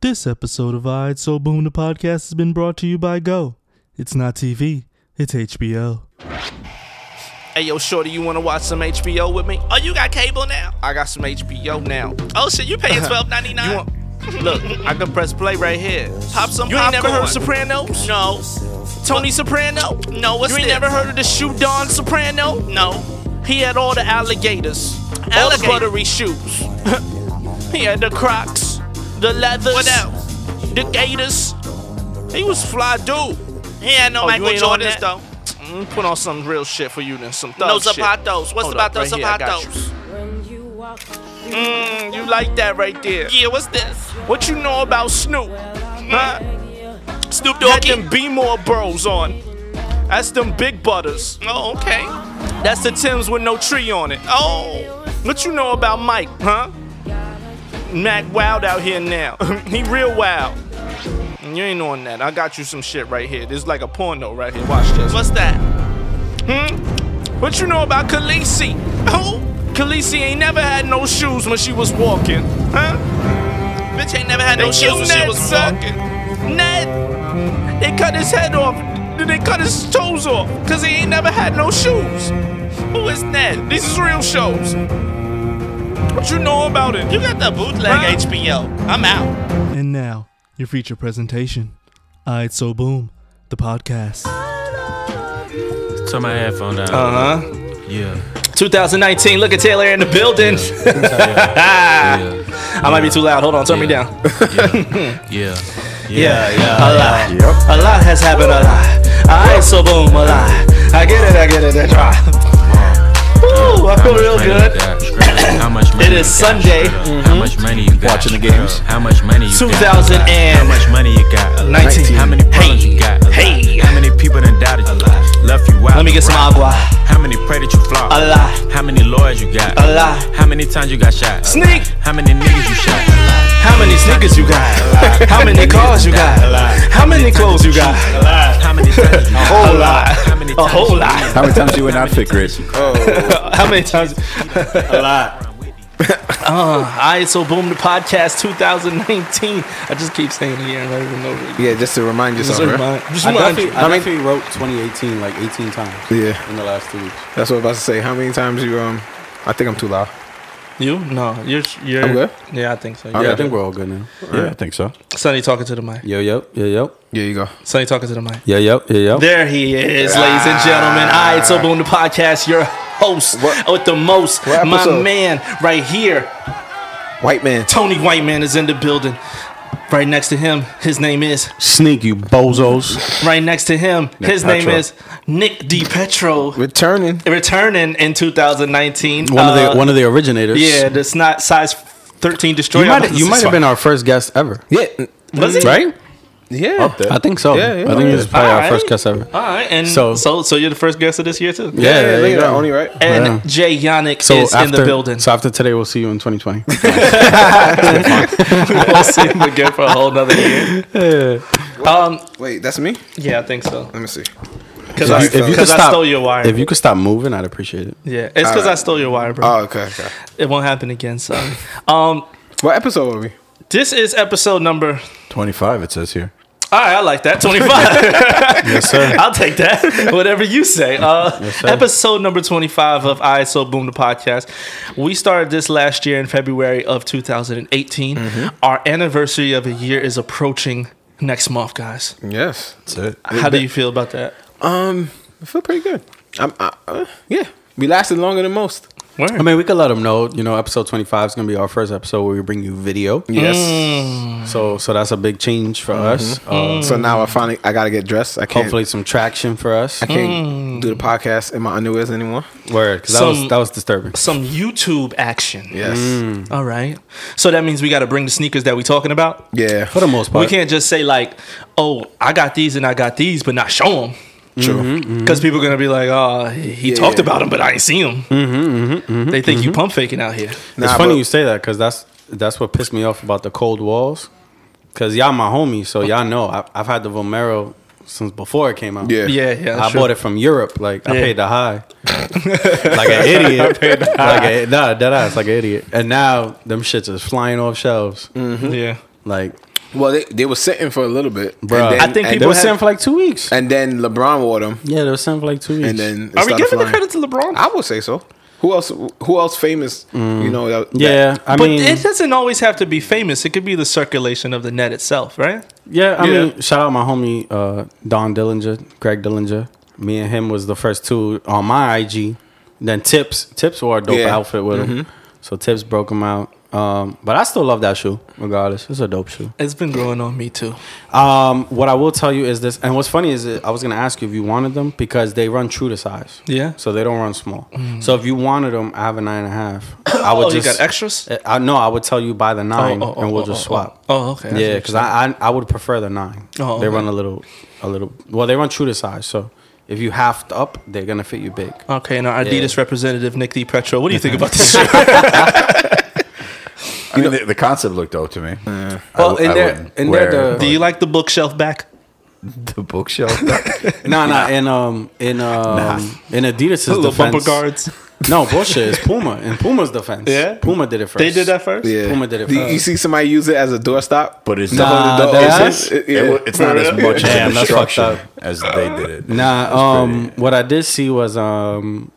This episode of I'd So Boom the Podcast has been brought to you by Go. It's not TV, it's HBO. Hey yo, shorty, you wanna watch some HBO with me? Oh, you got cable now? I got some HBO now. Oh shit, you paying twelve ninety nine? Look, I can press play right here. Pop some You ain't never heard of Sopranos? No. Tony Soprano? No. What's you ain't never heard of the shoe Don Soprano? No. He had all the alligators, all the buttery shoes. he had the Crocs, the leathers. What else? The Gators. He was fly dude. He had no Michael Jordans though. Mm, put on some real shit for you then, some thug No shit. zapatos. What's Hold about up, those right here, I got zapatos? When you walk, Mm, you like that right there? Yeah, what's this? What you know about Snoop? Huh? Snoop Had Doggy? them B more bros on. That's them big butters. Oh, okay. That's the Tim's with no tree on it. Oh, What you know about Mike, huh? Mac Wild out here now. he real wild. You ain't on that. I got you some shit right here. This is like a porno right here. Watch this. Hmm? what's that? What you know about Khaleesi? Oh, Khaleesi ain't never had no shoes when she was walking, huh? Bitch ain't never had no They shoes killed when she Ned, was son. walking. Ned, they cut his head off. Then They cut his toes off because he ain't never had no shoes. Who is Ned? These is real shows. What you know about it? You got the bootleg Huh? HBO. I'm out. And now, your feature presentation. I'd So Boom, the podcast. Turn my headphone down. Uh huh. yeah. 2019. Look at Taylor in the building. Yeah. I might be too loud. Hold on. Turn me Yeah. down. Yeah. Yeah. Yeah, yeah. A lot. A lot has happened a lot. I ain't so boom a lot. I get it. I get it. I try. Woo, I How feel much real money you good. got? Straight up. How much money It you is got? Sunday. Straight up. How much money you got? Watching the Straight games. up. How much money you got? 2000 and How much money you got? A lot. 19. How many problems Hey. you got? A lot. Hey. How many people done doubted you? A lot. Left you out. Let me to get some rot? agua. How many pray that you flop? A lot. How many lawyers you got? A lot. How many times you got shot? A Sneak. lot. How many niggas you shot? A lot. How many sneakers you got? How many cars you got? How many clothes you got? How many times you got? A whole lot. How many A times whole you lot. How many times you went out fit, Rich? How many times? A lot. uh, all right, so boom, the podcast 2019. I just keep saying it here and over and over. again. Yeah, just to remind Just yourself. right? remind, just I remind definitely, you. I I mean- definitely wrote 2018 like 18 times Yeah, in the last two weeks. that's what I was about to say. How many times you um? I think I'm too loud. You? No, you're. you're I'm good? Yeah, I think so. Okay. Yeah, Yeah. I think we're all good now. Yeah, I think so. Sonny talking to the mic. Yo, yep, yo, yep, There you go. Sonny talking to the mic. yo, yep, yo, yep. There he is, ladies and gentlemen. All right, so boom, the podcast, your host What- with the most, What my episode? man right here, White man. Tony Whiteman is in the building. Right next to him, his name is. Sneak you bozos. Right next to him, his name Petro. is Nick DiPetro. Returning. Returning in 2019. One of Uh, the one of the originators. Yeah, oh, that's not size 13 destroyer. you might you might have been our first guest ever, Yeah. Was he? right? Yeah. I think so. Yeah, yeah. I think it was probably Alright. our first guest ever. All right, and so, So- so you're the first guest of this year too. Yeah, Yeah, there look you at that, go. Only right. And Yeah. Jay Yannick So is after in the building. so after today, we'll see you in 2020. we'll see him again for a whole nother year. Um, Wait, that's me. yeah, I think so. Let me see. Because If I, you- if you could because I stop- stole your wire. if you Uh, could stop moving, I'd appreciate it. yeah, it's because I stole your wire, bro. Oh, okay. okay. it won't happen again. Sorry. um, What episode are we? this is episode number. 25, it says here. All right, I like that. Twenty-five. Yes, sir. I'll take that. Whatever you say. Uh, sir. episode number 25 of ISO Boom the Podcast. We started this last year in February of 2018. Mm-hmm. Our anniversary of a year is approaching next month, guys. Yes. That's it. How do you feel about that? Um, I feel pretty good. I'm. I, uh, yeah. We lasted longer than most. I mean, we could let them know. You know, episode 25 is gonna be our first episode where we bring you video. Yes. So so that's a big change for Mm-hmm. us. Uh, So now I finally I gotta get dressed. I can't. hopefully, Mm. some traction for us. I can't do the podcast in my underwears anymore. Word, because that Some- was that was disturbing. Some YouTube action. Yes. All right. So that means we got to bring the sneakers that we talking about. Yeah. For the most part, We can't just say, like, oh, I got these and I got these, but not show them. Mm-hmm, True. Because people are going to be like, oh, he he Yeah. talked about them, but I ain't seen them. Mm-hmm, they think you pump faking out here. It's Nah, funny but- you say that because that's that's what pissed me off about the cold walls. Because y'all my homies, so y'all know I, I've had the Vomero since before it came out. Yeah. Yeah, yeah. I sure. bought it from Europe. Like I Yeah. paid the high, like an idiot. like a, Mm. Mm-hmm. nah, dead ass, like an idiot. And now them shits is flying off shelves. Yeah. Like Well, they, they were sitting for a little bit, And Bruh. then, I think and They people were then- sitting for like two weeks. and then LeBron wore them, Yeah, they were sitting for like two weeks. and then it Are we started giving the flying. credit to LeBron? I would say so. Who else? Who else famous? Mm. You know? That, that- yeah, I but mean, it doesn't always have to be famous. It could be the circulation of the net itself, right? yeah, I Yeah. mean, shout out my homie uh, Don Dillinger, Greg Dillinger. Me and him was the first two on my IG. Then Tips, Tips wore a dope Yeah. outfit with Mm-hmm. him, so Tips broke him out. Um, but I still love that shoe, regardless. It's a dope shoe. It's been growing on me too. Um, what I will tell you is this, and what's funny is that I was gonna ask you if you wanted them because they run true to size. Yeah. Mm-hmm. So they don't run small. So if you wanted them, I have a nine and a half. I would oh, just. you got extras? Uh, I- I know. I would tell you by the nine, and we'll just swap. Oh, okay. Yeah, because I, I I would prefer the nine. Oh, they okay. run a little, a little. Well, they run true to size. So if you halfed up, they're gonna fit you big. Okay, and our Adidas Yeah. representative Nick D. Petro, what do you think about this? shit? I mean, the, the concept looked dope to me. I Well, w- and I they're- wouldn't and they're wear the- do you like the bookshelf back? the bookshelf. No, no, in um in um in Adidas's The defense, bumper guards. No bullshit. It's Puma. In Puma's defense, Yeah? Puma did it first. They did that first. yeah. Puma did it Do you, you first. see somebody use it as a doorstop? but it's Nah, not. The door they open? ass? It- It, yeah. w- it's not as much Damn, of an that's fucked instruction up. as they did it. Nah, It's um, pretty- what I did see was um,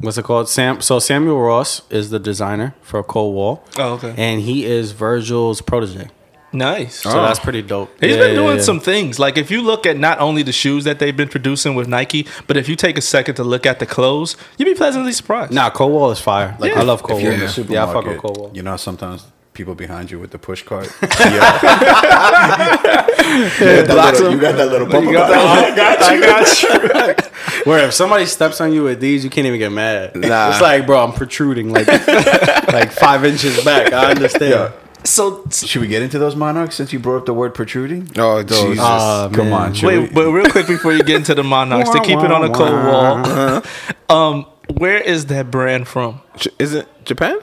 what's it called? Sam. So Samuel Ross is the designer for Cold Wall. Oh, okay. And he is Virgil's protege, Nice. so that's pretty Oh. dope. He's He's been doing some things. Like if you look at not only the shoes that they've been producing with Nike, but if you take a second to look at the clothes, you'd be pleasantly surprised. Nah, Cold Wall is fire. Like I love Cold If you're Wall. in the Yeah, I fuck with supermarket, Cold Wall. you know, how sometimes people behind you with the push cart. yeah. you, got that little, you got that little bump. Where if somebody steps on you with these, you can't even get mad. Nah. It's like, bro, I'm protruding like like five inches back. I understand. Yeah. So s- Should we get into those monarchs since you brought up the word protruding? uh, Oh, Those- Jesus. Ah, Come man. on, should wait, we- but real quick before you get into the Monarchs, to keep it on a cold wall, um, where is that brand from? J- is it Japan?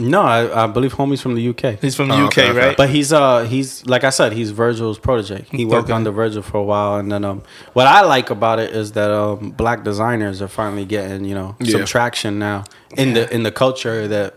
No, I, I believe homie's from the UK. He's from UK, Oh, okay, okay. right? But he's uh he's like I said, he's Virgil's protege. He worked Okay. under Virgil for a while, and then um what I like about it is that um black designers are finally getting you know some Yeah. traction now in the in the culture that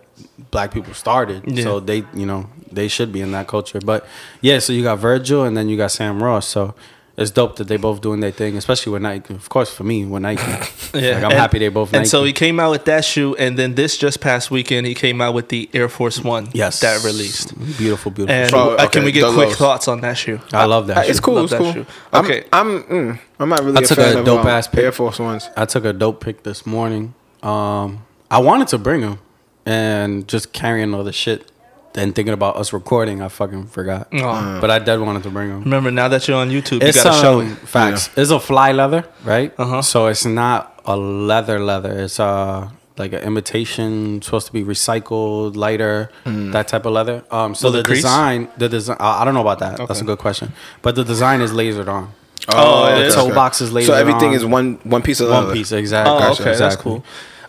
black people started. Yeah. So they you know they should be in that culture. But yeah, so you got Virgil and then you got Sam Ross. So. It's dope that they both doing their thing, especially with Nike. Of course, for me, with Nike, like, I'm and- happy they both. And Nike. so he came out with that shoe, and then this just past weekend he came out with the Air Force One. yes, that released. beautiful, beautiful. And shoe. Oh, uh, can okay, we get the quick lows. thoughts on that shoe? I love that. Uh, it's shoe. cool. Love It's that cool. shoe. I'm, Okay. I'm. Mm, I'm not really. I took a, fan a of, dope um, ass pic. Air Force Ones. I took a dope pic this morning. Um, I wanted to bring him, and just carrying all the shit and thinking about us recording, I fucking forgot. Aw. But I did wanted to bring him. Remember, now that you're on YouTube, It's you gotta show um, him. facts. It's a fly leather, right? Uh-huh. So it's not a leather leather. It's uh like an imitation, supposed to be recycled, lighter, that type of leather. Um, so Will the it crease? design, the design, I I don't know about that. That's a good question. But the design is lasered on. Oh, the it is? toe box is lasered So everything on. is one one piece of one leather. piece, exactly. Oh, Gotcha. okay, that's Exactly. cool.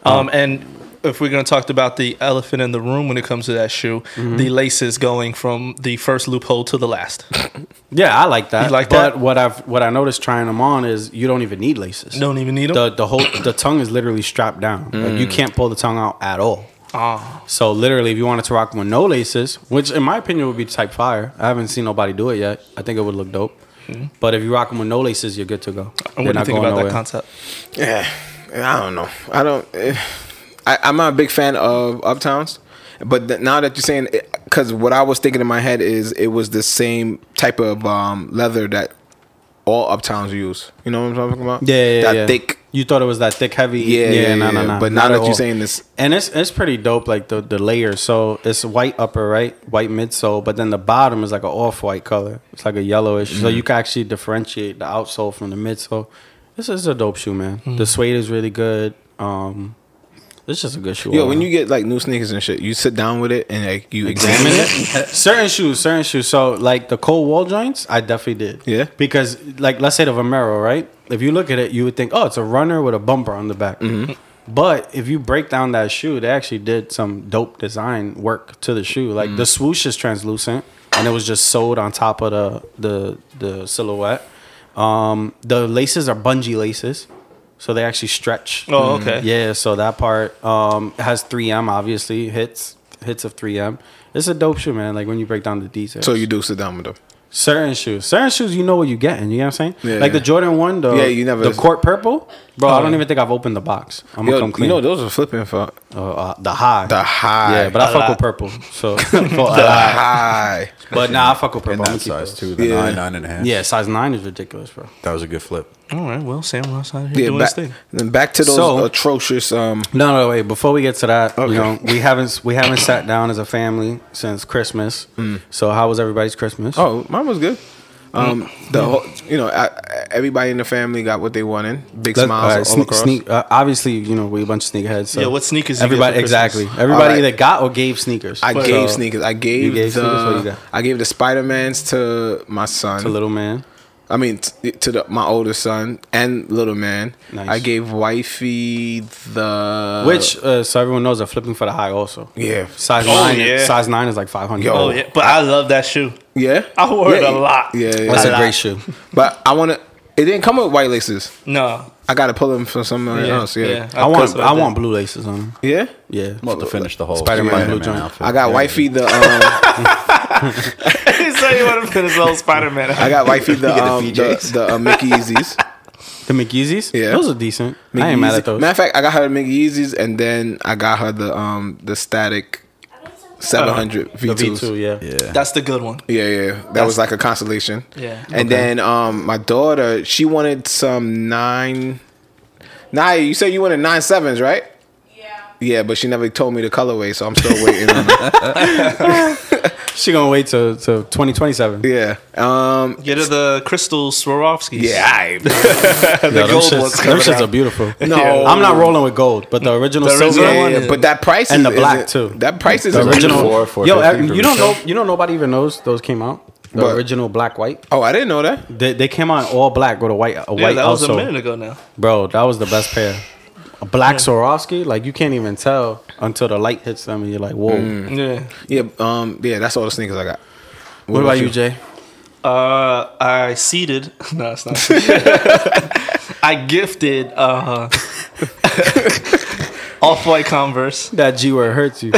uh, Um, and if we're gonna talk about the elephant in the room when it comes to that shoe, Mm-hmm. the laces going from the first loophole to the last. Yeah, I like that. You like but that? what I've what I noticed trying them on is you don't even need laces. Don't even need 'em? The the whole the tongue is literally strapped down. Like you can't pull the tongue out at all. Mm. Ah, So literally, if you wanted to rock them with no laces, which in my opinion would be type fire. I haven't seen nobody do it yet. I think it would look dope. But if you rock them with no laces, you're good to go. and Mm-hmm. what do you think about that concept? Yeah, I don't know. I don't. eh, I, I'm not a big fan of uptowns, but th- now that you're saying, because what I was thinking in my head is it was the same type of um, leather that all uptowns use. You know what I'm talking about? Yeah, yeah, that yeah. thick. You thought it was that thick, heavy. Yeah, yeah, nah, yeah. nah, nah. But Not now at that you're all. saying this- and it's it's pretty dope. Like the the layer, so it's white upper, right, white midsole, but then the bottom is like an off white color. It's like a yellowish, so Mm-hmm. you can actually differentiate the outsole from the midsole. This is a dope shoe, man. Mm-hmm. The suede is really good. Um, it's just a good shoe. Yo, all when around. you get like new sneakers and shit, you sit down with it and like you Damn examine it. it. certain shoes, certain shoes. So like the cold wall joints, I definitely did. Yeah. Because like let's say the Vomero, right? If you look at it, you would think, oh, it's a runner with a bumper on the back. But if you break down that shoe, they actually did some dope design work to the shoe. Like the swoosh is translucent, and it was just sewed on top of the the the silhouette. Um, the laces are bungee laces, so they actually stretch. Oh, okay. Yeah, so that part um, has 3M obviously hits hits of 3M. It's a dope shoe, man. Like when you break down the details. So you do sit down with them. certain shoes, certain shoes, you know what you getting. You know what I'm saying? Yeah, like the yeah. Jordan One, though. Yeah, you never- The court purple, bro. I don't yeah. even think I've opened the box. I'm gonna Yo, come you clean. know those are flipping for uh, uh, the high. the high. Yeah, but I fuck with purple. So, for a lot. high. but nah, I fuck with purple. In I'm that gonna keep size those. too, the Yeah. nine, nine and a half. Yeah, size nine is ridiculous, bro. that was a good flip. All right, well, Sam Ross out here Yeah, doing his back, thing. then back to those So- atrocious. Um, No, no, wait. Before we get to that, Okay. you know, we haven't we haven't sat down as a family since Christmas. Mm. So, how was everybody's Christmas? oh, mine was good. Mm. Um, the whole, you know, I, I- everybody in the family got what they wanted. Big Let- smiles all right, all sneak- across. sneak- uh, obviously, you know we a bunch of sneakerheads. So Yeah, what sneakers you get Everybody for Christmas? exactly. Everybody right. either got or gave sneakers. I So, gave sneakers. I gave, gave sneakers? What you the got? I gave the Spider Mans to my son. to little man. I mean, t- to the, my older son and little man. Nice. I gave wifey the Which, uh, so everyone knows, are flipping for the high also. yeah Size Oh, nine, yeah. size nine is like five hundred. Yo. Oh yeah, but I love that shoe. yeah I wore it a Yeah, lot. yeah, yeah. that's I a like- great shoe. but I want to. It didn't come with white laces. No, I got to pull them from somewhere yeah, else. Yeah, yeah. I want, cussed I about want that. blue laces on. them. Yeah, Well, to finish the whole Spider-Man Oh, Spider-Man, blue joint. outfit. I got Yeah. wifey the. Um, so you want to finish the whole Spider Man? I got wifey the the um, the, PJs. the uh, Mickey Yeezys. the McYeezys. Yeah. those are decent. I ain't mad Yeezy- at those. Matter of fact, I got her the Mickey Yeezys, and then I got her the um the static. 700 Oh, the V2s. V two, yeah. Yeah. That's the good one. Yeah, yeah. That was like a consolation. Yeah. And then um my daughter, she wanted some nine Nah, you said you wanted nine sevens, right? Yeah, but she never told me the colorway, so I'm still waiting. on it. She gonna wait till till twenty twenty seven. Yeah, um, Get her the crystal Swarovskis. yeah. I, The gold ones Them coming shits out. are beautiful. no, I'm not rolling with gold, but the original The silver original Yeah, one. yeah, is- but that price And is, the black, is- too. That price is The original. Four, four Yo, fifty for you don't the know. You know. Nobody even knows those came out. The What? original black white. Oh, I didn't know that. They, they came out in all black with a white a Yeah, white that was a outsole. minute ago now. Bro, that was the best pair. A black Swarovski, like you can't even tell until the light hits them, and you're like, whoa. Mm. Yeah. Yeah, um, yeah. That's all the sneakers I got. What about you, Jay? Uh, I seeded. No, it's not. I gifted uh, off white Converse That G word hurts you.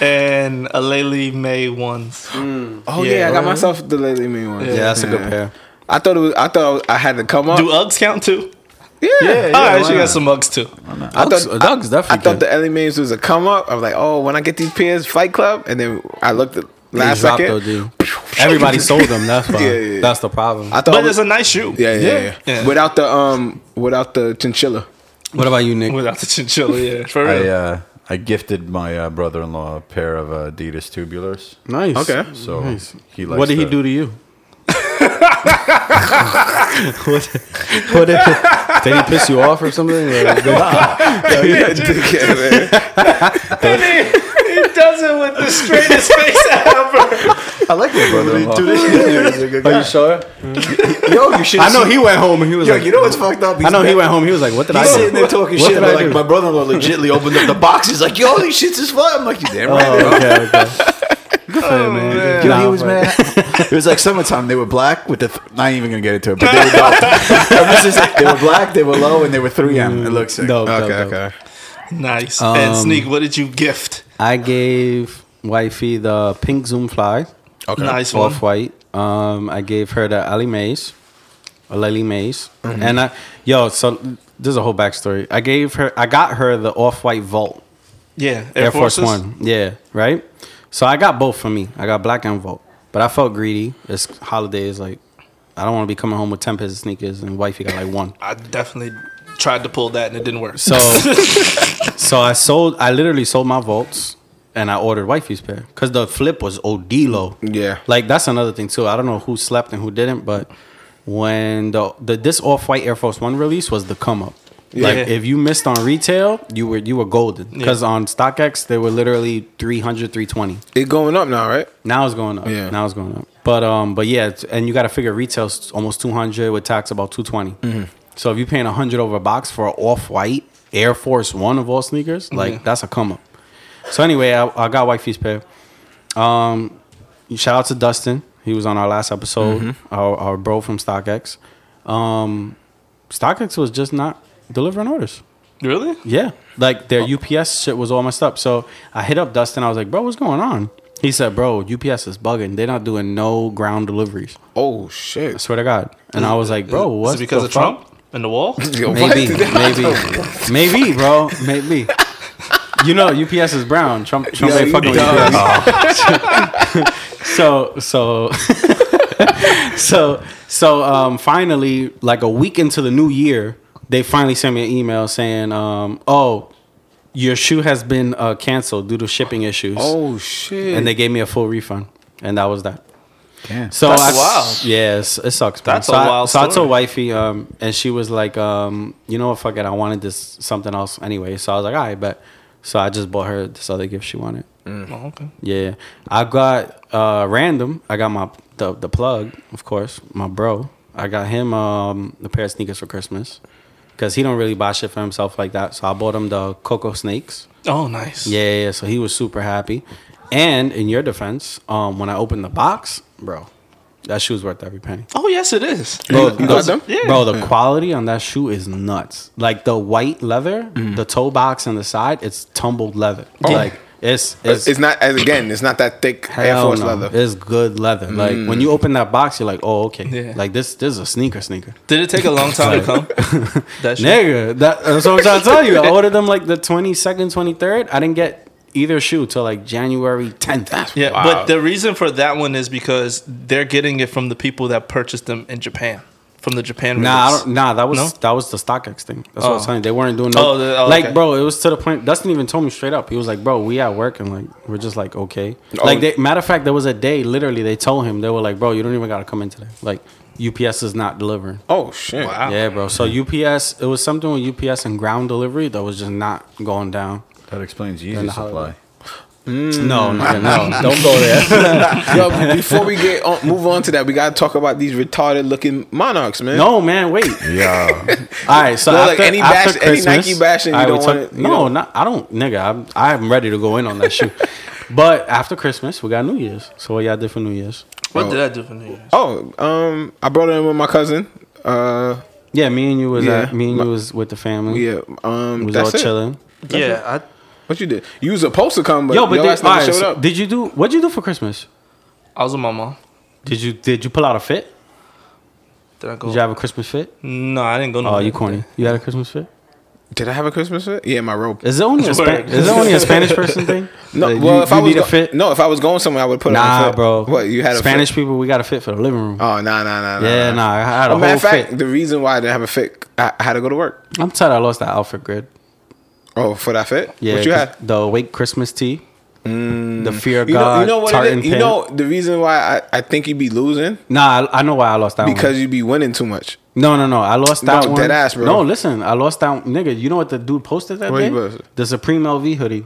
and a Lele May ones. Oh yeah, Yeah. I got myself the Lily Me one. Yeah, that's a good pair. I thought it was, I thought I had to come up. Do Uggs count too? yeah, All right, why Ah, she got not? some Uggs too. I thought- Uggs- Uggs I definitely. thought good. the LA Mames was a come up. I was like, oh, when I get these pairs, Fight Club. And then I looked at They last dropped second. those, dude. Everybody sold them. That's why. Yeah, yeah, yeah. That's the problem. I thought, But it it's was, a nice shoe. yeah, yeah, yeah, Yeah. Without the um, without the chinchilla. what about you, Nick? Without the chinchilla, yeah. For I real. uh, I gifted my uh, brother-in-law a pair of uh, Adidas tubulars. nice. Okay. So he likes What did he to- do to you? what, what did, did he piss you off or something? Or- Yeah, dickhead, man. he does it with the straightest face ever. I like your brother-in-law. Are you sure? Yo, you should. I know he went home and he was Yo, like, you know what's fucked up? I know he went home. He was like, "What did I He's do?" sitting there talking What shit did about I like do? my brother-in-law legitly opened up the box. He's like, "Yo, these shits is fun." I'm like, "You damn right." Oh, okay, okay. Good for Oh, him, man. Yo, Nah, he was but- mad. it was like summertime. They were black with the. Th- not even gonna get into it, but they were dope. I'm just saying, they were black. They were low, and they were 3M. It looks sick. Mm, Dope, dope, Okay, dope. okay. Nice. Um, and Sneak, what did you gift? I gave wifey the pink Zoom Fly, Nice one. off white. Um, I gave her the Ali Maze, a Lily Maze, Mm-hmm. and I, yo, so this is a whole backstory. I gave her, I got her the off white Vault Yeah. Air Force Forces? One. Yeah, right. So I got both for me. I got black and Volt, but I felt greedy. It's holidays, like I don't want to be coming home with ten pairs of sneakers and wifey got like one. I definitely tried to pull that and it didn't work. So, so I sold. I literally sold my vaults and I ordered wifey's pair because the flip was od low. Yeah. like that's another thing too. I don't know who slept and who didn't, but when the, the this off white Air Force One release was the come up. Like Yeah. if you missed on retail, you were you were golden because on StockX they were literally 300, 320. It going up now, right? Now it's going up. Yeah. Now it's going up. But um, but yeah, it's- and you got to figure retail's almost two hundred with tax about two So if you're paying hundred over a box for an off white Air Force One of all sneakers, like that's a come up. So anyway, I, I got wifey's pair. Um, shout out to Dustin. He was on our last episode. Our, our bro from StockX. Um, StockX was just not delivering orders. Really? Yeah, like Oh. their UPS shit was all messed up. So I hit up Dustin. I was like, "Bro, what's going on?" He said, "Bro, UPS is bugging. They're not doing no ground deliveries. Oh shit! I swear to God." And I was like, "Bro, Is what? it because of Trump and the wall? Yo, what? Maybe, maybe, maybe, bro, maybe." You know, UPS is brown. Trump, Trump Yo, ain't you fucking with dumb. UPS. so so so so um finally like a week into the new year they finally sent me an email saying um oh your shoe has been uh, canceled due to shipping issues Oh shit! and they gave me a full refund and that was that Damn. so That's I, wild. Yes, it sucks. man. That's so a I- wild So I story. told wifey, um, and she was like, um, "You know what? Fuck it. I wanted this something else anyway." So I was like, "All right, but." So I just bought her this other gift she wanted. Oh, okay. Yeah, I got uh random. I got my the the plug, of course, my bro. I got him um a pair of sneakers for Christmas because he don't really buy shit for himself like that. So I bought him the Coco Snakes. Oh, nice. Yeah, yeah. yeah. So he was super happy. And in your defense, um, when I opened the box, bro, that shoe's worth every penny. Oh, yes, it is. Bro, you got them? the, bro, the quality on that shoe is nuts. Like the white leather, Mm-hmm. the toe box and the side, it's tumbled leather. Like it's Oh. it's, it's not as again. It's not that thick Air Hell Force no. leather. It's good leather. Like when you open that box, you're like, oh okay. Mm. Yeah. Like this, this is a sneaker, sneaker. Did it take a long time to come? That shit. Nigga, that, that's what I'm trying to tell you. I ordered them like the 22nd, 23rd. I didn't get either shoe till like January 10th. Yeah, but the reason for that one is because they're getting it from the people that purchased them in Japan, from the Japan. Nah, I release. don't, nah, that was No? that was the StockX thing. That's what I was Oh. saying. They weren't doing no, Oh, the- oh, okay. like, bro. It was to the point. Dustin even told me straight up. He was like, "Bro, we at work and like we're just like okay." Oh. Like, they, matter of fact, there was a day literally they told him they were like, "Bro, you don't even gotta come in today. Like, UPS is not delivering." Oh shit! Yeah, bro. So UPS, it was something with UPS and ground delivery that was just not going down. That explains Yeezy holiday. supply. Mm. No, nigga, no, don't go there. Yo, before we get on, move on to that, we gotta talk about these retarded looking monarchs, man. No, man, wait. Yeah. All right, so No, like, after, any after bash- any Christmas, Nike bashing, you I would don't talk- want it, you no, don't- not- I don't, nigga. I'm I'm ready to go in on that shoe. But after Christmas, we got New Year's. So what y'all did for New Year's? What did I do for New Year's? Oh, um, I brought it in with my cousin. Uh, Yeah, me and you was at, Yeah. me and you was with the family. yeah. Um, we was that's all it. chilling. yeah, What you did? You was supposed to come, but Yo, but your did, ass never alright, showed so up. did you do? What'd you do for Christmas? I, I was with my mom. Did you did you pull out a fit? Did I go? Did you have a Christmas fit? no, I didn't go. Oh, nowhere. you corny. You had a Christmas fit? Did I have a Christmas fit? Yeah, my robe. Is it only a Word. Span- is it only a Spanish person thing? No, Like, well, uh, you- if you I was need a go- fit, no, if I was going somewhere, I would put on a nah, fit. bro. What you had a fit? Spanish people? We got a fit for the living room. Oh, nah, nah, nah, nah. yeah, nah, I had Oh, a whole matter of fact, fit. the reason why I didn't have a fit, I, I had to go to work. I'm tired. I lost that outfit grid. Oh, for that fit? Yeah, What you 'cause had? Mm. the awake Christmas tea, the fear of You know, God, you know what? It tartan is? You pin. know the reason why I, I think you'd be losing nah, I, I know why I lost that because one. you be winning too much. No, no, no. I lost that No, one. dead ass, bro. No, listen, I lost that nigga. You know what the dude posted that What day? he posted? The Supreme LV hoodie,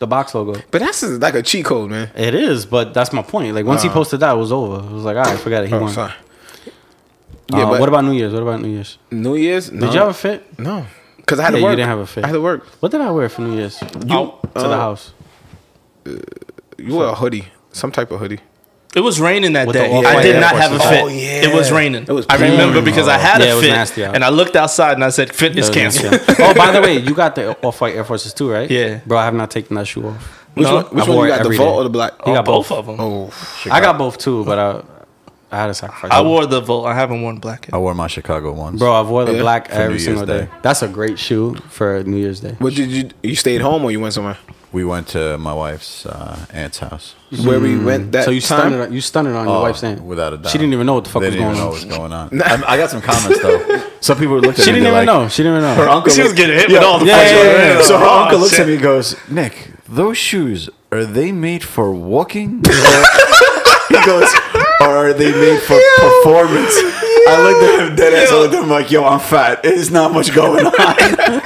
the box logo. But that's just like a cheat code, man. It is, but that's my point. Like once he posted that, it was over. It was like, all right, forget it. He Uh-huh. Oh, won. sorry. Uh, Yeah, but what about New Year's? What about New Year's? New Year's? No. Did you have a fit? No, because I had Yeah, to you work. didn't have a fit. I had to work. What did I wear for New Year's? Out to the uh, house. You wore a hoodie, some type of hoodie. It was raining that With the day. off-white I did Air not have a Forces. fit. Oh, yeah. It was raining. It was I pouring. remember because I had Yeah, it a was fit, nasty out. and I looked outside and I said, "Fit is That was nasty. canceled." oh, by the way, you got the off-white Air Forces too, right? Yeah. bro. I have not taken that shoe off. Which No, one? Which I one wore you it got? The every vault day. or the black? He got both both. of them. Oh, shit. I got both too, but I I had a sacrifice. I wore the Volt. I haven't worn black I Oh. yet. wore my Chicago ones. bro. I wore the Yeah. black For every New single Year's day. Day. That's a great shoe for New Year's Day. What did you? You stayed home or you went somewhere? We went to my wife's uh, aunt's house. Where we went that Mm. so you time? stunned it, you stunned it on your Oh, wife's aunt Without a doubt. She didn't even know what the fuck They was didn't going even know on. what was going on. I, I got some comments though. Some people looked at She me. didn't even and they're like, know. She didn't even Her know. uncle. She was looked- getting hit Yeah. with all the Yeah, punches. yeah, yeah, yeah. So her uncle looks at me and goes, Nick, those shoes, are they made for walking? he goes, or are they made for performance? I looked at him dead ass. I looked at him like, yo, I'm fat. There's not much going on.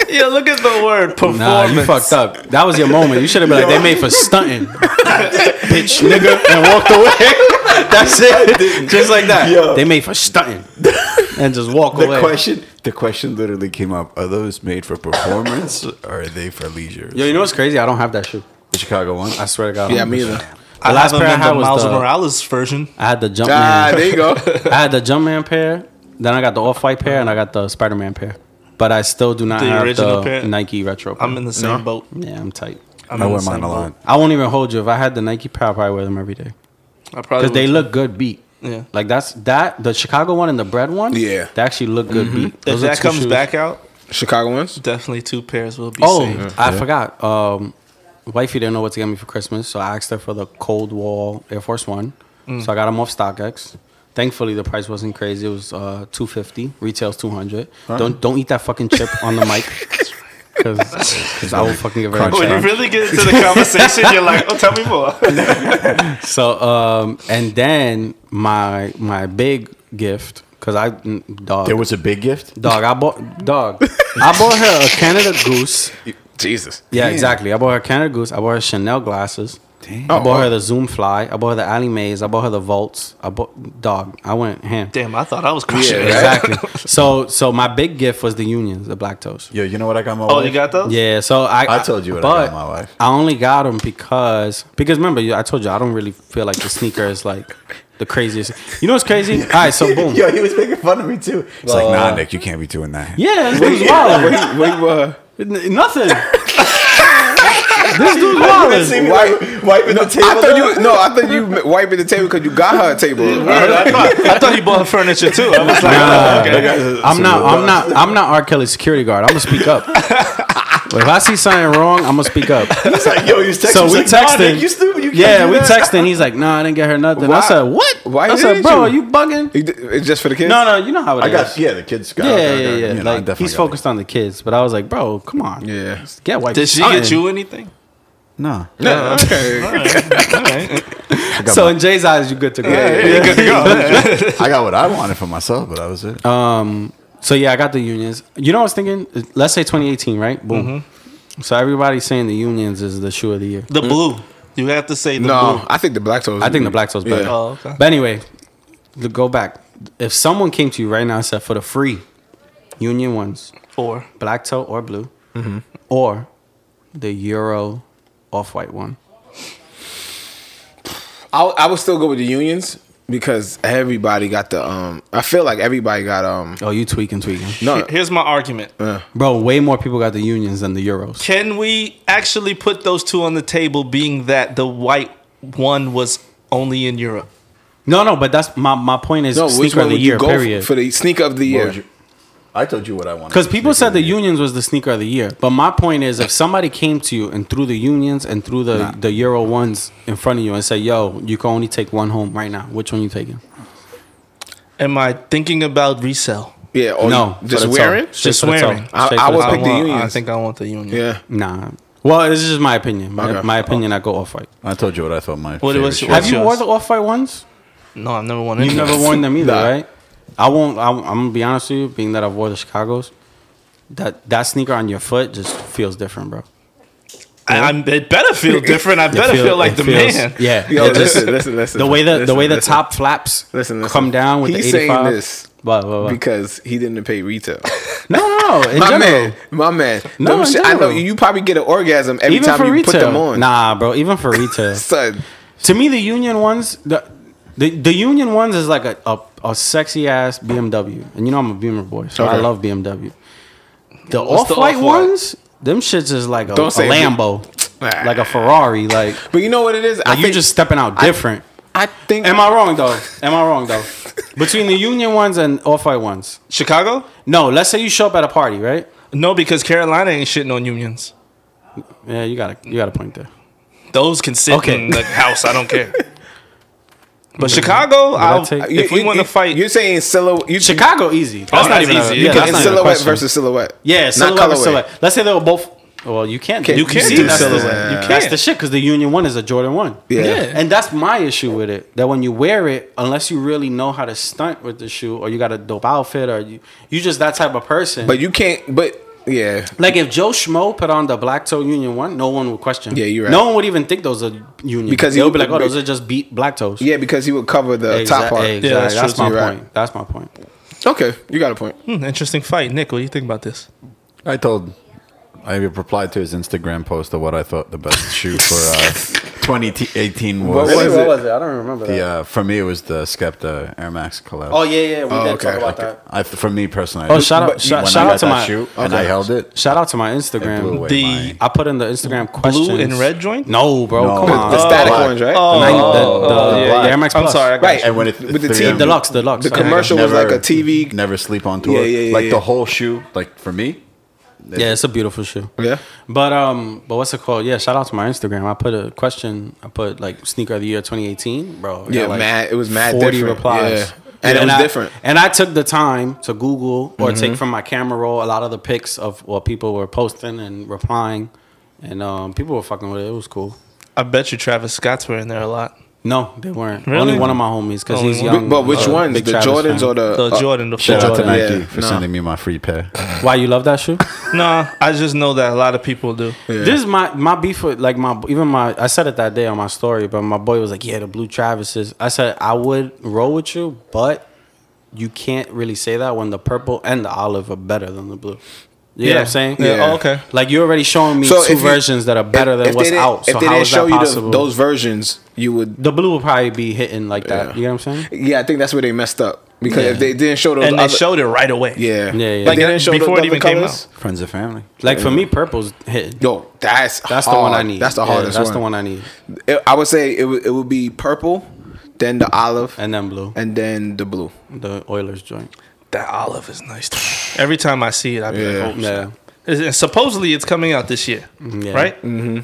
Yeah, look at the word performance. Nah, you fucked up. That was your moment. You should have been like, they made for stunting, bitch, nigga, and walked away. That's it. Just like that. Yo. They made for stunting, and just walk the away. question, the question literally came up: Are those made for performance, or are they for leisure? Yo, you know what's crazy? I don't have that shoe. the Chicago one. I swear to God. Yeah, me either. The last I pair I haven't had been the was Miles the- Morales version. I had the Jumpman. Ah, there you go. I had the Jumpman pair. Then I got the Off White pair, and I got the Spider Man pair. but I still do not The have original the pair? Nike retro. I'm in the same No. boat. yeah, I'm tight. I'm I in wear the mine same a boat. lot. I won't even hold you. If I had the Nike pair, I probably wear them every day I probably because they would. look good beat. Yeah. Like that's that the Chicago one and the bread one. Yeah. they actually look good beat. Mm-hmm. If Those are that two comes shoes. back out, Chicago ones. definitely two pairs will be Oh, saved. I forgot. Um, wifey didn't know what to get me for Christmas, so I asked her for the Cold Wall Air Force One. Mm. So I got them off StockX. Thankfully, the price wasn't crazy. It was uh, two fifty. Retail's two hundred. Don't don't eat that fucking chip on the mic, because I will fucking get very Crunch upset. it. When you really get into the conversation, you're like, "Oh, tell me more." So um, and then my my big gift because I mm, dog There was a big gift. dog I bought dog I bought her a Canada Goose. Jesus. Yeah, Damn. exactly. I bought her Canada Goose. I bought her Chanel glasses. I bought Oh, her the Zoom Fly. I bought her the Alley Maze. I bought her the Vaults. I bought dog. I went ham. Damn, I thought I was crushing it. Exactly. so so my big gift was the unions, the black toast. Yo, you know what I got my Oh, wife? you got those? Yeah, so I I told you what I but got my wife. I only got them because because remember you- I told you I don't really feel like the sneaker is like the craziest. You know what's crazy? All right, so boom. Yo, he was making fun of me too. It's like, nah, Nick, you can't be doing that. Yeah, this dude's wild. Wait, wait, uh, Nothing. this dude's wild. Wipe, wiping the table. I thought you no, I thought you meant wiping the table because you got her a table. I heard I, thought, I thought he bought furniture too. I was like, oh, okay. Uh, I'm not. I'm not. I'm not R. Kelly's security guard. I'm gonna speak up. If I see something wrong, I'm gonna speak up. He's like, yo, he's texting. So He's we like, texted. Nah, Nick, you stupid. You can't yeah, do we that. texted. He's like, "No, I didn't get her nothing." Why- I said, "What?" why I said, didn't "Bro, you?" are you bugging?" You d- It's just for the kids. No, no, you know how it is. I got yeah, the kids got. Yeah, got- yeah, got- yeah. you know, I like definitely he's got focused on the kids, but I was like, "Bro, come on, Yeah. get white." Did she something." get you anything? it. Nah, No. Okay. I got, So my- in Jay's eyes, you good to go. I got what I wanted for myself, but that was it. Um, so yeah, I got the unions. You know, what I was thinking, let's say 2018, right? Boom. Mm-hmm. So everybody's saying the unions is the shoe of the year. The blue. You have to say the No, blue. Oh, I think the black toes. I think the black toe's better. Mm-hmm. Yeah. Oh, okay. But anyway, to go back. If someone came to you right now and said for the free union ones, Four. black toe or blue, Mm-hmm. or the Euro off white one. I, I would still go with the unions because everybody got the um. I feel like everybody got um. Oh, you tweaking, tweaking. No, Here's my argument. Bro, way more people got the unions than the Euros. Can we actually put those two on the table, being that the white one was only in Europe? No, no, but that's my, my point is no. Which sneaker one of the would year, you go period. for the sneaker of the What year? would you- I told you what I wanted. Because people said the unions was the sneaker of the year, but my point is, if somebody came to you and threw the unions and threw the, the Euro ones in front of you and said, "Yo, you can only take one home right now. Which one you taking?" Am I thinking about resale? yeah, or no, Oh, you for just the wearing. toe. Just for the toe. wearing. I- Straight I for the would toe. I, pick the want, I unions. think I want the union. Yeah, Nah. Well, this is just my opinion. My, Okay. my opinion, I go off white. I told you what I thought my. What- favorite what's- shoe Have was. you yours? worn the off white ones? No, I've never wanted. You've never anything. worn them either, Nah. right? I won't. I'm, I'm gonna be honest with you. Being that I've worn the Chicago's, that that sneaker on your foot just feels different, bro. I, I'm, it better feel different. I better feel, like it the feels- man. Yeah. Yo, it just- listen, listen, listen. the way the the Listen, way the listen. top flaps Listen, listen. come down with He's the saying 85. this What, what, what? because he didn't pay retail. no, no, no. In my general, man, my man. No, Them in shit- I know general. you probably get an orgasm every even time for you retail. put them on. Nah, bro. Even for retail. son. to me, the Union ones, the the, the Union ones is like a, a, a sexy ass BMW, and you know I'm a Beamer boy, so I Okay. love BMW. The off What's the white off-white? ones, them shits is like a, Don't a say it. Lambo, like a Ferrari, like. But you know what it is? Like you just stepping out different. I think. Am I wrong though? Am I wrong though? Between the union ones and off white ones. Chicago? No, let's say you show up at a party, right? No, because Carolina ain't shitting on unions. Yeah, you got a you got a point there. Those can sit Okay. in the house. I don't care. But Chicago, I'll, take- you- if we you- want to you- fight, You're saying silhouette. You Chicago easy. That's Oh, not that's even easy. easy. You yeah, can- that's it's not even a silhouette question. versus silhouette. yeah, silhouette not versus colorway. silhouette. Let's say they were both. Well, you can't. Can't- do- You can't see, do that's the- silhouette. You That's can't. the shit because the union one is a Jordan one. Yeah. Yeah. and that's my issue with it. That when you wear it, unless you really know how to stunt with the shoe, or you got a dope outfit, or you you just that type of person. But you can't. But yeah, Like if Joe Schmo put on the black toe union one, no one would question. Yeah, you're right. No one would even think those are Because union because he they would be would- like, oh, those are just beat black toes. yeah, because he would cover the Exa- top part. Exactly. Yeah, that's that's, true, my you're right. point. That's my point. Okay, you got a point. Mm, Hmm, interesting fight. Nick, what do you think about this? I told I replied to his Instagram post of what I thought the best shoe for uh, 2018 What was. was, it? what was it? I don't remember that. The, uh, for me, it was the Skepta Air Max collab. Oh yeah, yeah. We Oh, did okay. talk about Okay. that. I, for me personally, Oh, I- shout out- when shout- I shout got out to that my- shoe and I held it. Shout out to my I blew Instagram. away The- my- I put in the Instagram questions. Blue and red joint? No, bro. No. Come The- on. the static black. ones, right? Oh, The- the- oh, the- yeah, the yeah. Air Max I'm Plus. sorry, I got Right. and when it, With the three T of them- Deluxe, deluxe. The Sorry, I got commercial was like a TV. Never sleep on tour. Yeah, yeah, yeah, like yeah. the whole shoe. Like for me, you. Yeah, it's a beautiful shoe. Yeah. But um, but what's it called? Yeah, shout out to my Instagram. I put a question. I put like sneaker of the year 2018, bro. I got, Yeah, like, mad- it was mad different. replies. Yeah. And it was I- different. Mm-hmm. And I took the time to Google or take from my camera roll a lot of the pics of what people were posting and replying, and um, people were fucking with it. It was cool. I bet you Travis Scott's wearing there a lot. No, they weren't. Only one of my homies because Only he's one. young. But which uh, ones? big The Travis Jordans fan. or the? The uh, Jordan, the shout out to Jordan. yeah, Nike for no. sending me my free pair. Why you love that shoe? Nah, I just know that a lot of people do. This is my my beef with like my even my I said it that day on my story, but my boy was like, "Yeah, the blue Travises." I said I would roll with you, but you can't really say that when the purple and the olive are better than the blue. You know what I'm saying? Yeah. Yeah. Oh, okay. Like you're already showing me So two if you- versions that are better than if they what's didn't- out. If So they how didn't is that show you the, possible? those versions, you would. the blue will probably be hitting like that. Yeah. You know what I'm saying? Yeah, I think that's where they messed up because if they didn't show those, And they other, showed it right away. yeah, Yeah, yeah. If Like, they didn't show before before it the, even even came colors, Friends and family. Like for me, purple's hitting. Yo, that's That's the hard. one I need. That's the Yeah, hardest that's one. the one I need. It, I would say it would it would be purple, then the olive, and, And then blue, then the blue. the Oilers joint. That olive is nice. To me. Every time I see it, I be Yeah. like, oh, Yeah. Mm-hmm. Is it- supposedly it's coming out this year, Yeah. right?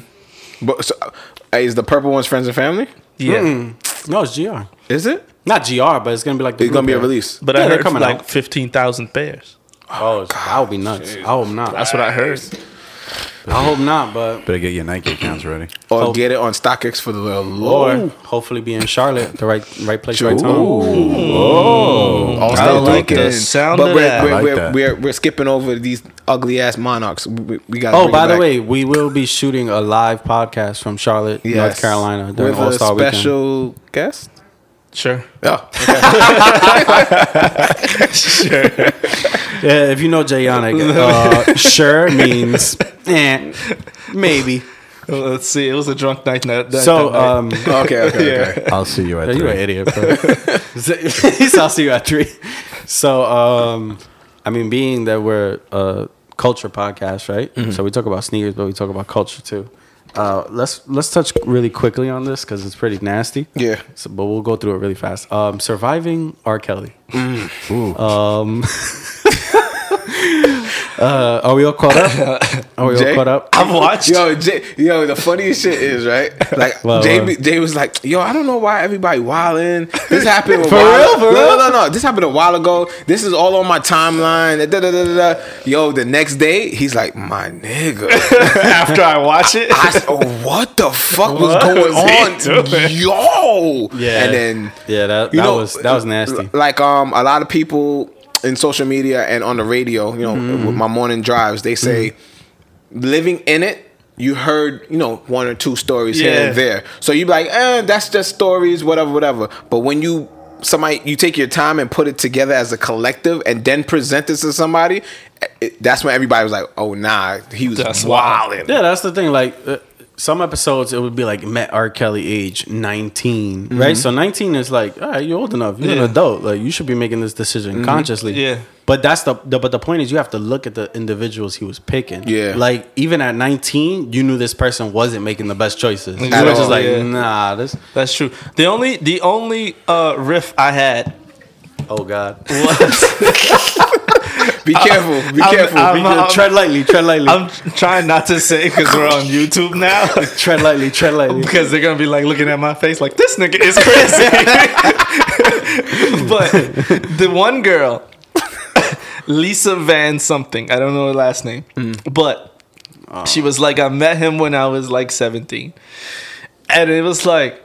But so, uh, is the purple one's friends and family? Yeah. Mm-hmm. No, it's gr. Is it? Not gr, but it's gonna be like the It's gonna be a Blueberry. release. But Yeah, I they're heard coming like out. fifteen thousand pairs. Oh, that would be nuts. I hope not. That's what I heard. I hope not, but Better get your Nike accounts ready. Or Oh. get it on StockX for the or low. hopefully be in Charlotte, the right right place, right time. Oh, All I like the sound But of we're, that. We're, I like we're, that. we're we're skipping over these ugly ass monarchs. We, we- we got. Oh, by the way, we will be shooting a live podcast from Charlotte, North Carolina during with All a Star Weekend. special guest. Sure. Oh, Yeah, if you know Jayonic, uh, sure means eh, maybe. Let's see. It was a drunk night. That, that- So, that night. um, okay, okay, okay. I'll see you at you an three. idiot, bro. He's also you at three. So, um, I mean, being that we're a culture podcast, right? So we talk about sneakers, but we talk about culture too. Uh, let's let's touch really quickly on this because it's pretty nasty. Yeah. So, but we'll go through it really fast. Um, surviving R. Kelly. Ooh. Um, uh, are we all caught up? Are we Jay? all caught up? I've watched. Yo, Jay, yo, the funniest shit is right. Like What, Jay, what? Jay was like, yo, I don't know why everybody wilding. This happened a For while- real? For No, real? no, no, no. This happened a while ago. This is all on my timeline. Da, da, da, da, da. Yo, the next day, he's like, my nigga. after I watch it, I said, oh, what the fuck was What going was he on, doing? yo? Yeah. and then Yeah, that, that you know, was that was nasty. l- Like um, a lot of people in social media and on the radio, you know, with my morning drives, they say living in it. You heard, you know, one or two stories here Yeah. and there. So you be like, eh, that's just stories, whatever, whatever. But when you somebody you take your time and put it together as a collective and then present this to somebody, eh, it, that's when everybody was like, oh nah, he was That's wilding. Yeah, that's the thing. Like uh, some episodes, it would be like met R. Kelly age 19 right? So nineteen is like, all right, you're old enough, you're Mm-hmm. Yeah. Mm-hmm. an adult, like you should be making this decision consciously. Yeah. But that's the, the but the point is you have to look at the individuals he was picking. Yeah. Like even at nineteen, you knew this person wasn't making the best choices. You At were just all. like, Yeah. nah, this that's true. The only the only uh, riff I had oh god. was Be careful, be I'm- careful. I'm- Be- tread lightly, tread lightly, Uh, I'm trying not to say because we're on YouTube now. tread lightly, tread lightly. Because they're gonna be like looking at my face like this nigga is crazy. but the one girl, Lisa Van something, I don't know her last name, Mm. but Oh. she was like, I met him when I was like 17. And it was like,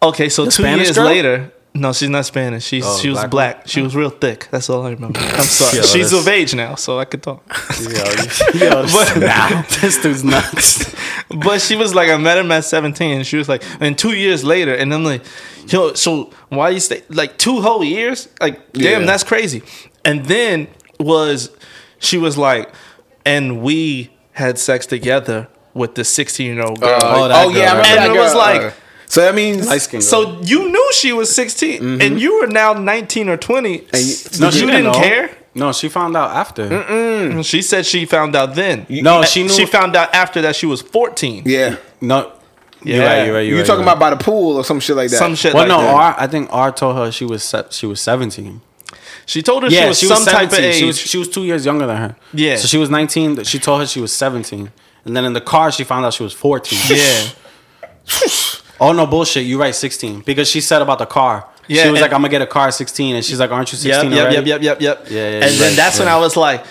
okay, so two Spanish years girl? later. No, she's not Spanish. She's Oh, she was black black. She was real thick. That's all I remember. I'm sorry. Yeah, she's that's- of age now, so I could talk. Yo, yo, this- nah, this dude's nuts. But she was like, I met him at 17. And she was like, and two years later. And I'm like, yo, so why you stay like two whole years? Like, damn, Yeah. that's crazy. And then was she was like, and we had sex together with the 16 year old girl. Uh, oh, that girl, yeah, I remember And that it girl. was like- Uh, so that means Light skin girl. so you knew she was 16 and you were now 19 or 20. S- No, Mm-hmm. you she didn't didn't know. care? No, she found out after. She said she found out then. No, she knew- She found out after that she was 14. yeah. No, you're Yeah. right. You're right. You're You right, talking you're about by the pool or some shit like that? Some shit right. Well, like no, that. R. I think R told her she was se- she was seventeen. She told her she was some type of 17. age. She was, she was two years younger than her. Yeah. So she was 19. She told her she was 17. And then in the car, she found out she was 14. yeah. Oh, no, bullshit. You're right, 16. Because she said about the car. Yeah, she was and- like, I'm going to get a car at 16. And she's like, aren't you Yep, 16 yep, already? yep, yep, yep, yep. Yeah, yeah, and yeah. then Right, that's when right. I was like,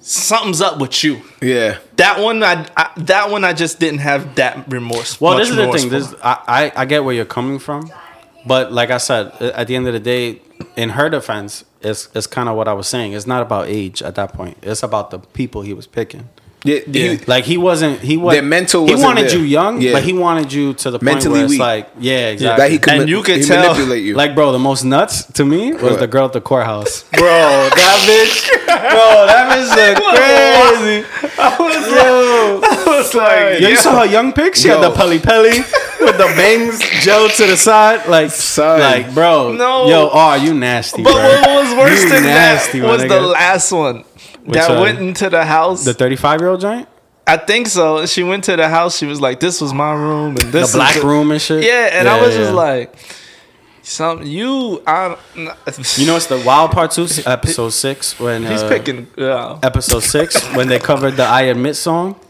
something's up with you. yeah. That one, I, I that one, I just didn't have that remorse. Well, much this is the remorse thing. This for. I, I I get where you're coming from, but like I said, a- at the end of the day, in her defense, it's it's kind of what I was saying. It's not about age at that point. It's about the people he was picking. Yeah. yeah. Like he wasn't. He was. Their mental He wasn't wanted there. you young, Yeah. but he wanted you to the point Mentally where it's weak. like, yeah, exactly. That he could And ma- you could he tell, manipulate you. Like, bro, the most nuts to me was What? the girl at the courthouse. bro, that bitch. Bro, that is crazy. I was like, yo, you saw her young pic? She had Yo. the pelly pelly with the bangs gel to the side. Like, Son. like, bro, No. yo, oh, you nasty, But bro. what was worse You than nasty, my that was the nigga. last one that one? went into the house. the 35 year old giant? I think so. She went to the house. She was like, "This was my room, and The this black is room and shit? Yeah, and I was yeah. just like, "Some you, I, you know, it's the wild part too, episode six, when he's uh, picking." Yeah. episode six, when they covered the I Admit song.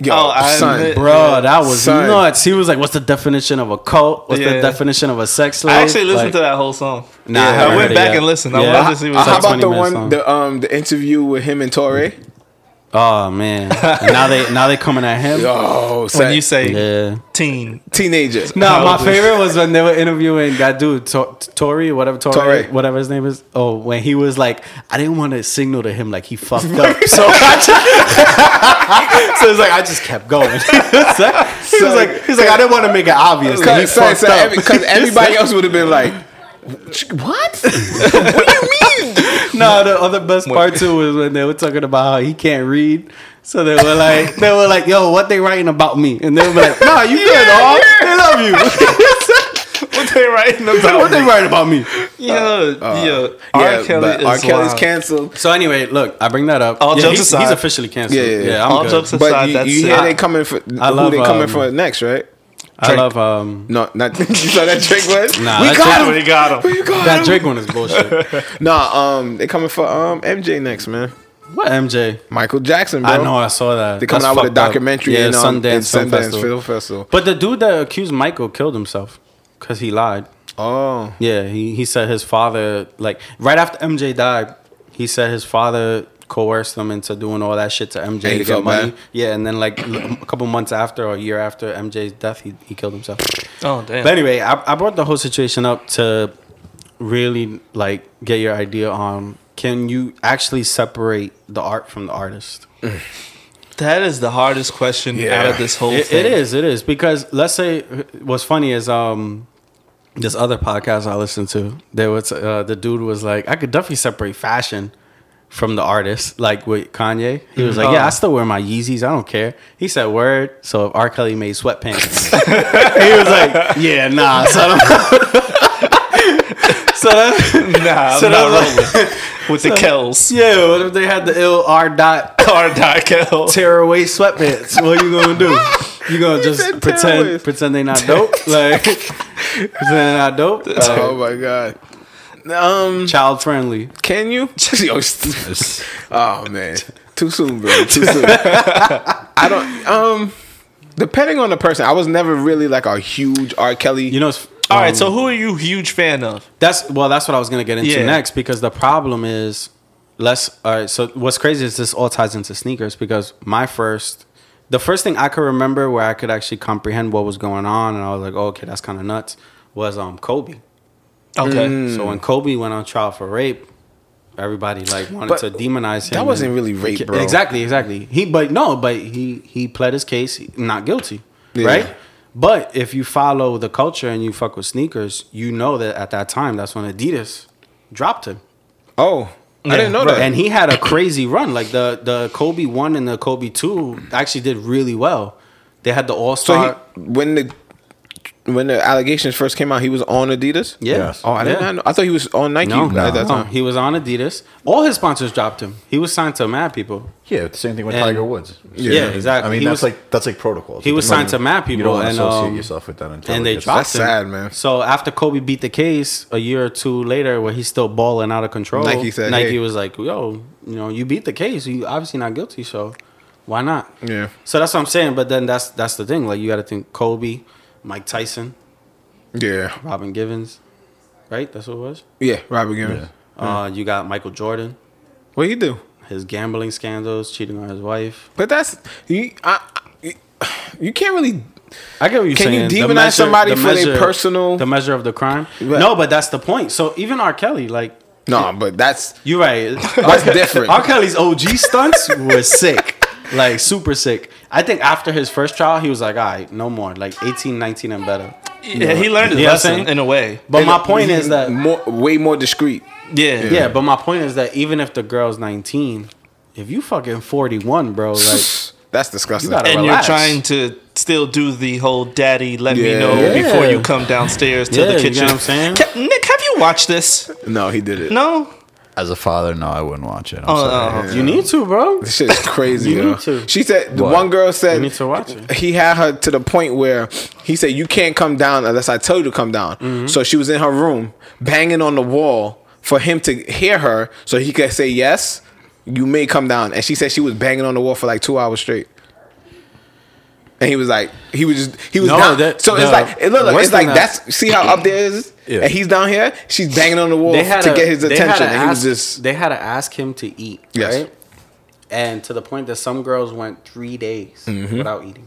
Yo, Oh, I son. admit- Bro, that was Son. nuts. He was like, "What's the definition of a cult? What's Yeah. the definition of a sex slave?" I actually listened Like, to that whole song. Nah, Yeah, I, haven't heard went it back yet. and listened. I Yeah. wanted to see what Uh, How like about 20 the minutes one, long. the um, the interview with him and Torre? Oh man! And now they now they coming at him. Oh, son. when you say Yeah. teen. teenager. No, How my old is- favorite was when they were interviewing that dude, Tor- Tori, whatever Tori, Torre. whatever his name is. Oh, when he was like, I didn't want to signal to him like he fucked up, so I just, so it's like I just kept going. he was like, he was like, he was like, I didn't want to make it obvious that he Because fucked up. everybody else would have been like, No, the other best part too was when they were talking about how he can't read. So they were like, they were like, "Yo, what they writing about me?" And they were like, "Nah, you good, dog. They love you." What they writing what about? they writing about me? Yeah, yeah. yeah, R. Kelly but is R. Kelly's wild. canceled. So anyway, look, I bring that up. All jokes he's, aside. he's officially canceled. Yeah, Yeah, yeah, yeah. I'm All good. jokes aside, But you, that's you it. hear they coming for I who love, they coming um, for next, right? I love um. No, not you saw that Drake was. Nah, we that got Drake- him. We got That him. Drake one is bullshit. Nah, um, they coming for um MJ next, man. what MJ? Michael Jackson, bro. I know I saw that. They coming That's out with a fucked up. documentary Yeah, and um, Sundance, and Sundance Film Festival. Film Festival. But the dude that accused Michael killed himself because he lied. Oh, Yeah, he, he said his father, like, right after MJ died, he said his father coerced him into doing all that shit to MJ he to get felt money. bad? Yeah, and then, like, l- a couple months after or a year after MJ's death, he, he killed himself. Oh damn. But anyway, I, I brought the whole situation up to really, like, get your idea on can you actually separate the art from the artist? that is the hardest question out of this whole It, thing. it is, it is. Because let's say what's funny is um this other podcast I listened to, there was uh, the dude was like, I could definitely separate fashion from the artist, like with Kanye. He was Mm-hmm. like, Oh. Yeah, I still wear my Yeezys, I don't care. He said, Word, so if R. Kelly made sweatpants. he was like, Yeah, nah, so I don't So that's Nah, So I'm that not was- rolling with, with the Kells. yeah, what if they had the ill R dot Car dot Kel. tear away sweatpants. What you gonna do? You gonna just said pretend tearaways. pretend they not dope? Like pretend they not dope? Like, oh my God. Um, child friendly. can you? Yo, st- oh man, too soon, bro. Too soon. I don't. Um, depending on the person, I was never really like a huge R. Kelly. You know. It's, All right, so who are you huge fan of? that's well. That's what I was gonna get into Yeah. next because the problem is less. All right. So what's crazy is this all ties into sneakers because my first. The first thing I could remember where I could actually comprehend what was going on, and I was like, oh, "Okay, that's kind of nuts," was um Kobe. Okay. So Mm. when Kobe went on trial for rape, everybody like wanted But to demonize him. that wasn't and- really rape, bro. Exactly, exactly. He but no, but he he pled his case not guilty, Yeah. right? But if you follow the culture and you fuck with sneakers, you know that at that time that's when Adidas dropped him. Oh, I didn't know that. And he had a crazy run. Like the the Kobe one and the Kobe two actually did really well. They had the All So Star. he, when the when the allegations first came out, he was on Adidas. yeah. Yes. Oh, I did Yeah. not know. I thought he was on Nike No, at that no. time. he was on Adidas. All his sponsors dropped him. He was signed to mad people. Yeah, the same thing with And- Tiger Woods. Yeah, exactly. I mean, He that's was- like that's like protocol. he was signed to mad You people don't want to and, associate um, yourself with that until And it they gets- dropped That's him. sad, man. So after Kobe beat the case a year or two later, where he's still balling out of control, Nike said, Nike "Hey." was like, "Yo, you know, you beat the case. You obviously not guilty, so why not?" Yeah. So that's what I'm saying. But then that's that's the thing. Like you got to think Kobe, Mike Tyson, Yeah, Robin Givens, right? That's what it was. yeah. Robert Givens. Uh, you got Michael Jordan, What he do? his gambling scandals, cheating on his wife. But that's you. I, I- you can't really. I get what you're Can you saying. The demonize somebody for their personal- the measure of the crime? Right. No, but that's the point. So even R. Kelly, like No, but that's You're right. That's different. R. Kelly's OG stunts were sick. Like super sick. I think after his first trial, he was like, all right, no more. Like 18, 19 and better. Yeah, he learned his You know what I'm lesson saying? in a way. But my point is that more, way more discreet. Yeah. Yeah, but my point is that even if the girl's 19, if you fucking 41, bro, like That's disgusting. You gotta And Relax. you're trying to still do the whole daddy, let Yeah. me know Yeah. before you come downstairs to Yeah, the you kitchen. know what I'm saying? Ca- Nick, have you watched this? no, he did it. No? As a father, no, I wouldn't watch it. I'm Oh, sorry. no. you need to, bro. This shit is crazy. You yo. need to. She said the one girl said You need to watch it. he had her to the point where he said you can't come down unless I tell you to come down. Mm-hmm. So she was in her room banging on the wall for him to hear her, so he could say yes, you may come down. And she said she was banging on the wall for like two hours straight. And he was like, he was just, he was No, down. that- so it's no. like, it look, like- Worse it's than like that. that's see how up there is, Yeah. and he's down here. She's banging on the wall to They had get his they had attention, to and he was ask- just They had to ask him to eat, Yes. right? And to the point that some girls went three days Mm-hmm. without eating.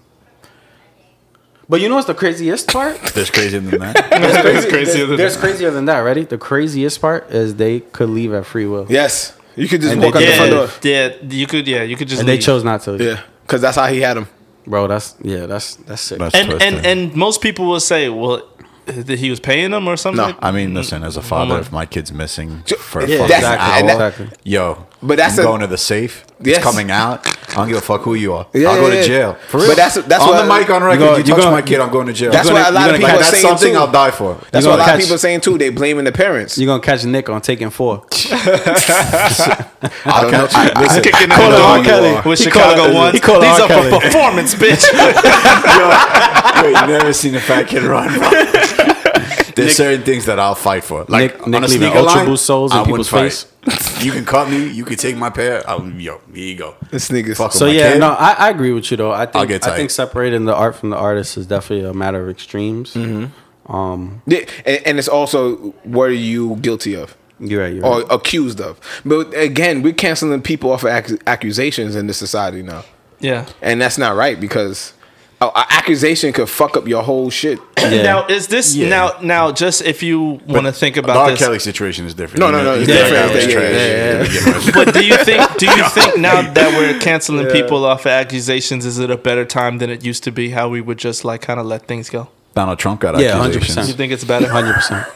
But you know what's the craziest part? There's crazier than that. there's, crazier than there's crazier than that. Ready? The craziest part is they could leave at free will, yes. You could just And walk out they the front Yeah, door. yeah, you could, yeah, you could just. and they leave. chose not to. Leave. Yeah, because that's how he had him. bro. That's yeah. That's that's sick. That's And twisted. and and most people will say, well, that he was paying them or something. No, like- I mean, listen, as a father, if my kid's missing for a fucking that's- and hour, that- Mm-hmm. exactly. yo, But but that's that's a- I'm going to the safe. Yes. It's coming out. I don't give a fuck who you are. Yeah, I'll go yeah, to yeah. jail. For real. But that's- that's on why- the mic on record. go- you you touch go- my kid, I'm going to jail. That's You're why gonna- a lot you're of gonna- people are That's saying something too. I'll die for. That's You're what a lot gonna of people catch- saying too. They blaming the parents. You're gonna catch Nick on taking four. I don't know. I- I- Kicking I out know R. who you are. Kelly with Chicago once. These called R. are for Kelly. performance, bitch. Wait, you never seen a fat kid run? There's certain things that I'll fight for. Like Nick- on Nick a leaving sneaker Ultra line, Boost soles in I wouldn't people's fight. you can cut me. You can take my pair. I'll, yo, here you go. This nigga's- Fuck with So my yeah, kid. no, I, I agree with you though. I I'll think get I think tight. separating the art from the artist is definitely a matter of extremes. Mm-hmm. Um, Yeah, and, and it's also were you guilty of you're right. You're or right. accused of? But again, we're canceling people off of ac- accusations in this society now, Yeah. and that's not right because a, a accusation could fuck up your whole shit. Yeah. Now is this Yeah. now now just if you want to think The R. about this? Kelly situation is different. No, You no, know- no, it's you know different. that was Yeah, trash. But do you think do you think now that we're canceling people off of accusations, is it a better time than it used to be? How we would just like kind of let things go? Donald Trump got Yeah, accusations. You 100%. think it's better? Hundred percent.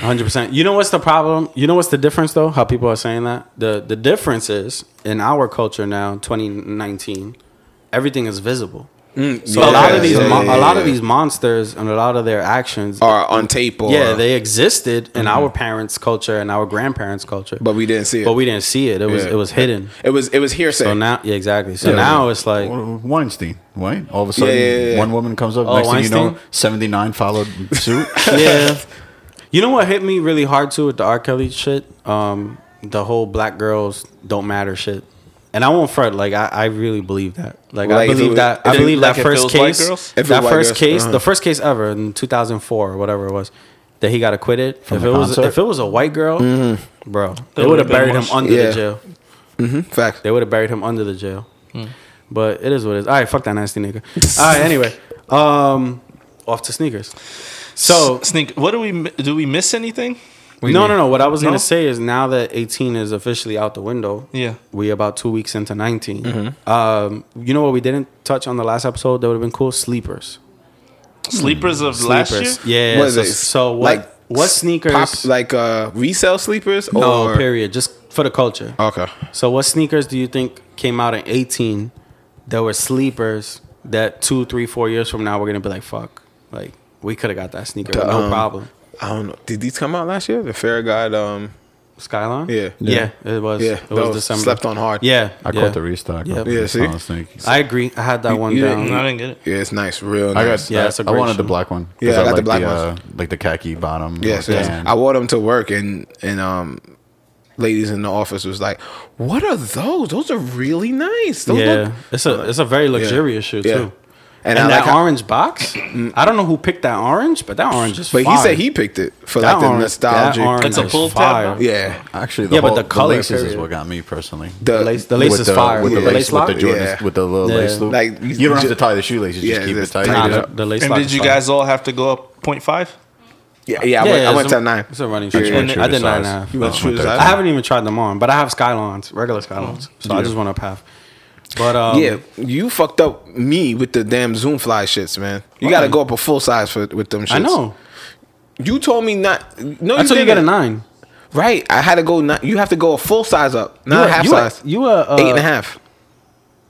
Hundred percent. You know what's the problem? You know what's the difference though? How people are saying that the the difference is in our culture now, 2019, everything is visible. so a lot of these Mm, yeah, mon- yeah, a lot of yeah. these monsters and a lot of their actions Or on tape, or yeah they existed in our parents' culture and our grandparents' culture, Mm-hmm. but we didn't see it. but we didn't see it. It was Yeah. it was hidden. it was it was hearsay. So now, yeah, exactly. So Yeah. now it's like Uh, Well, Weinstein, right? All of a sudden, Yeah, yeah, yeah. one woman comes up. Oh, next thing you know, Weinstein? 79 followed suit. yeah. You know what hit me really hard too with the R. Kelly shit? Um, the whole black girls don't matter shit. And I won't front. Like I, I really believe that. Like, Like, I if it believe was- that. if I it- believe like, that if it first was white case. girls? If it That was white first girls, case, uh-huh. the first case ever in 2004 or whatever it was, that he got acquitted. if the it was, concert? if it was a white girl, bro, they would've would have been buried him worse. under Yeah. the jail. Fact. They would have buried him under the jail. But it is what it is. All right, fuck that nasty nigga. All right, anyway, um, off to sneakers. So Sneak. What do we mi- do? We miss anything? no, no, no. What I was No? gonna say is now that 18 is officially out the window. Yeah. Mm-hmm. we about two weeks into 19. Um, you know what we didn't touch on the last episode that would have been cool? Sleepers. Sleepers of last year. Sleepers. Yeah. What is so, it? so what? Like What sneakers? Pop, like uh, resale sleepers? no, or, period. Just for the culture. Okay. So, what sneakers do you think came out in 18 that were sleepers that two, three, four years from now we're gonna be like, fuck, like we could have got that sneaker, with The, no um, problem. I don't know. Did these come out last year? The Fairguide. Um, Skyline. Yeah. yeah, it was. yeah, it those was December. Slept on hard. Yeah, I yeah. caught the restock. Yeah. of Yeah, the see? Solid Snake. I agree. I had that one you down. didn't- I didn't get it. Yeah, it's nice. Real nice. I got. Yeah, Yeah, that's a I great wanted shoe. the black one. 'cause Yeah, I got the black like Uh, like the khaki bottom. Yes, yes. band. I wore them to work, and and um, ladies in the office was like, "What are those? Those are really nice. Those yeah, look-" it's a it's a very luxurious shoe Uh, Yeah. too. And And, I that like how- Mm. orange box, I don't know who picked that orange, but that orange is. But he fire. said he picked it for that like the orange- nostalgic. that orange It's a is pull tab, fire. though? Yeah, Actually, the Yeah, but whole, the the, color laces is period. what got me personally. The lace, the lace with is the, fire. With the Yeah. lace, lock? with the Jordans, Yeah. with the little Yeah. lace loop. Like, you- you, don't you- have to tie the shoelaces. You Yeah, just keep just it tight. tie Nah, it the, up. the lace And lock did is you fire. guys all have to go up 0.5? yeah, yeah. I went, I it's went a- to nine. Oh, It's a running shoe. Yeah, I, yeah, did- yeah. I did nine and a half. You went shoes. I haven't even tried them on, but I have Skylines, regular Skylines. So I just went up half. But um, Oh. Yeah, you fucked up me with the damn Zoom fly shits, man. You got to go up a full size for, with them shits. I know. You told me not. No, That's Oh, you didn't. why you got a nine. Right. I had to go. Not, you have to go a full size up, You not a- a half you a- size. You were uh, eight and a half.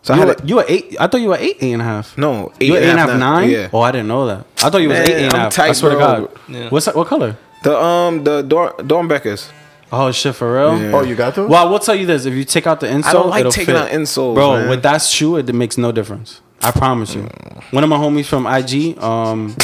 So I you, had were, to, you were eight. I thought you were eight, eight and a half. No, you were eight eight and a half, now. nine. Yeah. Oh, I didn't know that. I thought you was Man, eight, eight and a I'm half. I tight, swear to bro. God. What's that, what color? the um the Dor- Dornbeckers. Oh shit, for real. Yeah. Oh, you got those? Well, I will tell you this: if you take out the insole, don't like it'll taking fit. out insoles, bro. man. Mm. With that shoe, it makes no difference. I promise you. One of my homies from IG, um,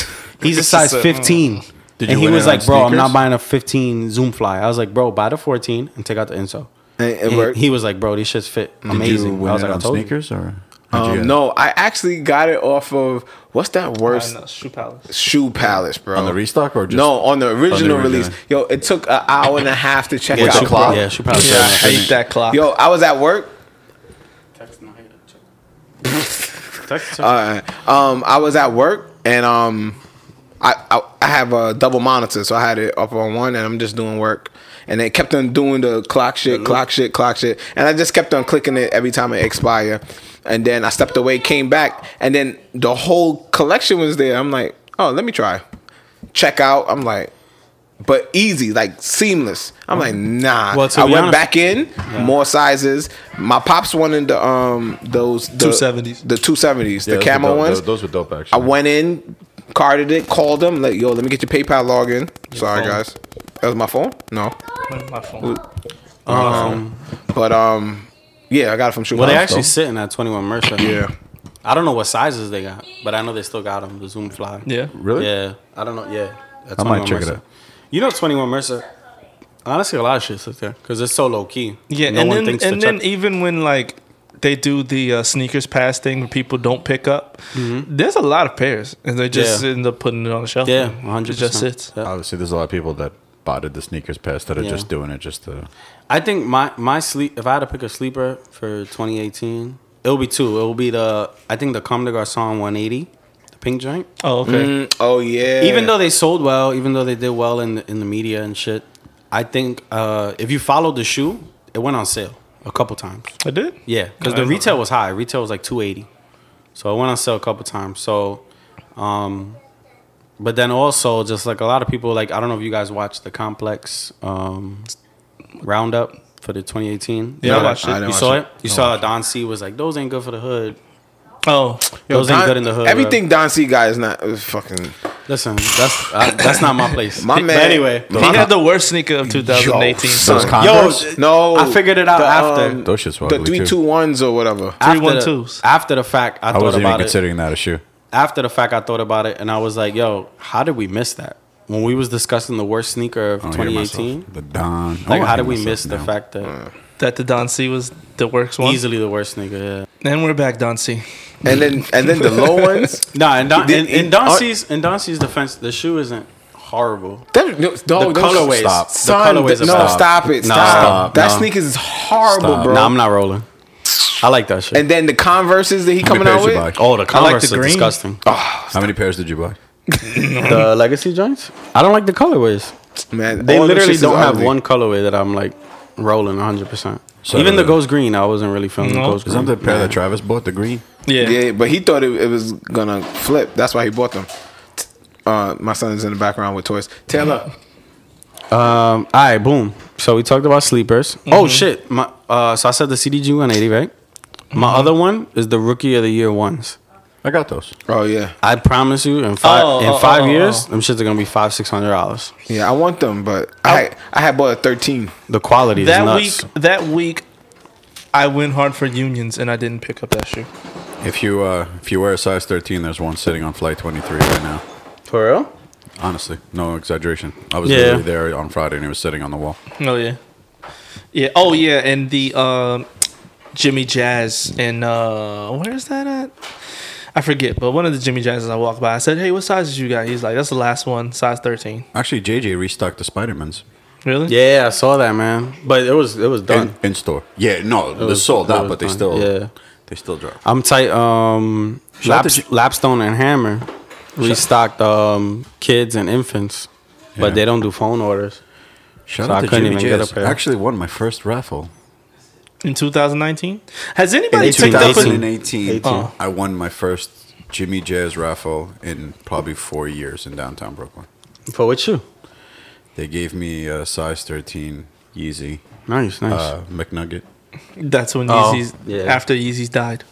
he's a size 15, mm. Did and you he win was it on like, "Bro, I'm not sneakers? buying a 15 Zoom Fly." I was like, "Bro, buy the 14 and take out the insole." And eh, it And worked. he was like, "Bro, these shits fit Did amazing." you win I was it like, "I on told you." sneakers or? did you Um, get- no, I actually got it off of what's that worst No, Shoe Palace. shoe palace, bro? on the restock or just no, on the original original. release. Yo, it took an hour and a half to check Yeah, out. she bro. clock? probably. Yeah, she probably. Yeah, I hate that clock. Yo, I was at work. Uh, um, I was at work and um, I, I I have a double monitor, so I had it up on one, and I'm just doing work. And they kept on doing the clock shit, clock shit, clock shit, and I just kept on clicking it every time it expired. And then I stepped away, came back, and then the whole collection was there. I'm like, oh, let me try. Check out. I'm like, but easy, like seamless. I'm like, nah. Mm-hmm. Well, to I be went honest- back in, more sizes. My pops wanted the um those the, 270s. the two seventies, Yeah, the those were camo dope. ones. Those, those were dope actually. I went in, carded it, called them, like, yo, let me get your PayPal login. Sorry, phone. guys. That was my phone? No. Where's my phone? Um, But, um, yeah, I got it from Shoe well, they Palace, actually sitting at 21 Mercer. though. Yeah. I don't know what sizes they got, but I know they still got them. The Zoom Fly. Yeah. Really? Yeah. I don't know. Yeah. That's I 21 might check it Mercer. out. You know, 21 Mercer. Honestly, a lot of shit's up there because it's so low key. Yeah, No and one then thinks and to then check. even when like they do the uh, sneakers pass thing where people don't pick up, there's a lot of pairs, and they just Mm-hmm. Yeah. end up putting it on the shelf. yeah, and 100. It just sits. Obviously, there's a lot of people that bought the sneakers pass that are Yeah. just doing it just to. I think my my sleep. If I had to pick a sleeper for 2018, it'll be two. It'll be the I think the Comme des Garçons 180, the pink joint. Oh, okay. Mm-hmm. Mm, oh, yeah. Even though they sold well, even though they did well in the, in the media and shit, I think uh, if you followed the shoe, it went on sale a couple times. I did. Yeah, because I the don't retail was high. Retail was like 280. So it went on sale a couple times. So, um, but then also just like a lot of people, like I don't know if you guys watched the Complex um, roundup for the 2018. Yeah, I You know watched that? it. I You watched saw it. it? You saw Don C was like, those ain't good for the hood. Oh, Those ain't Don- good in the hood. uh, bro." Everything Don C got is not is fucking. Listen, that's uh, that's not my place. My But man- anyway, he had the worst sneaker of 2018. son. Those Converse? Yo, no. I figured it out The, after. um, Those shits were The ugly, three too. two ones or whatever. after, the, 312s. after the fact, I, I thought wasn't even about it. considering that a shoe. after the fact, I thought about it and I was like, yo, how did we miss that? When we was discussing the worst sneaker of I don't hear myself. 2018, The Don. I like wanna how did hear we myself miss the now. fact that that the Don C was the worst one. easily the worst sneaker? Yeah. And we're back, Don C. And then and then the low ones. Nah, and Don, He did- in, he- in Doncey's in Doncey's defense, the shoe isn't horrible. That, no, no, The no, colorways. Stop. The Son, colorways no, are stop. bad. it. No, Stop. stop. That No. sneakers is horrible, Stop. bro. Nah, I'm not rolling. I like that shit. And then the Converses that he How coming many pairs out did you with. buy? oh, the like Converse the are green. disgusting. How many pairs did you buy? the Legacy joints. I don't like the colorways. Man, They all them shits literally is don't have ugly. one colorway that I'm like rolling 100. percent So- Even the ghost green, I wasn't really feeling No. the ghost Is green. Um, that the Um, pair that Travis bought? The green. Yeah. Yeah, but he thought it, it was gonna flip. That's why he bought them. T- Uh, my son's in the background with toys. Taylor, Um, all right, boom. So we talked about sleepers. Mm-hmm. Oh shit! My, uh, so I said the CDG 180, right? My Mm-hmm. other one is the rookie of the year ones. I got those. Oh yeah, I promise you, in five Oh, in oh, five oh, oh, years, them shits are gonna be five six hundred dollars. yeah. I want them, but I I had bought a thirteen. The quality is That nuts. week, that week, I went hard for unions and I didn't pick up that shoe. If you uh, if you wear a size 13, there's one sitting on flight 23 right now. for real. Honestly, no exaggeration. I was Yeah. literally there on Friday and it was sitting on the wall. Oh yeah, yeah. Oh yeah, and the um, Jimmy Jazz and uh, where is that at? I forget, but one of the Jimmy Jazzes I walked by, I said, "Hey, what sizes you got?" He's like, "That's the last one, size 13. Actually, JJ restocked the Spider-Mans Really? Yeah, I saw that man, but it was it was done. in, in store. Yeah, no, they're was- sold it out, was but they done. still Yeah. they still drop. I'm tight. Um, Shout out Lap, to J- Lapstone and Hammer restocked um kids and infants, Yeah. but they don't do phone orders. Shout So out I to couldn't Jimmy even get J's. a pair. Actually, won my first raffle. In 2019, has anybody In picked up? A, 2018. 2018, Oh. I won my first Jimmy Jazz raffle in probably four years in downtown Brooklyn. For what shoe? They gave me a size 13 Yeezy Nice, nice. uh, McNugget. that's when Oh, Yeezys yeah. after Yeezys died.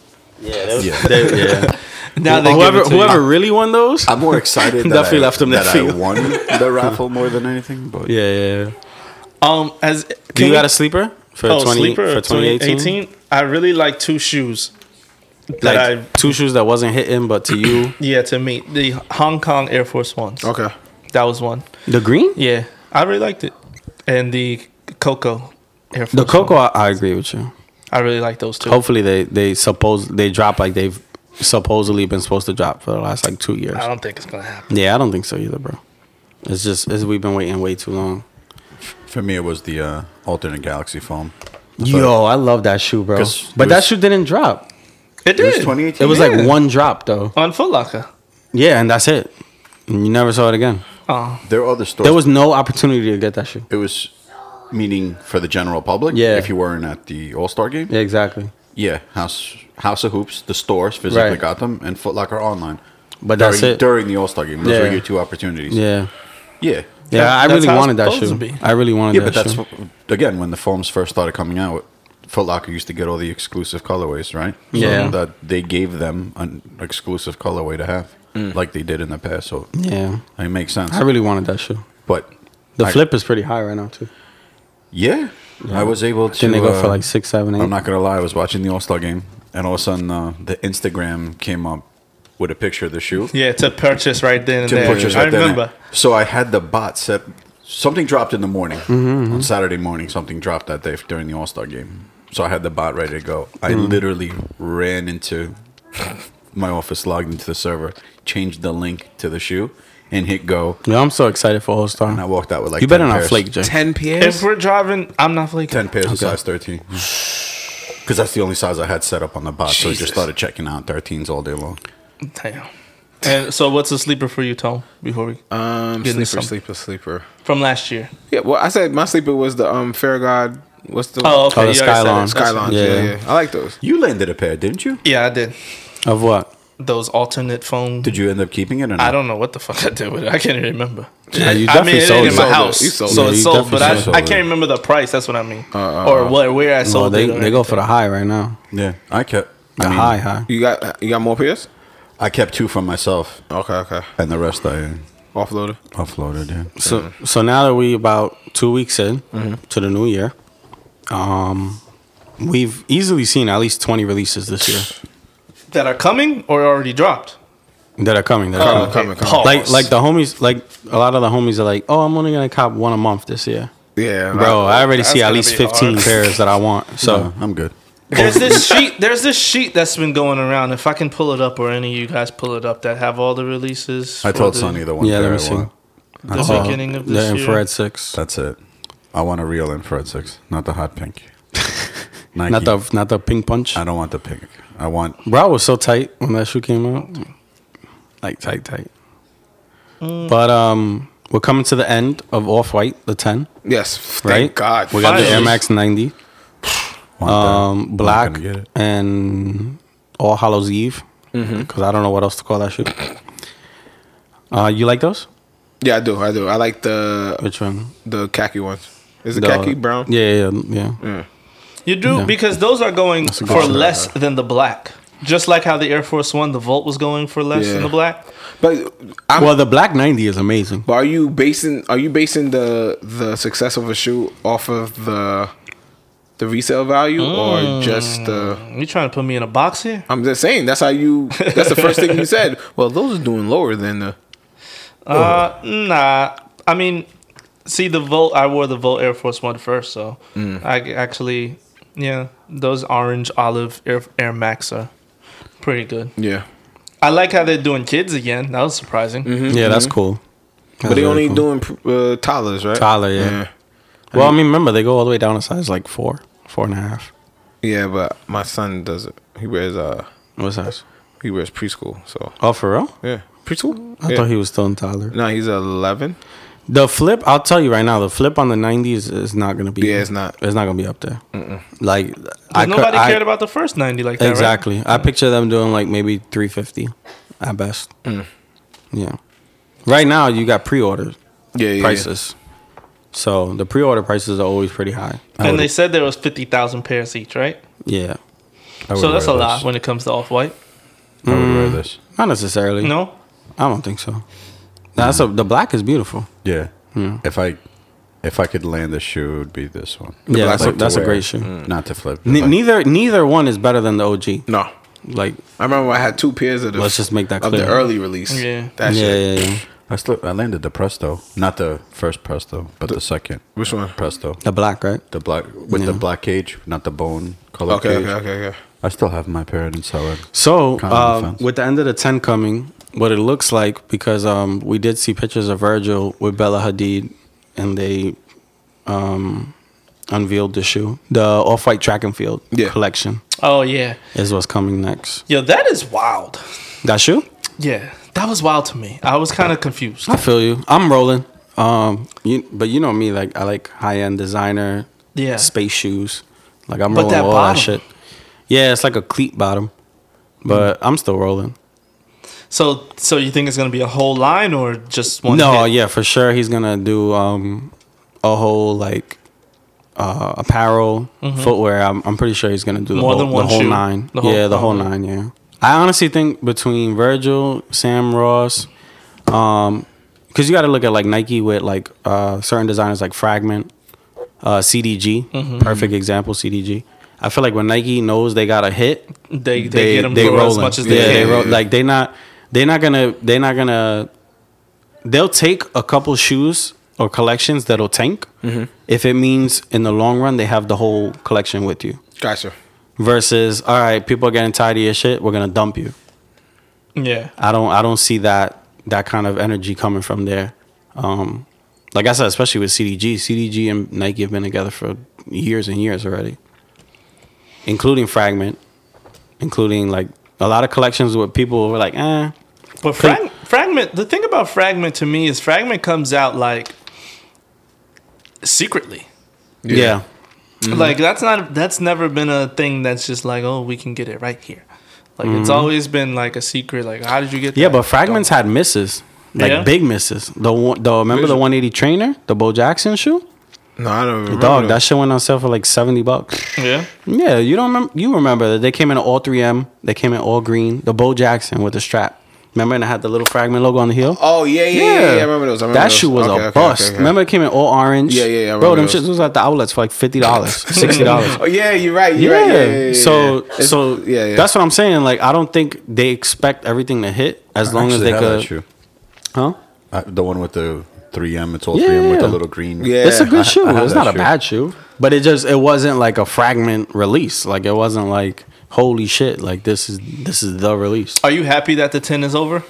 yeah, that was, Yeah. they- yeah. Now they whoever give it to you. whoever really won those. I'm more excited that, Definitely I, left him that that I field. won the raffle more than anything. But yeah, yeah. yeah. um, has can Do you we- got a sleeper for oh, twenty sleeper for 2018? 2018? I really like two shoes that Like I two shoes that wasn't hitting, but to you, yeah to me the Hong Kong Air Force ones. Okay, That was one. the green, Yeah, I really liked it. And the Coco Air Force. the cocoa. One. I, I agree with you. I really like those too. Hopefully, they they suppose they drop like they've supposedly been supposed to drop for the last like two years. I don't think it's gonna happen. Yeah, I don't think so either, bro. It's just it's, we've been waiting way too long. for me, it was the uh, alternate galaxy foam. Yo, I love that shoe, bro. 'Cause But it that was- shoe didn't drop. It It was did. 2018. It was Yeah. like one drop though. on Foot Locker. Yeah, and that's it. And you never saw it again. Oh, There were other stores. There was no opportunity to get that shoe. it was meaning for the general public. Yeah. If you weren't at the All Star game. Yeah, exactly. Yeah, House House of Hoops, the stores physically Right. got them, and Foot Locker online. But during, that's it. during the All Star game. Those Yeah. were your two opportunities. Yeah. yeah, Yeah, I that's really how it's wanted that supposed to shoe. be. I really wanted Yeah, that but that's shoe. again when the foams first started coming out. Foot Locker used to get all the exclusive colorways, right? Yeah. so that they gave them an exclusive colorway to have, like they did in the past. So yeah. it makes sense. Mm. I really wanted that shoe. but The I- flip is pretty high right now too. yeah, I was able to. Didn't they go uh, for like six, seven, eight? I'm not gonna lie. I was watching the All Star game, and all of a sudden, uh, the Instagram came up with a picture of the shoe. yeah, to purchase right then and to there. purchase I right then. remember. So I had the bot set. Something dropped in the morning Mm-hmm, on Saturday morning. Something dropped that day during the All Star game. So I had the bot ready to go. I Mm-hmm. literally ran into my office, logged into the server, changed the link to the shoe, and hit go. yeah, I'm so excited for All Star. And I walked out with like you better 10 not pairs, flake, Jay. ten If pairs. we're driving, I'm not flaking. ten pairs of size thirteen. Because that's the only size I had set up on the bot. So I just started checking out 13s all day long. Damn. And so, what's a sleeper for you, Tom? Before we Um, Getting sleeper, some. sleeper, sleeper. from last year. Yeah, well, I said my sleeper was the um Fair God. What's the Oh, okay. Oh, the you already said Skyline. it. That's- Skyline? Yeah. Yeah. yeah, I like those. You landed a pair, didn't you? Yeah, I did. Of what? Those alternate phone. Did you end up keeping it or not? I don't know what the fuck I did with it. I can't even remember. Yeah, you I mean, definitely it sold ain't in my it. house, You sold so it. it's You sold. But I, definitely sold I it. can't remember the price. That's what I mean, uh, or where, where I Well, sold they it. or they go for the anything. high right now. Yeah, I kept. The I mean, high, high. You got you got more pairs? I kept two for myself. Okay, okay. and the rest I Offloader. offloaded. Yeah. So so now that we about two weeks in to the new year, um, we've easily seen at least twenty releases this year that are coming or already dropped. that are coming. That are Coming, coming, coming. Pause. coming. Like like the homies, like a lot of the homies are like, oh, I'm only gonna cop one a month this year, Yeah, bro. I already see at gonna least be fifteen hard. pairs that I want. So No, I'm good. There's this sheet. There's this sheet that's been going around. If I can pull it up, or any of you guys pull it up, that have all the releases. I for told the, Sonny the one Yeah, yeah, let pair me I see. want. the uh, beginning of the this year. infrared six, That's it. I want a real infrared six, not the hot pink. Nike. not the not the pink punch. I don't want the pink. I want. Bro, I was so tight when that shoe came out. Like tight, tight. Mm. But um we're coming to the end of off white, the ten. Yes, thank Right? God. We got the Finally. Air Max ninety. want that. Um I'm black gonna get it. and All Mm-hmm. Hallows Eve. Because I don't know what else to call that shoe. Uh you like those? Yeah, I do. I do. I like the Which one? the khaki ones. Is it khaki brown? Yeah, yeah, yeah. You do because those are going a good for shout, less than the black. Just like how the Air Force One, the Volt was going for less Yeah. than the black. But I'm, Well, the Black 90 is amazing. but are you basing are you basing the the success of a shoe off of the the resale value or just the? You trying to put me in a box here? I'm just saying that's how you. That's the first thing you said. Well, those are doing lower than the. Uh, nah. I mean, see the Volt. I wore the Volt Air Force One first, so Mm. I g- actually, yeah, those orange olive Air Air Max are pretty good. Yeah, I like how they're doing kids again. That was surprising. Yeah, that's cool. Mm-hmm. but they only doing doing uh, toddlers, right? Tyler, yeah. yeah. Well, I mean, remember they go all the way down to size like four, four and a half. Yeah, but my son does it. He wears uh What's that? he wears preschool, so Oh, for real? yeah, preschool. I thought he was still in Tyler. no, he's eleven. The flip, I'll tell you right now, the flip on the '90s is not gonna be. Yeah, it's not. It's not gonna be up there. Like, I cou- Nobody I- cared about the first ninety like that, right? Exactly. Mm. I picture them doing like maybe 350 at best. Mm. Yeah. Right now you got pre-order Yeah, yeah. prices. So the pre-order prices are always pretty high. I And would- they said there was fifty thousand pairs each, right? yeah. I would So that's a wear this. lot when it comes to off white. I would Mm. wear this. Not necessarily. No, I don't think so. That's a, the black is beautiful. Yeah. Mm. If I if I could land a shoe, it would be this one. yeah, I'd that's, a, like to that's a wear. Mm. great shoe. Not to flip. Ne- like- neither neither one is better than the OG. No, Like I remember I had two pairs of the. Let's just make that of clear. the early release. Yeah. that yeah, shit. yeah, yeah. I slipped. I landed the Presto, not the first Presto, but the, second Which one? Presto. The black, right? The black with the black cage, not the bone color Okay, cage. okay, okay, okay. I still have my pair. I didn't sell it. So, Kind of uh, offense. with the end of the 10 coming, what it looks like, because um, we did see pictures of Virgil with Bella Hadid and they um, unveiled the shoe. The off white track and field Yeah. collection Oh yeah, is what's coming next. yo, that is wild. That shoe? Yeah, that was wild to me. I was kind of confused. I feel you. I'm rolling. Um, you, but you know me, like I like high end designer Yeah, space shoes. Like I'm But rolling that all bottom. that shit. Yeah, it's like a cleat bottom, but Mm. I'm still rolling. So, so you think it's gonna be a whole line or just one? no hit? yeah for sure he's gonna do um a whole like uh apparel footwear I'm, I'm pretty sure he's gonna do Mm-hmm. the More whole, than one the whole shoe. nine The whole- yeah the whole okay. nine yeah i honestly think between virgil sam ross um because you got to look at like nike with like uh certain designers like fragment uh cdg Mm-hmm. perfect example cdg i feel like when nike knows they got a hit they they, get them for as rolling. much as they yeah, can. They roll, like they not they not gonna they not gonna they'll take a couple shoes or collections that'll tank Mm-hmm. if it means in the long run they have the whole collection with you. Gotcha. Versus, all right, people are getting tired of your shit. We're gonna dump you. yeah, I don't I don't see that that kind of energy coming from there. Um, like I said, especially with CDG, CDG and Nike have been together for years and years already, including Fragment, including like a lot of collections where people were like, eh, but frag- fragment. The thing about fragment to me is fragment comes out like secretly. yeah. Mm-hmm. Like that's not that's never been a thing that's just like oh we can get it right here. Like it's always been like a secret. Like how did you get? Mm-hmm. Yeah, that? but Fragments had misses, like Yeah? big misses. The one, the remember the 180 trainer, the Bo Jackson shoe, No, I don't remember. dog. them. That shit went on sale for like 70 bucks. yeah. Yeah, you don't remember. You remember that they came in all 3M. They came in all green. The Bo Jackson with the strap. Remember, and it had the little fragment logo on the heel. Oh yeah, yeah, yeah. yeah, I remember those. I remember that those. shoe was Okay, a okay, bust. okay, okay. Remember, it came in all orange. Yeah, yeah, yeah, I Bro, remember them those. shits was at the outlets for like fifty dollars, sixty dollars. Oh yeah, you're right. You're yeah. right. Yeah, yeah, yeah, So, yeah. It's- so yeah, yeah. That's what I'm saying. Like, I don't think they expect everything to hit as long as Actually they have that could. shoe. Huh? I, the one with the 3M. It's all 3M with the Yeah. little green. Yeah. It's a I- I good shoe. have It's that not a shoe. bad shoe, but it just it wasn't like a fragment release. Like it wasn't like holy shit. Like this is this is the release. Are you happy that the ten is over?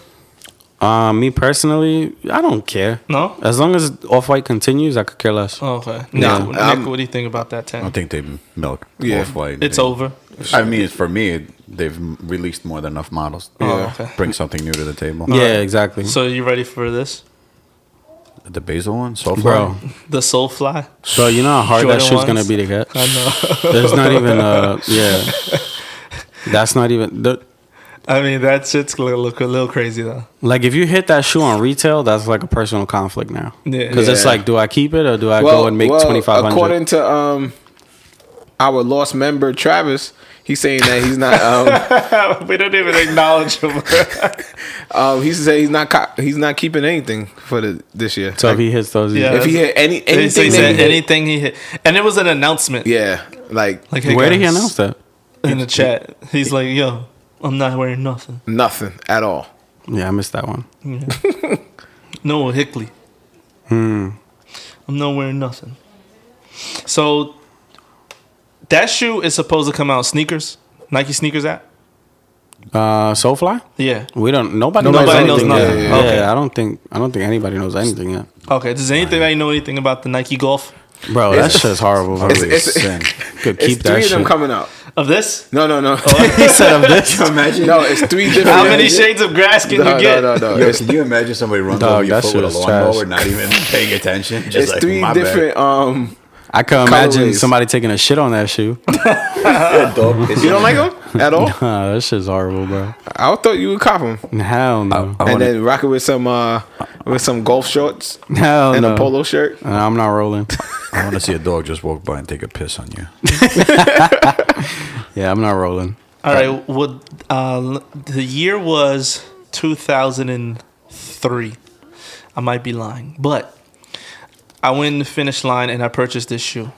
Uh, me personally, I don't care. No? As long as Off White continues, I could care less. Oh, okay. Nick, No, I'm- Nick, Um, what do you think about that I ten? think they milk Yeah. off white. It's over. I mean, for me, they've released more than enough models. Yeah. okay. Bring something new to the table. yeah, exactly. So you ready for this? The basil one, so far. bro, The soul fly. bro, you know how hard Jordan that shoe's ones? gonna be to get. I know. There's not even uh yeah. That's not even the I mean, that shit's gonna look a little crazy though. Like if you hit that shoe on retail, that's like a personal conflict now. Yeah. Because it's Yeah. like, do I keep it or do I go and make twenty five hundred? According to um, our lost member Travis, he's saying that he's not. Um, we don't even acknowledge him. um, he's saying he's not. Co- he's not keeping anything for the this year. So if he hits those, Yeah. if he had any They anything, say that he said hit- anything he hit, and it was an announcement. yeah, like, Like, hey where did he guys, announce that? In the chat, he's like, "Yo, I'm not wearing nothing." nothing at all. Yeah, I missed that one. No Hickley. Hmm. Hmm. I'm not wearing nothing. So that shoe is supposed to come out sneakers, Nike sneakers app. Uh, Soulfly. Yeah. We don't. Nobody, knows Nobody knows anything. nothing. yet. Okay. Yeah, I don't think. I don't think anybody knows anything yet, Okay. Does anybody know anything about the Nike Golf bro. That shit's horrible. bro. It's, it's, Sin. Could it's keep three that of them shit. coming out. of this? No, no, no. Oh, he said of this. Imagine. no, it's three different. How many shades of grass can No, you no, get? no, no. Yo, It's, can you imagine somebody runs Dog, over your that foot shit with a is lawnmower, trash. not even paying attention? Just it's like, three my different. Um, I could imagine Colorways. somebody taking a shit on that shoe. Bad. Dog. you don't like them at all. Uh, that shit's horrible, bro. I thought you would cop them, Hell no. I and wanna- then rock it with some uh, with some golf shorts Oh, Hell and no. a polo shirt. Nah, I'm not rolling. I want to see a dog just walk by and take a piss on you. Yeah, I'm not rolling. All right. Well, uh, l- the year was 2003. I might be lying, but I went in the finish line and I purchased this shoe.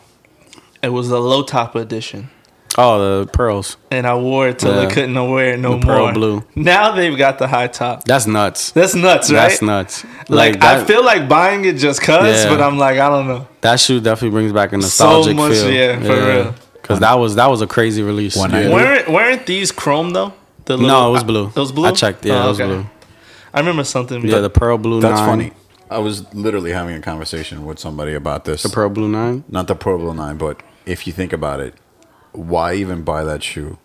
It was a low top edition, Oh, the pearls. and I wore it till Yeah. they couldn't wear it no The more. pearl blue. Now they've got the high top. That's nuts. That's nuts, right? That's nuts. Like, I that- feel like buying it just cause, Yeah. but I'm like, I don't know. that shoe definitely brings back a nostalgic much, feel. yeah, for real. Because that was that was a crazy release. One Yeah. night. Weren't weren't these chrome though? The No, it was blue. It was blue. I checked. Yeah, Oh, it was okay. blue. I remember something. Yeah, the pearl blue. That's nine, funny. I was literally having a conversation with somebody about this. The pearl blue nine. Not the Pro Bowl 9, but if you think about it, why even buy that shoe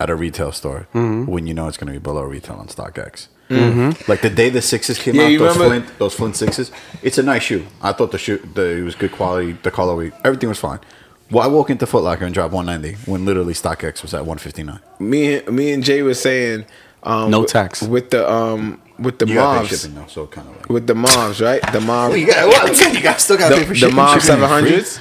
at a retail store when you know it's going to be below retail on StockX? Mm-hmm. Like the day the sixes came Yeah, out, you those remember- Flint, those Flint sixes. It's a nice shoe. I thought the shoe, the, it was good quality, the colorway, everything was fine. Why walk into Foot Locker and drop 190 when literally StockX was at 159? Me, and me and Jay was saying, um, No with- tax. with the um, with the You got to pay mobs, shipping though, so kind of like. with the mobs, right? The mob, You got, well, you got still got to pay the, for the shipping. mob Shipping seven ain't free. hundreds.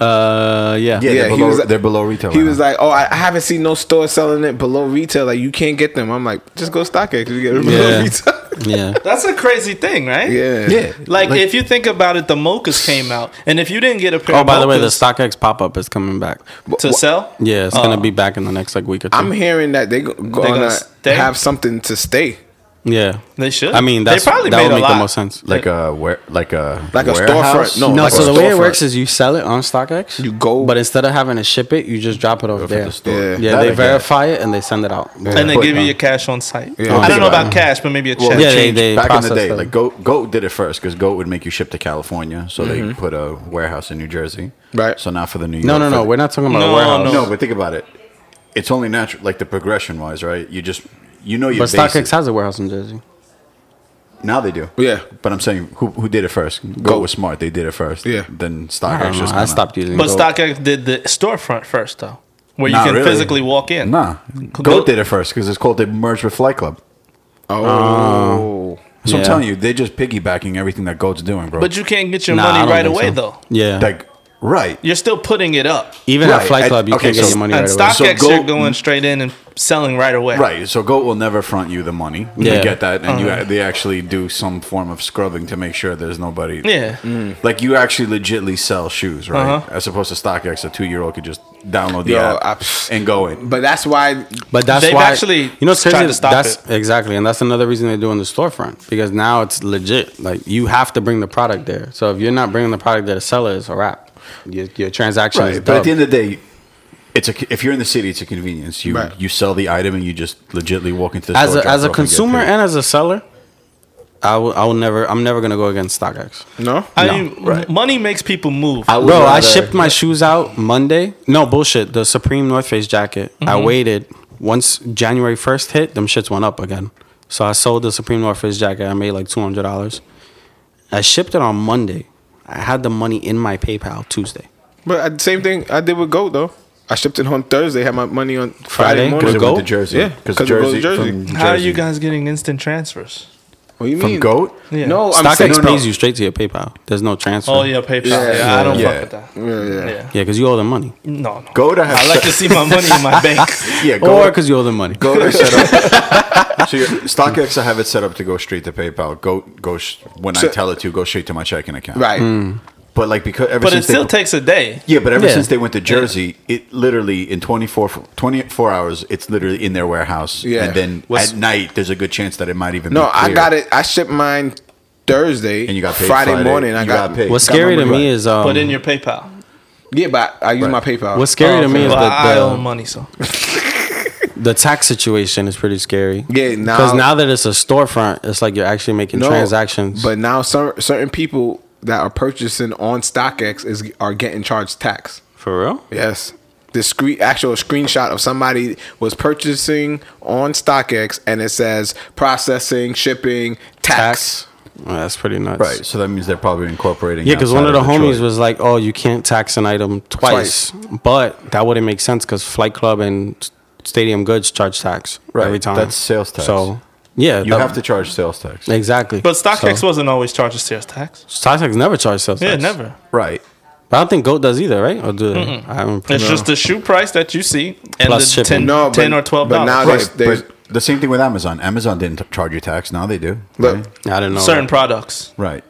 Uh, yeah. Yeah, Yeah, they're, he below, was- they're below retail. He right was now. like, "Oh, I, I haven't seen no store selling it below retail. Like you can't get them." I'm like, "Just go StockX. You get it below Yeah. retail." Yeah. That's a crazy thing, right? yeah, yeah. Like, if you think about it, the mochas came out, and if you didn't get a pair, Oh, of by the way, the mochas StockX pop up is coming back. to sell, Yeah, it's Uh, gonna be back in the next like week or 2 I'm hearing that they go- gonna gonna stay? have something to stay, yeah. they should. I mean, that's they probably that made would a make lot. the most sense. like a where, like a like a warehouse? storefront. No, No, like so a the way it storefront. works is you sell it on StockX. You go- but instead of having to ship it, you just drop it over there. the store. Yeah. Yeah, That I they get. verify it and they send it out. Yeah, and they But- give you your cash on site. I Yeah. don't know Think about about cash, but maybe a check. yeah, they, changed they back in the process day, it. like Goat, Goat did it first because Goat would make you ship to California, so they put a warehouse in New Jersey. Right. So now for the New York. Mm-hmm. no, no, for no. the- We're not talking about No, a warehouse. No, but think about it. It's only natural, like the progression wise, right? You just you know your But StockX basics. has a warehouse in Jersey. now they do. Yeah. But I'm saying who who did it first? Goat, Goat. was smart. They did it first. Yeah. Then I, StockX don't know. just. I stopped using. but Gold. StockX did the storefront first, though, where you Not can really. physically walk in. Nah, Goat- Goat did it first because it's called they merged with Flight Club. Oh, So I'm Yeah. telling you, they're just piggybacking everything that Goat's doing, bro. But you can't get your Nah, I money don't right think away, so. though. Yeah, like right. You're still putting it up. even Right, at Flight I- Club, you okay, can't get so- your money And right away. stock- StockX, So you're go- going straight in and selling right away. Right. So Goat will never front you the money. Yeah. You get that, and you they actually do some form of scrubbing to make sure there's nobody. Yeah. Mm. Like you actually legitly sell shoes, right? Uh-huh. As opposed to StockX, a two-year-old could just download the Yo, app I- and go in. but that's why. But that's They've why actually you know it's tried crazy. to stop that's exactly, and that's another reason they do in the storefront because now it's legit. Like you have to bring the product there. So if you're not bringing the product there to sell it, it's a wrap. Your, your transaction is Right. But at dubbed. the end of the day. It's a, if you're in the city, it's a convenience. You Right. you sell the item and you just legitly walk into the as store, a, drop as a it off, and get consumer paid. and as a seller, I will I will never I'm never gonna go against StockX. No, I No. mean, money makes people move. would Bro, I rather- shipped my shoes out Monday. No bullshit. The Supreme North Face jacket. I Mm-hmm. waited. Once January first hit, them shits went up again. So I sold the Supreme North Face jacket. I made like two hundred dollars. I shipped it on Monday. I had the money in my PayPal Tuesday. uh, but I, same thing I did with Goat though. I shipped it on Thursday. Had my money on Friday, Friday? morning. Was Because it it goat? went to Jersey. Yeah, because 'cause it goes Jersey. to Jersey. From Jersey. How are you guys getting instant transfers? What do you from mean? Goat? Yeah. No, Oh, I'm StockX saying no, no. pays you straight to your PayPal. There's no transfer. Oh yeah, PayPal. Yeah, I don't yeah. fuck with that. Yeah, yeah. Yeah. Yeah, because you owe them money. No, no. Goat. I have I like to set- see my money in my bank. yeah. Or Goat. because you owe them money. Goat. I set up. so your StockX, I have it set up to go straight to PayPal. Goat goes sh- when I So- tell it to go straight to my checking account. Right. But like because ever But it since still they, takes a day. yeah, but ever Yeah. since they went to Jersey, it literally in 24, f- 24 hours, it's literally in their warehouse. Yeah. And then What's- at night, there's a good chance that it might even. No, be I clear. got it. I shipped mine Thursday. And you got paid Friday, Friday. morning. I You got, got paid. What's got my scary to money me back. is um, Put in your PayPal. yeah, but I use my Right. PayPal. Oh, what's scary to me is Well, I owe that money, so the, the tax situation is pretty scary. Yeah, now- because now that it's a storefront, it's like you're actually making No, transactions. But now some certain people that are purchasing on StockX is are getting charged tax. for real, Yes. The screen, actual screenshot of somebody was purchasing on StockX, and it says processing, shipping, tax. tax. Well, that's pretty nuts. Right, so that means they're probably incorporating. Yeah, because one of outside the homies Detroit. was like, "Oh, you can't tax an item twice,", but that wouldn't make sense because Flight Club and S- Stadium Goods charge tax Right, every time. that's sales tax. So yeah, You that- have to charge sales tax. exactly. but StockX so, wasn't always charging sales tax. StockX never charged sales Yeah, tax. never. Right. But I don't think Goat does either, right? Or do they? I haven't. It's just the shoe price that you see and Plus the shipping. 10, No, but- 10 or twelve but dollars. now Right. they- but the same thing with Amazon. Amazon didn't t- charge you tax. Now they do. Look, I don't know. certain products. Right.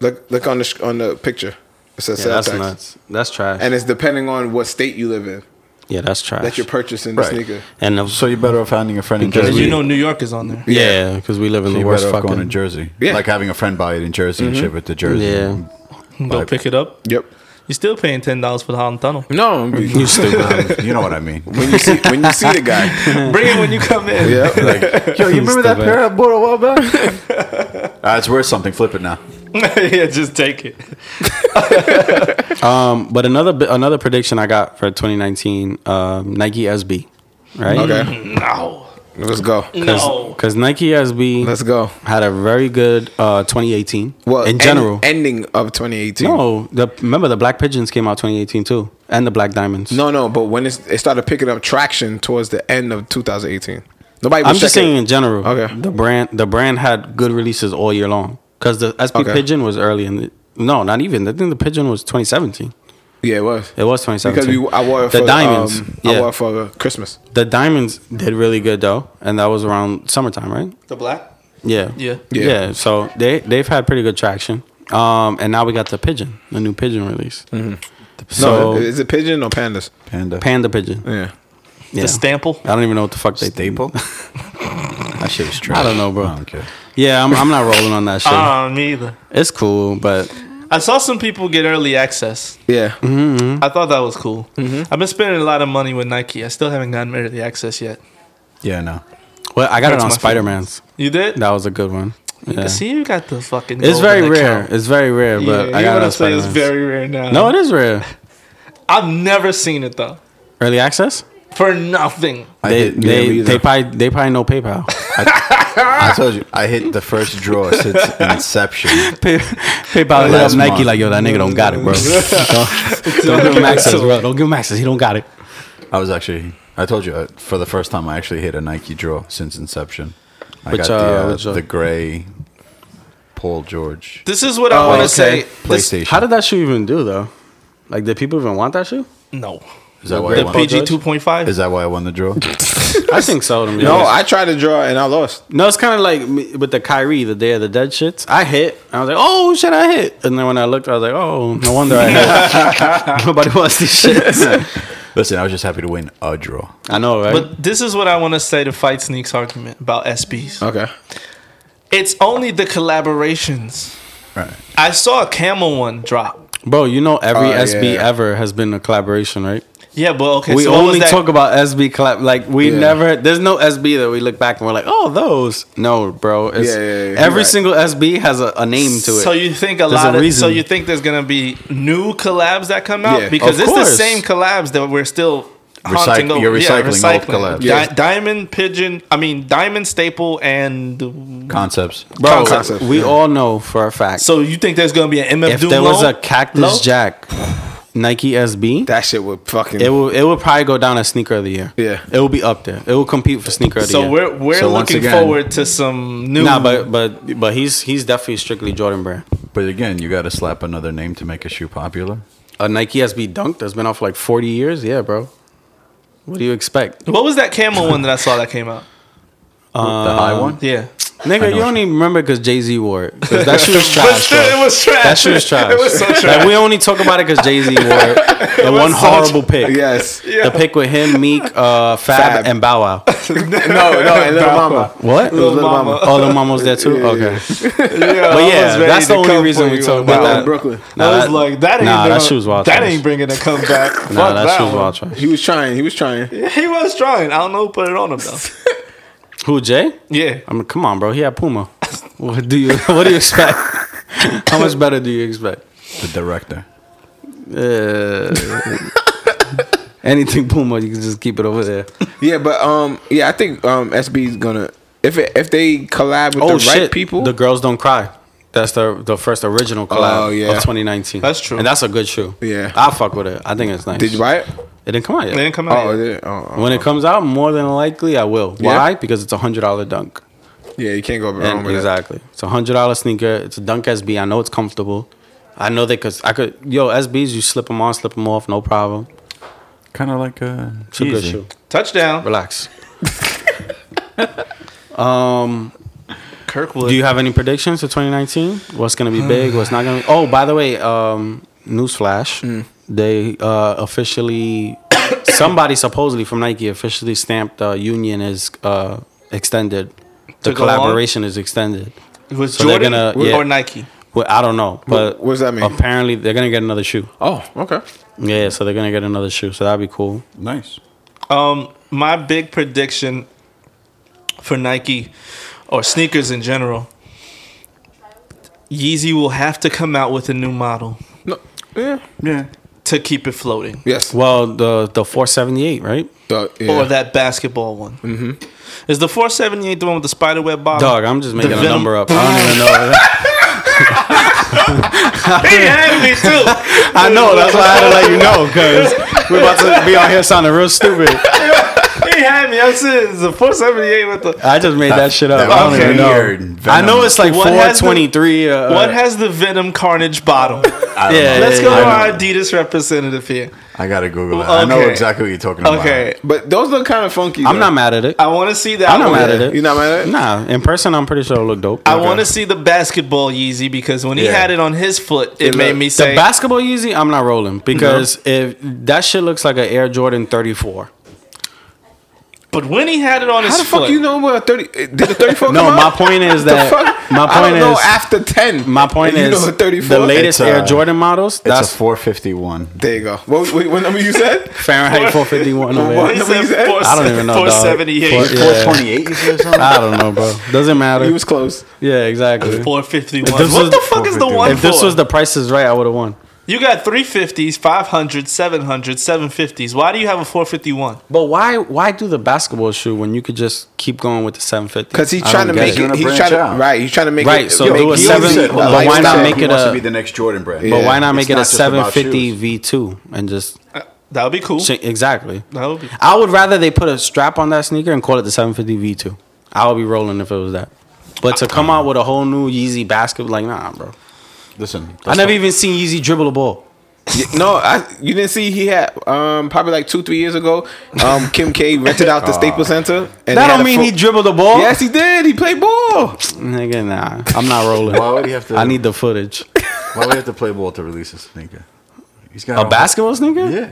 look, look on the sh- on the picture. It says Yeah, sales that's tax, nuts. That's trash. and it's depending on what state you live in yeah, that's trash. that you're purchasing the Right. sneaker. and the, So you're better off finding a friend in Because Jersey. And we- you know New York is on there. yeah, because we live in So the you're worst better off going to fucking. Jersey. Yeah. Mm-hmm. Like having a friend buy it in Jersey and ship it to Jersey. Yeah, Go Right. pick it up. Yep. You're still paying ten dollars for the Holland Tunnel. No, when you stupid. You know what I mean? you see when you see the guy, Bring it when you come in. Yeah. Yo, you remember that Stupid. pair I bought a while back? uh, it's worth something. Flip it now. yeah, just take it. But another bi- another prediction I got for 2019, um, Nike SB, right? okay, No. let's go, No. Because Nike SB let's go. had a very good uh, 2018. Well, in en- general. ending of 2018. no, the, remember the Black Pigeons came out 2018 too, and the Black Diamonds. No, no, but when it's, it started picking up traction towards the end of 2018, nobody was I'm just checking- saying in general. Okay. The brand the brand had good releases all year long because the SB Okay. Pigeon was early in. The, no, not even. I think the Pigeon was 2017. Yeah, it was. It was 2017 Because we, I wore it the for diamonds. Um, yeah, I wore it for uh, Christmas. the diamonds did really good though, and that was around summertime, right? The black. Yeah. Yeah. Yeah. Yeah. So they they've had pretty good traction. Um, and now we got the pigeon, the new pigeon release. So no, is it pigeon or pandas? Panda. panda pigeon. Yeah, Yeah. The stample. I don't even know what the fuck they Staple? that shit was trash. I don't know, bro. I don't care. Yeah, I'm, I'm not rolling on that shit. Uh, Ah, me either. it's cool, but I saw some people get early access. yeah. Mm-hmm. I thought that was cool. I've been spending a lot of money with Nike. I still haven't gotten early access yet. Yeah, no. well, I got Hurts it on my Spider Man's. You did? That was a good one. Yeah. See, you got the fucking. It's golden very rare. account. It's very rare, Yeah, but I you got it on wanna say it's Spider Man's. very rare now? No, it is rare. I've never seen it though. Early access? For nothing. I They didn't- they Yeah, me they, either. probably they probably know PayPal. I told you, I hit the first draw since inception. Pay, PayPal hit up Last Nike month. like yo that nigga don't got it, bro. don't, don't give him access, bro. Don't give him access. He don't got it. I was actually, I told you, uh, for the first time, I actually hit a Nike draw since inception. I Which, got the, uh, uh, which, uh, the gray Paul George This is Oh. what I want to say. This- PlayStation. How did that shoe even do though? Like, did people even want that shoe? no. is that why I The won? PG 2.5? Is that why I won the draw? I think so. To be No, honest. Oh, I tried to draw and I lost. no. It's kind of like me- with the Kyrie, the Day of the Dead shits. I hit. I was like, oh shit, I hit. And then when I looked, I was like, oh, no wonder I hit. Nobody wants these shits. Listen, I was just happy to win a draw. I know, right? But this is what I want to say to Fight Sneaks argument about SBs. Okay, It's only the collaborations. Right. I saw a camel one drop. Bro, you know every Oh, yeah, SB yeah. ever has been a collaboration, right? Yeah, but okay. we so what was only that? talk about SB collab. Like we Yeah. never. There's no SB that we look back and we're like, oh, those. No, bro. It's, Yeah, yeah, yeah, you're every right. single SB has a, a name to it. So you think a There's lot a of so reason. you think there's gonna be new collabs that come out Yeah. because Of it's the course. same collabs that we're still haunting Recyc- over. you're yeah, recycling old recycling. collabs. Di- Yes. Diamond pigeon. I mean diamond staple and Concepts. bro, Concept, we yeah. all know for a fact. so you think there's gonna be an MF if Doom there was loan? a Cactus Low? Jack, Nike SB, That shit would fucking. it will it will probably go down as sneaker of the year. Yeah. it will be up there. It will compete for sneaker of the So year. we're we're So once looking again- forward to some new. nah, but but but he's he's definitely strictly Jordan brand. But again, you got to slap another name to make a shoe popular. A Nike SB Dunk that's been out for like forty years. Yeah, bro. What do you expect, what was that camel one that I saw that came out? the Uh, high one? Yeah, nigga? You don't even remember because Jay Z wore it. 'Cause that shit was trash. bro. it was trash. That shit was trash. It was so trash. Like, we only talk about it because Jay Z wore it. the one horrible pick. yes. The pick with him, Meek, uh, Fab, Fab. and Bow Wow. No, no, and little mama. What? Little mama. Oh, Lil Mama was there too. Okay, Yeah, but yeah, that's the only reason we talk about Down in that. Brooklyn. Nah, I was that- like, that ain't nah, that gonna- shit was wild That trash. ain't bringing a comeback. Fuck Nah, that, shit was one. wild trash. He was trying. He was trying. He was trying. I don't know who put it on him though. Who Jay? Yeah, I mean, come on, bro. He had Puma. What do you What do you expect? How much better do you expect? The director. Uh, anything Puma, you can just keep it over there. Yeah, but um, yeah, I think um, SB is gonna if it, if they collab Oh, with the right people. Oh, The girls don't cry. That's the the first original collab Oh, yeah. of 2019. That's true. and that's a good shoe. Yeah. I fuck with it. I think it's nice. did you buy it? It didn't come out they yet. didn't come out. Oh, yet. it did. Oh, oh. Oh, When it comes out, more than likely I will. Yeah? Why? Because it's a hundred dollar dunk. yeah, you can't go wrong And with that. exactly. It's a hundred dollar sneaker. It's a Dunk SB. I know it's comfortable. I know they could. I could. Yo, SBs, you slip them on, slip them off, no problem. Kind of like a. It's a good shoe. Touchdown, Relax. Kirkwood. Um, Do you have any predictions for 2019? What's gonna Hmm. be big? What's not gonna? be... Oh, by the way, um, newsflash: Hmm. they uh, officially, somebody supposedly from Nike officially stamped uh, union is uh, extended. The To go on? collaboration is extended. was so they're Jordan gonna- yeah. or Nike? Well, I don't know, but what does that mean? Apparently, they're gonna get another shoe. Oh, okay. Yeah, so they're gonna get another shoe. So that'd be cool. Nice. Um, my big prediction for Nike or sneakers in general, Yeezy will have to come out with a new model No, yeah, Yeah. to keep it floating, yes. Well, the the 478, right? Duh, yeah. or that basketball one. Mm-hmm. Is the 478 the one with the spider web bottom? Dog, I'm just making a Venom- number up. I don't even know. He had me too. I know. That's why I had to let you know because we're about to be out here sounding real stupid. He had me. I said it's the 478 with the. I just made that shit up. that I don't was even know. weird. I know Venom. it's like What has the- 423. uh, What has the Venom Carnage bottom? I don't Yeah, know. Let's go I to our Adidas representative here. I gotta Google that. I know Okay. exactly what you're talking about. Okay, but those look kind of funky. uh, I'm though. not mad at it. I want to see that. I'm not one. mad at it. You not mad at it? Nah, in person, I'm pretty sure it'll look dope. I want to see the basketball Yeezy because when he Yeah. had it on his foot, it, made looked- me say, The basketball Yeezy, I'm not rolling because if that shit looks like an Air Jordan 34. But when he had it on How his the foot, fuck you know what a thirty? eh, Did the thirty-four? No, come my out? point is The that- fuck? my I point don't know is- after ten. My point And is you know thirty-four. the latest It's, uh, Air Jordan models. It's That's a 451. There you go. What, what, what number you said? Fahrenheit 451. over What? there. he said What you 4- I don't even know. dog. 478. Four- yeah. 428, you said or something? I don't know, bro. Doesn't matter. You was close. yeah, exactly. 451. If this What was- the fuck is the 451. one If this for? was the Price is Right, I would have won. you got 350s, 500s, 700s, 750s. Why do you have a 451? But why why do the basketball shoe when you get it. I don't get it. just keep going with the 750? Because he's trying to make He's it. gonna He's branch trying to out. right. He's trying to make Right, it. so make do a it seven- easy. but why not Lifestyle. make he it wants a- to be the next Jordan brand. But why not It's make it a just about 750 shoes. V2 and just Uh, That would be cool. ch- exactly? That would be. I would rather they put a strap on that sneaker and call it the 750 V2. I would be rolling if it was that. But to come out with a whole new Yeezy basket, like nah, bro. Listen, I never even seen Yeezy dribble a ball. Yeah, No, I, you didn't see he had um, probably like two, three years ago. Um, Kim K rented out the Staples Center. And That they had don't a mean full- he dribbled the ball. Yes, he did. He played ball. Nigga, nah. I'm not rolling. Why would he have to? I need the footage. Why would he have to play ball to release a sneaker? He's A got basketball sneaker? Yeah.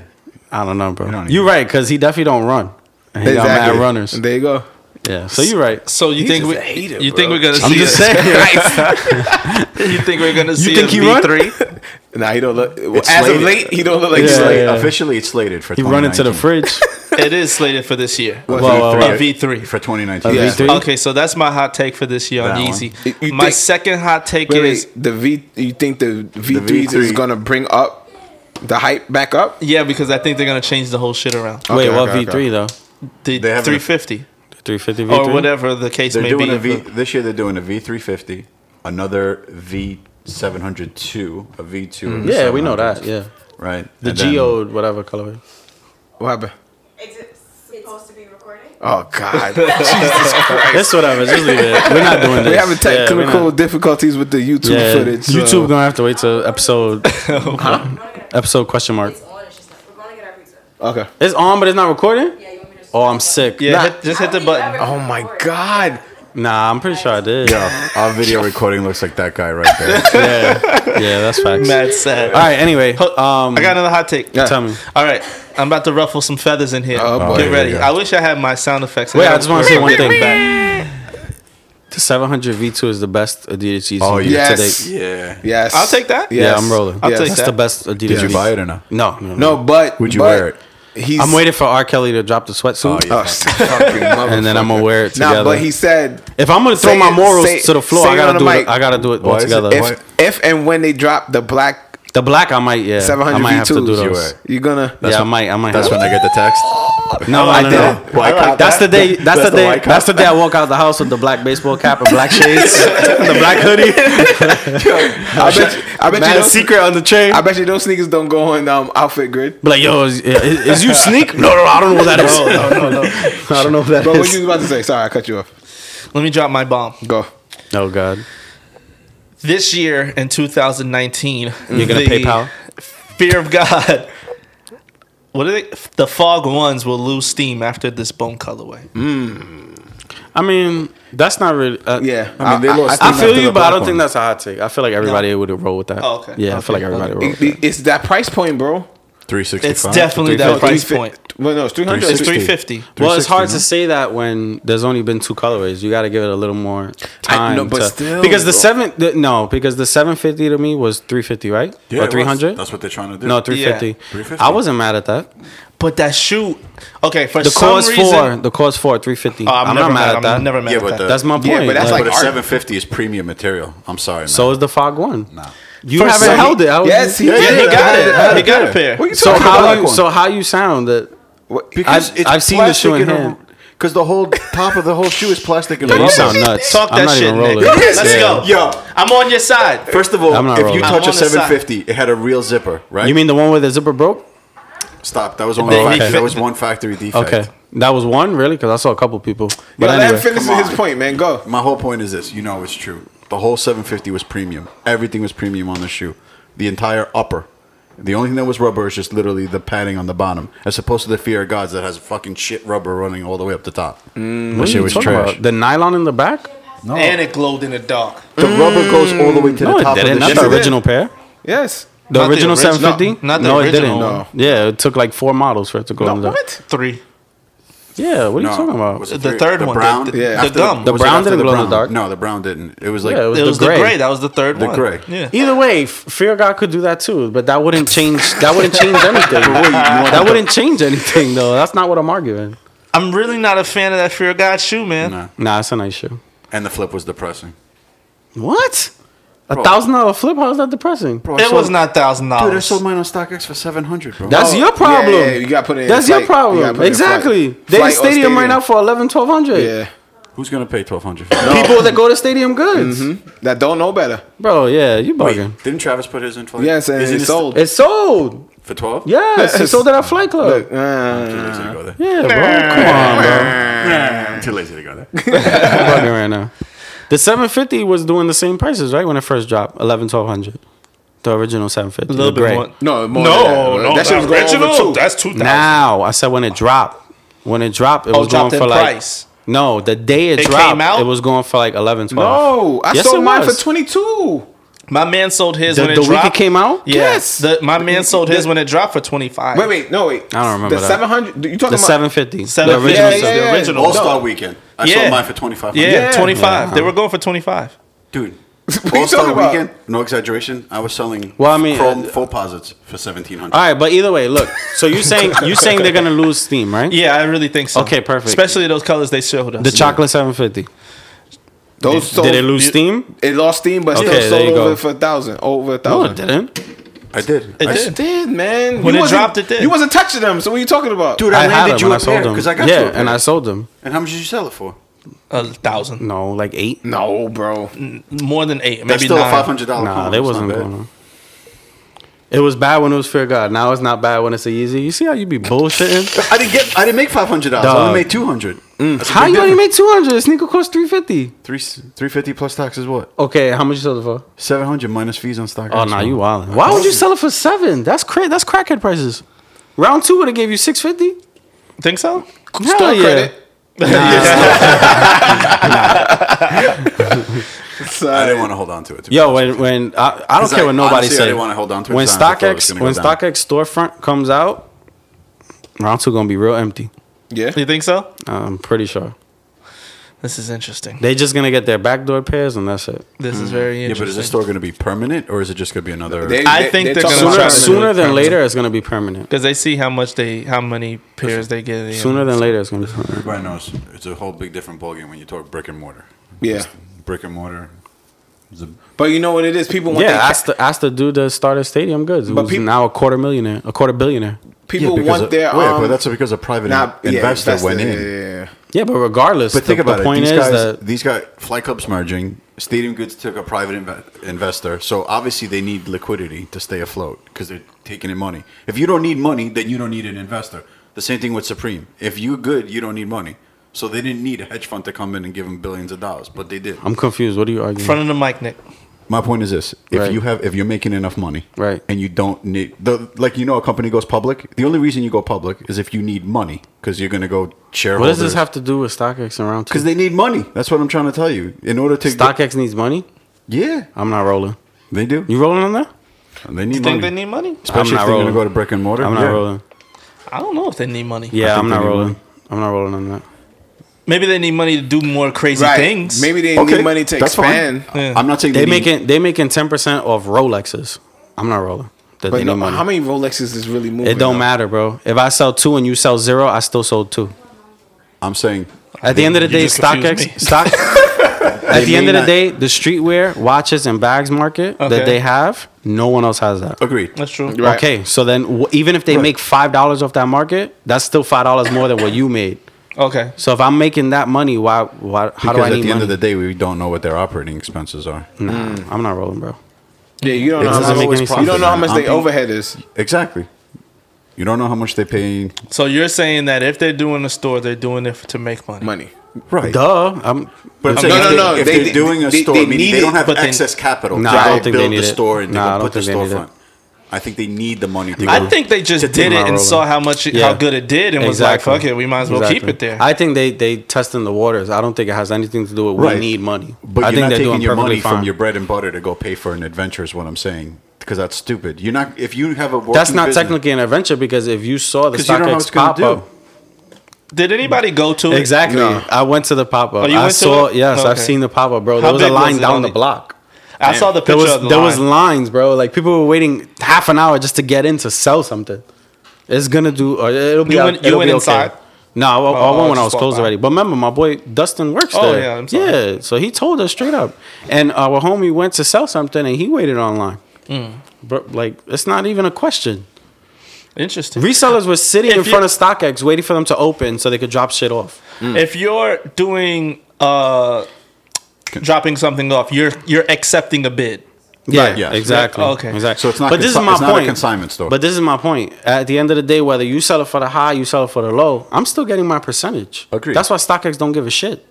I don't know, bro. You don't are right, because he definitely don't run. And He got mad runners. There you go. Yeah, so you're right. So you think we, you think we're gonna I'm see? just a- saying. You think we're gonna see? think a he V3? run? Nah, he don't look. It's as of slated. late, he don't look like It's Yeah, slate- yeah. Officially, it's slated for. He run into the uh, 2019. fridge. It is slated for this year. Well, uh, Whoa, whoa, whoa. A V3. for 2019. Yeah. V3? Okay, so that's my hot take for this year on That one. Yeezy. You- you my think- second hot take Wait, is wait, the V. You think the V threes V3. is gonna bring up the hype back up? yeah, because I think they're gonna change the whole shit around. Wait, Okay, what okay, Oh, V3 okay. though? The They have 350 350 V3? or whatever the case They're may doing be. a V. This year they're doing a V350, another V702, a V2. and a Yeah, we know 700. that. Yeah. right? The And then- geode, whatever colorway. What happened? Is it supposed to be recorded? Oh God, Jesus Christ! It's whatever. Just leave it. We're not doing this. We having Yeah, we're technical not- difficulties with the YouTube yeah, footage. so- Oh, YouTube gonna have to wait till episode We're gonna get our- episode question mark. It's on, it's just not. We're gonna get our pizza. Okay. It's on, but it's not recording. Yeah, you want me to? Oh, I'm sick. Yeah, hit, just hit the button. Oh my God. Nah, I'm pretty sure I did. Yeah, Our video recording looks like that guy right there. yeah, yeah that's facts. Mad sad. All right. Anyway, Ho- um, I got another hot take. tell me. All right, I'm about to ruffle some feathers in here. Oh, boy. Get ready. Yeah, yeah. I wish I had my sound effects. Wait, I just want to say one thing. The 700 V2 is the best Adidas Yeezy Oh, yeah. to Yes. date. yeah. Yes. I'll take that. Yeah, Yes. I'm rolling. I'll Yes. take That's that. the best Adidas. Did you Yeezy. buy it or not? No, no, no. No, but Would you but wear it? He's I'm waiting for R. Kelly to drop the sweatsuit, Oh, yeah. Oh, fucking and then I'm motherfucker. gonna wear it together. Nah, but he said if I'm gonna throw say my it- morals say- to the floor, say I it gotta on do the it. mic. I gotta do it all Why is it together. F- if if and when they drop the black, the black, I might. Yeah, I 700 might have to do V2s. You those. were. you're gonna. yeah, I might. I might. That's have when I get the text. to. No, no, no, no. Well, I caught That's the that. day. That's, the, day. white cop. That's the day I walk out the house with the black baseball cap and black shades, the black I hoodie, bet. You, I bet you. and a those- secret on the chain. I bet you those sneakers don't go on um, outfit grid. Be like, yo, is, is, is you sneak? No, no, I don't know what that is. No, no, no, I don't know what that But what is. you was about to say? Sorry, I cut you off. Let me drop my bomb. Go. oh God, This year in 2019, you're gonna the PayPal. Fear of God. What are they? The fog ones will lose steam after this bone colorway. I mean, that's not really. Uh, Yeah. I mean, they lost I steam feel after you, the but I black don't think one. that's a hot take. I feel like everybody would roll with that. Oh, okay. Yeah, I feel Okay. like everybody would roll. With It- that. it- it's that price point, bro. 365. It's definitely No, that price 350 point. Well, no, it's three hundred. It's 360. 350. Well, it's hard 360, to say that when there's only been two colorways. You got to give it a little more time. no, but to- still, because the bro. seven, the, no, because the seven fifty to me was three fifty, right? Yeah, it or was. three hundred? That's what they're trying to do. No, three fifty. 350. I wasn't mad at that. But that shoe. Okay, for The some cause reason. four, the cause four, three fifty. Oh, I'm, not mad at that. I'm never mad Yeah, at but that. the- That's my point. Yeah, but that's But like a art. 750 is premium material. I'm sorry, man. so is the fog one. Nah. You For haven't some- held it. I was, Yes, he Yeah, did. yeah, he got it. Yeah, he got yeah. a pair. What are you so talking how about? you so how you sound that Because I've- I've seen the shoe in hand. Because the whole top of the whole shoe is plastic and yeah, you rubber. sound nuts. Talk I'm that not shit, even rolling. Nick. Let's Yeah. go. Yo, I'm on your side. first of all, I'm not if rolling. you I'm touch on a the side. 750, it had a real zipper, right? You mean the one where the zipper broke? Stop. That was only They- fact- okay. that was one factory defect. Okay, that was one really because I saw a couple people. Yo, But let him anyway. finish Come his on. point, man. Go. My whole point is this: you know it's true. The whole 750 was premium. Everything was premium on the shoe. The entire upper. The only thing that was rubber is just literally the padding on the bottom, as opposed to the Fear of Gods that has fucking shit rubber running all the way up the top. Mm, What are you talking about? The nylon in the back? And it glowed in the dark. The rubber goes all the way to the Mm. No, it top of didn't. the Not shoe. the original pair. Yes. The Not the original origi- 750? no, not the no, original it didn't. one. Yeah, it took like four models for it to go. on the- What? Three. Yeah, what are you No, talking about? was it The Fear- third one, the- brown, the- Yeah. the After gum. The was it brown after didn't glow in the brown? dark. No, the brown didn't. It was like Yeah, it was It The was the gray. gray. That was the third The one. gray. Yeah. Either way, F- Fear of God could do that too, but that wouldn't change. That wouldn't change anything. that wouldn't change anything, though. That's not what I'm arguing. I'm really not a fan of that Fear of God shoe, man. Nah. Nah, it's a nice shoe. and the flip was depressing. What? A thousand dollar flip? How is that depressing? It was not thousand Dude, I dollars. sold mine on StockX for seven hundred, bro. That's Oh, your yeah, problem. yeah, you gotta put it in That's flight. your You gotta problem. put it in exactly. flight. They Flight or stadium, stadium right stadium. now for 11, 1200. Yeah. Who's gonna pay twelve hundred? People that go to stadium goods. That don't know better. Bro, yeah, you bugging. Didn't Travis put his in? for- Yes, and Is it it's still- sold. It's sold. for twelve. Yes, it's sold at our flight club. Uh, Too lazy to go there. Yeah, bro. Come on, bro. I'm too lazy to go there. I'm bugging right now. The 750 was doing the same prices, right? When it first dropped, 11, 1200. The original 750. a little bit the gray. more. no, more No, than that. no, That shit was going over two. That's two thousand. Now, I said when it dropped. When it dropped, it was going Oh, dropped for in like. price. No, the day it, It dropped, came out? it was going for like 11, 12. No, I Yes, it sold mine for was. twenty two. My man sold his The, when it the dropped. week it came out? Yeah. Yes. The, my man sold his when it dropped for twenty five. Wait, wait, no, wait. I don't remember the that. seven hundred. You talking The about 750. The 750. original Yeah, yeah, yeah. The original. All Star Weekend. I Yeah. sold mine for twenty five. Yeah, Yeah. twenty five. They were going for twenty five. dude. you All Star talking about? Weekend. No exaggeration. I was selling. Well, I mean, chrome uh, full posits for seventeen hundred. All right, but either way, look. So you saying you saying they're gonna lose steam, right? Yeah, I really think so. Okay, perfect. Especially those colors they showed us. The chocolate 750. Those sold. Did it lose steam? It lost steam, but Okay, still there sold you go. over for a thousand. Over a No, it thousand. didn't. I did. It I did. did man. When it you wasn't- dropped, it did. You wasn't touching them. So what are you talking about? Dude, I, I had landed them you when I a pair sold them. because I got you yeah, a pair. and I sold them. And how much did you sell it for? A thousand. No, like eight. no, bro. More than eight. That's Maybe still a nine. Oh, five hundred dollar. Nah, they wasn't going on. It was bad when it was Fear God. Now it's not bad when it's easy. You see how you be bullshitting? I didn't get. I didn't make five hundred dollars. I Dog. Mm. only made two hundred. how you only made 200? A sneaker cost 350 Three three fifty plus taxes. What Okay, how much you sold it for? seven hundred minus fees on stock? Oh, no, you wildin'. Why would you sell it for seven? That's cra- That's crackhead prices. Round two would have gave you 650 Think so? Hell Store yeah. credit. I didn't want to hold on to it. to be Yo, honest when with you. when I, I don't 'Cause care I- what nobody honestly, I says. didn't wanna hold on to it When 'cause I thought it was StockX gonna go when down. StockX storefront comes out, round two gonna be real empty. Yeah. You think so? I'm pretty sure This is interesting. they just gonna get their backdoor pairs and that's it. This is very yeah, interesting. but is this store going to be permanent or is it just going to be another? They- I think they're talking gonna about Sooner, try selling to- it. sooner than later, it's gonna be permanent. Because they see how much they, how many pairs they get. in. Sooner than later, it's gonna be permanent. Everybody knows it's a whole big different ballgame when you talk brick and mortar. Yeah. Brick and mortar. is a- But you know what it is? People want Yeah, their ca- ask the ask the dude that started Stadium Goods, But who's peop- now a quarter millionaire, a quarter billionaire. people because want of- their wait, um, but that's because a private not- in- yeah, investor investor, went in. yeah, yeah, yeah. Yeah, but regardless, But think the, about the it. point these is guys, that these guys, Fly Club's merging. Stadium Goods took a private inve- investor, so obviously they need liquidity to stay afloat because they're taking in money. If you don't need money, then you don't need an investor. The same thing with Supreme. If you're good, you don't need money. So they didn't need a hedge fund to come in and give them billions of dollars, but they did. I'm confused. What are you arguing? front of the mic, Nick. My point is this: if Right. you have, if you're making enough money, Right. and you don't need the like, you know, a company goes public. The only reason you go public is if you need money because you're going to go what shareholders. does this have to do with StockX and round two? Because they need money. That's what I'm trying to tell you. In order to StockX needs money. yeah, I'm not rolling. they do. You rolling on that? They need You money. think they need money? Especially I'm not if they're going to rolling. go to brick and mortar. I'm not Yeah. rolling. I don't know if they need money. Yeah, I'm they not need rolling. money. I'm not rolling on that. Maybe they need money to do more crazy Right. things. Maybe they Okay, need money to that's fine. expand. Yeah. I'm not saying They need- making they making ten percent off Rolexes. I'm not rolling. That But they no, need money. how many Rolexes is really moving? it uh, don't though? matter, bro. If I sell two and you sell zero, I still sold two. I'm saying At the end of the you day, just confused StockX me. stock. at the may end of the not- day, the streetwear, watches, and bags market Okay. that they have, no one else has that. agreed. That's true. Right. Okay, so then w- even if they make five dollars off that market, that's still five dollars more than what you made. Okay. So if I'm making that money, why? Why? How Because do I at the need end of money? the day, we don't know what their operating expenses are. Nah, I'm not rolling, bro. Yeah, you don't It know. How doesn't much, make any you sense. don't know how much I'm they thinking- overhead is. Exactly. You don't know how much they pay. So you're saying that if they're doing a store, they're doing it to make money. Money. Right. Duh. I'm. No, But I'm saying no, if, no, they, if they- they're doing a they- store, they they, meaning need they don't it, have but they- excess capital. Nah, to I go don't think they build need the it. store and they Nah, I go don't put the think they need storefront. I think they need the money to I go. think they just do did it my and rolling. saw how much it, how good it did and was like, fuck it, we might as well Exactly. keep it there. I think they they testing the waters. I don't think it has anything to do with Right. we need money. But I you're think not they're taking doing your perfectly money fine. from your bread and butter to go pay for an adventure. Is what I'm saying. Because that's stupid. You're not. If you have a working That's not business- technically an adventure because if you saw the 'Cause you don't know what it's StockX gonna pop up, did anybody go to it? exactly. No. I went to the pop up. Oh, you I went to saw. it? Yes, I've Okay. seen the pop up, bro. How there was a big was line it down on the the- block. I saw the picture There was of the there line. was lines, bro. Like people were waiting half an hour just to get in to sell something. It's gonna do. Or it'll be. You went- it'll you went be inside? Okay. No, I, I Oh, went when just I was walked closed by. already. But remember, my boy Dustin works Oh, there. yeah, I'm sorry. yeah. So he told us straight up, and our homie went to sell something, and he waited online. Hmm. But like, it's not even a question. Interesting. Resellers were sitting If in you- front of StockX waiting for them to open so they could drop shit off. If you're doing uh dropping something off, you're you're accepting a bid. Yeah, yes. exactly. Yeah, Oh, okay. exactly. So it's not But this is consi- my it's not a point. consignment store. But this is my point. At the end of the day, whether you sell it for the high, you sell it for the low, I'm still getting my percentage. Agreed. That's why StockX don't give a shit.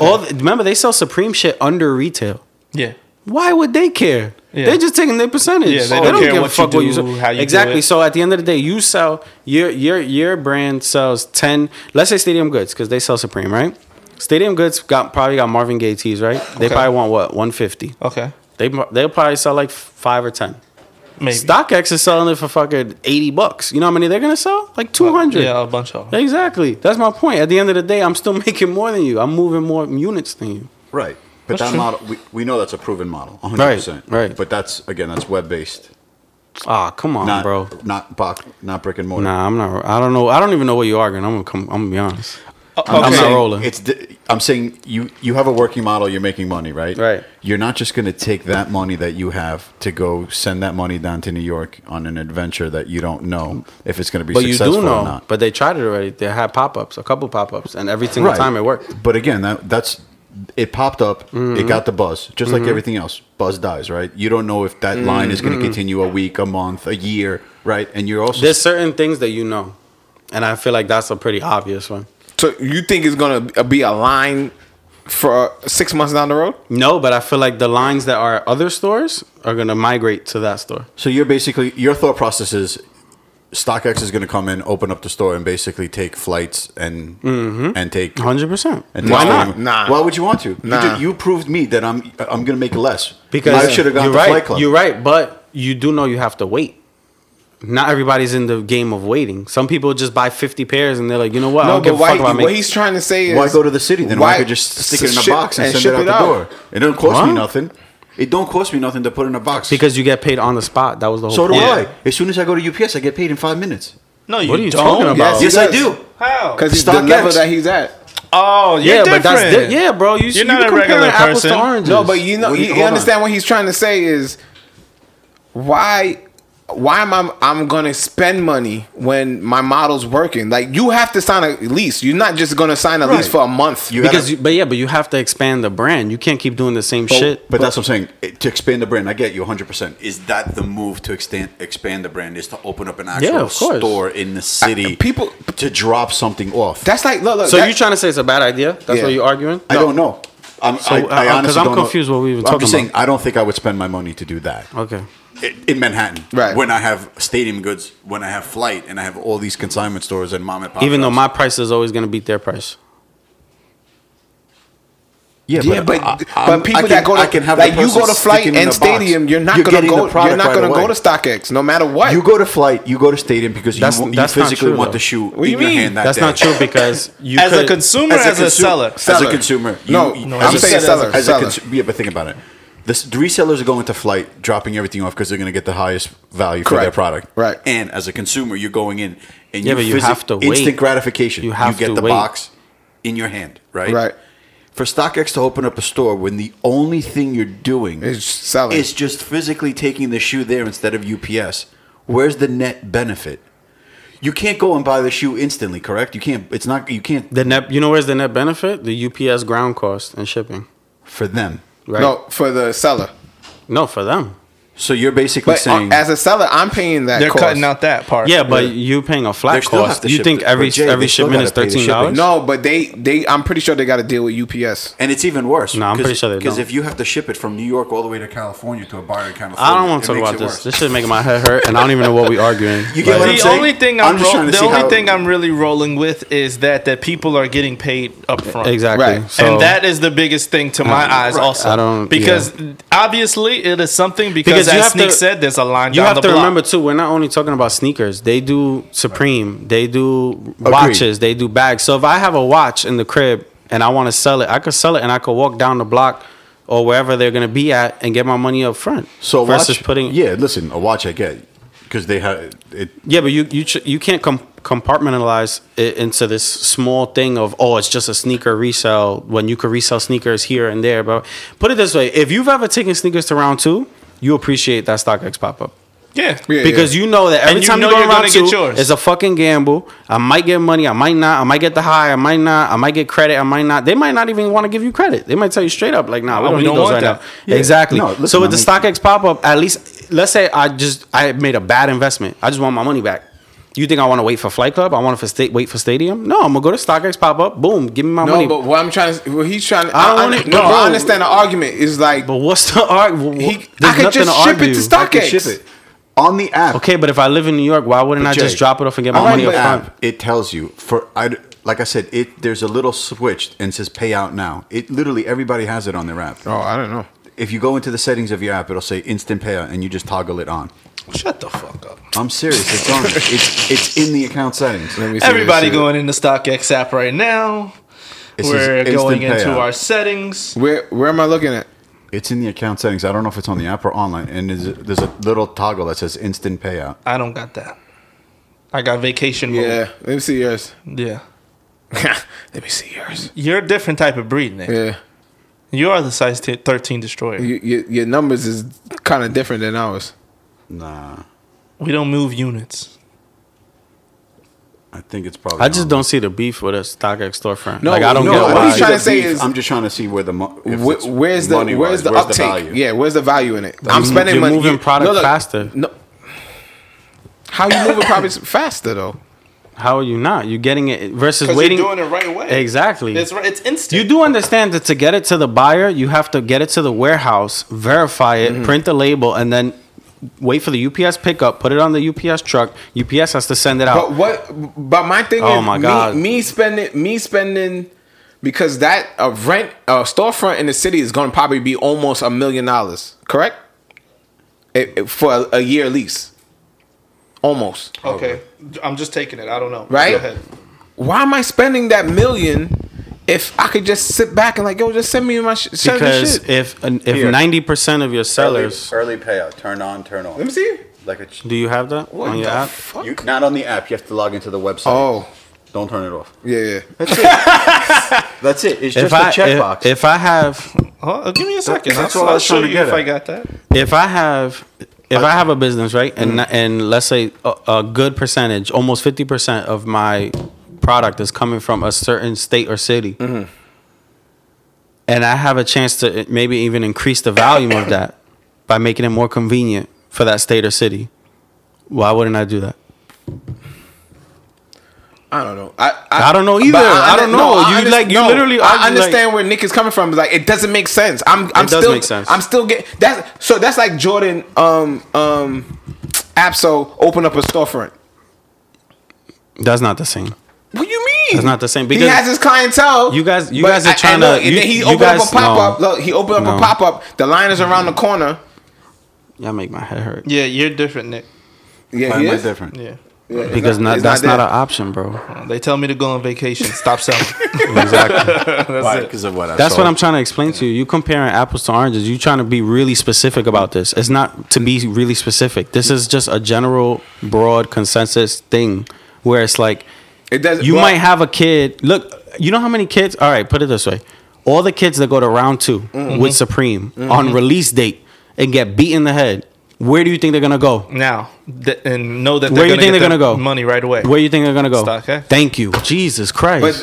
All the- remember they sell Supreme shit under retail. Yeah. Why would they care? Yeah. They're just taking their percentage. Yeah, they they, don't don't, care give what a you fuck what you do, sell. how you do exactly. it. So at the end of the day, you sell your your your brand sells ten. Let's say Stadium Goods because they sell Supreme, right? Stadium Goods got probably got Marvin Gaye tees, right? They Okay. probably want what one fifty. Okay. They they'll probably sell like five or ten. Maybe. StockX is selling it for fucking eighty bucks. You know how many they're gonna sell? Like two hundred. Yeah, a bunch of them. Exactly. That's my point. At the end of the day, I'm still making more than you. I'm moving more units than you. Right. But that model, we, we know that's a proven model, 100%. Right, right. But that's, again, that's web based, Ah, come on, not, bro. not, box, not brick and mortar. Nah, I'm not. I don't know. I don't even know what you're arguing. I'm gonna come. I'm gonna be honest. Uh, Okay. I'm saying not rolling. It's di- I'm saying you, you have a working model, you're making money, right? Right. You're not just going to take that money that you have to go send that money down to New York on an adventure that you don't know if it's going to be But you successful do or know. not. But they tried it already. They had pop ups, a couple pop ups, and every single time it worked. Mm-hmm. But again, that, that's it popped up, it got the buzz, just like everything else. Buzz dies, right? You don't know if that line is going Mm-hmm. to continue a week, a month, a year, right? And you're also There's certain things that you know, and I feel like that's a pretty obvious one. So you think it's gonna be a line for six months down the road? No, but I feel like the lines that are at other stores are gonna migrate to that store. so you're basically your thought process is StockX is going to come in, open up the store, and basically take flights and and take Mm-hmm. Hundred percent. And Why that's not? what you- Nah. Why would you want to? Nah. You, ju- you proved me that I'm I'm gonna make less Because I should have gone you're to right. Flight Club. You're right, but you do know you have to wait. Not everybody's in the game of waiting. Some people just buy fifty pairs and they're like, you know what? I No, don't give but a fuck why, about what making- he's trying to say is Why go to the city then? Why, why- could just stick it in a ship- box and, and send ship it out it the out. door? It don't cost me What? nothing. It don't cost me nothing to put in a box because you get paid on the spot. That was the whole. so do point. I. As soon as I go to UPS, I get paid in five minutes. No, you, What are you don't. talking about? Yes, yes, I does. do. How? because he's the StockX. level that he's at. Oh, you're yeah, different. but that's di- yeah, bro. You, You're you not a comparing regular apples to person. oranges. No, but you know, What do you- you, you hold on. understand what he's trying to say is why why am I I'm gonna spend money when my model's working? Like you have to sign a lease. You're not just gonna sign a lease Right. for a month. You because gotta- you, but yeah, but you have to expand the brand. You can't keep doing the same but, shit. But, that's what I'm saying. It- to expand the brand, I get you 100. percent Is that the move to extend, expand the brand? Is to open up an actual Yeah, of course. Uh, store in the city, people- to drop something off? that's like look, look so that- you're trying to say it's a bad idea? That's Yeah. what you're arguing? I don't know. I'm, I, uh, I uh, 'cause honestly I'm don't know. confused what we even I'm talking just saying, about. I don't think I would spend my money to do that. Okay. I- in Manhattan, Right. When I have stadium goods, when I have flight, and I have all these consignment stores and mom and pop. Even though my shops. price is always going to beat their price. yeah, yeah, but I- I'm- but people I can- that go to I can have like the you go to person flight sticking and in the box. stadium, you're not You're gonna getting go. the product You're not right gonna away. go to StockX no matter what. You go to flight, you go to stadium because you, That's- want- you that's not physically true, want though. the shoe do in you your mean? hand that That's day. not true because you As could, a consumer, as a, consu- seller. as Seller. a consumer. No, no, I'm saying seller, As seller. A consu- yeah, but think about it. This, the resellers are going to flight, dropping everything off because they're going to get the highest value for their Correct. product. Right. And as a consumer, you're going in and Yeah, but you physi- have to instant wait. gratification. You have get to the wait. box in your hand, right? Right. For StockX to open up a store when the only thing you're doing Is selling. is just physically taking the shoe there instead of UPS, where's the net benefit? You can't go and buy the shoe instantly, correct? You can't. It's not. You can't the net you know where's the net benefit? The UPS ground cost and shipping. for them. Right? No, for the seller. No, for them. So you're basically But saying uh, as a seller, I'm paying that. They're cost. cutting out that part. Yeah, but you're paying a They flat still have cost. to You ship think it. every But Jay, every they still shipment is gotta pay the thirteen dollars? shipping. No, but they they I'm pretty sure they got to deal with UPS. And it's even worse. No, I'm pretty sure they Because don't. if you have to ship it from New York all the way to California to a buyer in California, I don't want it to talk makes about it this. worse. This shit making my head hurt, and I don't even know what we're arguing. You get Like, what I'm the saying? only thing I'm, I'm just ro- trying to the see only how- thing I'm really rolling with is that that people are getting paid up front. exactly. Right. So, and that is the biggest thing to my eyes, also. I don't- because obviously it is something because, Because you as have Sneak to- said, there's a line you down have the to block. remember too. We're not only talking about sneakers. They do Supreme. They do watches. They do bags. So if I have a watch in the crib and I want to sell it, I could sell it and I could walk down the block or wherever they're gonna be at and get my money up front. So a versus watch, putting yeah, listen, a watch I get because they have it. Yeah, but you you ch- you can't com- compartmentalize it into this small thing of oh, it's just a sneaker resale when you could resell sneakers here and there. But put it this way: if you've ever taken sneakers to round two, you appreciate that StockX pop up yeah. Yeah, because you know that every you time know you go you're around gonna get two, yours. it's a fucking gamble. I might get money, I might not. I might get the high, I might not. I might get credit, I might not. They might not even want to give you credit. They might tell you straight up, like, nah, we Oh, don't we need don't those want right that. now. Exactly. No, listen, so with the I StockX pop up, at least let's say I just I made a bad investment. I just want my money back. You think I want to wait for Flight Club? I want to for sta- wait for Stadium? No, I'm gonna go to StockX pop up. Boom, give me my No, money. but what I'm trying to, what he's trying to, I I, don't I, want it- no, no, I bro. understand the argument is like, But what's the art? he, I could just ship it to I can ship StockX. it on the app. Okay, but if I live in New York, why wouldn't I Jay, just drop it off and get my on money the up front? app, It tells you for I like I said it. There's a little switch and it says pay out now. It literally everybody has it on their app. Oh, I don't know. If you go into the settings of your app, it'll say instant payout, and you just toggle it on. Shut the fuck up. I'm serious. It's on. it's it's in the account settings. Everybody going into StockX app right now. It says We're instant going into payout. our settings. Where where am I looking at? It's in the account settings. I don't know if it's on the app or online. And there's a, there's a little toggle that says instant payout. I don't got that. I got vacation mode. Yeah, let me see yours. Yeah. let me see yours. You're a different type of breed, Nick. Yeah, You are the size t- 13 destroyer. you, you, your numbers is kind of different than ours. Nah, we don't move units. I I think it's probably. I just online. don't see the beef with a StockX storefront. No, like I don't no, get what why. he's I trying to see say the beef. is- I'm just trying to see where the mo- if Wh- it's where's the money-wise, where's the uptake? value? yeah, where's the value in it? I'm spending you're money. moving you- product no, no, faster. No. How you moving products faster though? How are you not? You're getting it versus 'Cause waiting. you're doing it right away. Exactly. It's right. It's instant. You do understand that to get it to the buyer, you have to get it to the warehouse, verify it, Mm-hmm. print the label, and then wait for the UPS pickup, put it on the UPS truck. UPS has to send it out. But what? But my thing Oh is, my me- God. Me, spending, me spending, because that a rent a storefront in the city is going to probably be almost a million dollars, correct? It, it- for a, a year lease, almost. Okay, I'm just taking it. I don't know. Right? Go ahead. Why am I spending that million if I could just sit back and like, yo, just send me my sh- send because me shit. if an- if Here. ninety percent of your Early, sellers, early payout. Turn on, turn off. Let me see. Like a ch- do you have that What on your the app? fuck? you, not on the app. You have to log into the website. oh, Don't turn it off. yeah, yeah. That's it. It's If just I a checkbox. if, if I have Uh, Hold- give me a second. that's I'll, all I I'll was show trying to you get if at. I got that. if I have if I have a business right Mm-hmm. and and let's say a, a good percentage, almost fifty percent of my product is coming from a certain state or city, Mm-hmm. and I have a chance to maybe even increase the volume of that by making it more convenient for that state or city. Why wouldn't I do that? I don't know. I I don't know either. but I don't know. You, underst- like, you literally argue, I like- understand where Nick is coming from. But like it doesn't make sense. I'm I'm It does still make sense. I'm still getting that's so that's like Jordan um um Apso open up a storefront. That's not the same. What do you mean? That's not the same, He because has his clientele. you guys- you but guys are I- I trying know, to- and you- then he you opened up guys- a pop up. no. Look, he opened up No. a pop up. The line is around the corner. Y'all make my head hurt. Yeah, you're different, Nick. Yeah, Why he am I is. different? Yeah, Yeah, he's Because not, he's that's not, there. an option, bro. they tell me to go on vacation. Stop selling. Why? Because of what I That's saw. what I'm trying to explain to you. You comparing apples to oranges. You trying to be really specific about this. It's not to be really specific. This is just a general, broad consensus thing where it's like It does. you well, might have a kid. Look, you know how many kids? All right, put it this way: all the kids that go to round 2 with Supreme on release date and get beat in the head. Where do you think they're gonna go? now th- and know that Where they're you gonna think get they're gonna their go? Money right away. Where you think they're gonna go? StockX. Thank you, Jesus Christ. But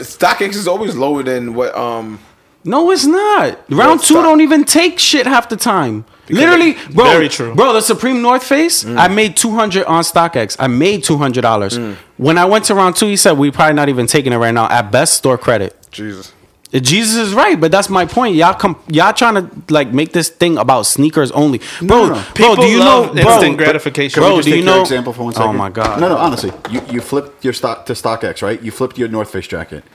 StockX is always lower than what um No, it's not. Round it's two not. don't even take shit half the time. Literally, bro. Very true. Bro, the Supreme North Face, I made 200 on StockX. I made $200. When I went to round two, he said, we probably not even taking it right now. At best, store credit. Jesus. Jesus is right, but that's my point. Y'all come, y'all trying to like make this thing about sneakers only, bro. bro, People do you know, love bro? instant gratification. Bro, We just do you Take your know? example for one second. Oh my god! No, no. Honestly, you, you flipped your stock to StockX, right? You flipped your North Face jacket.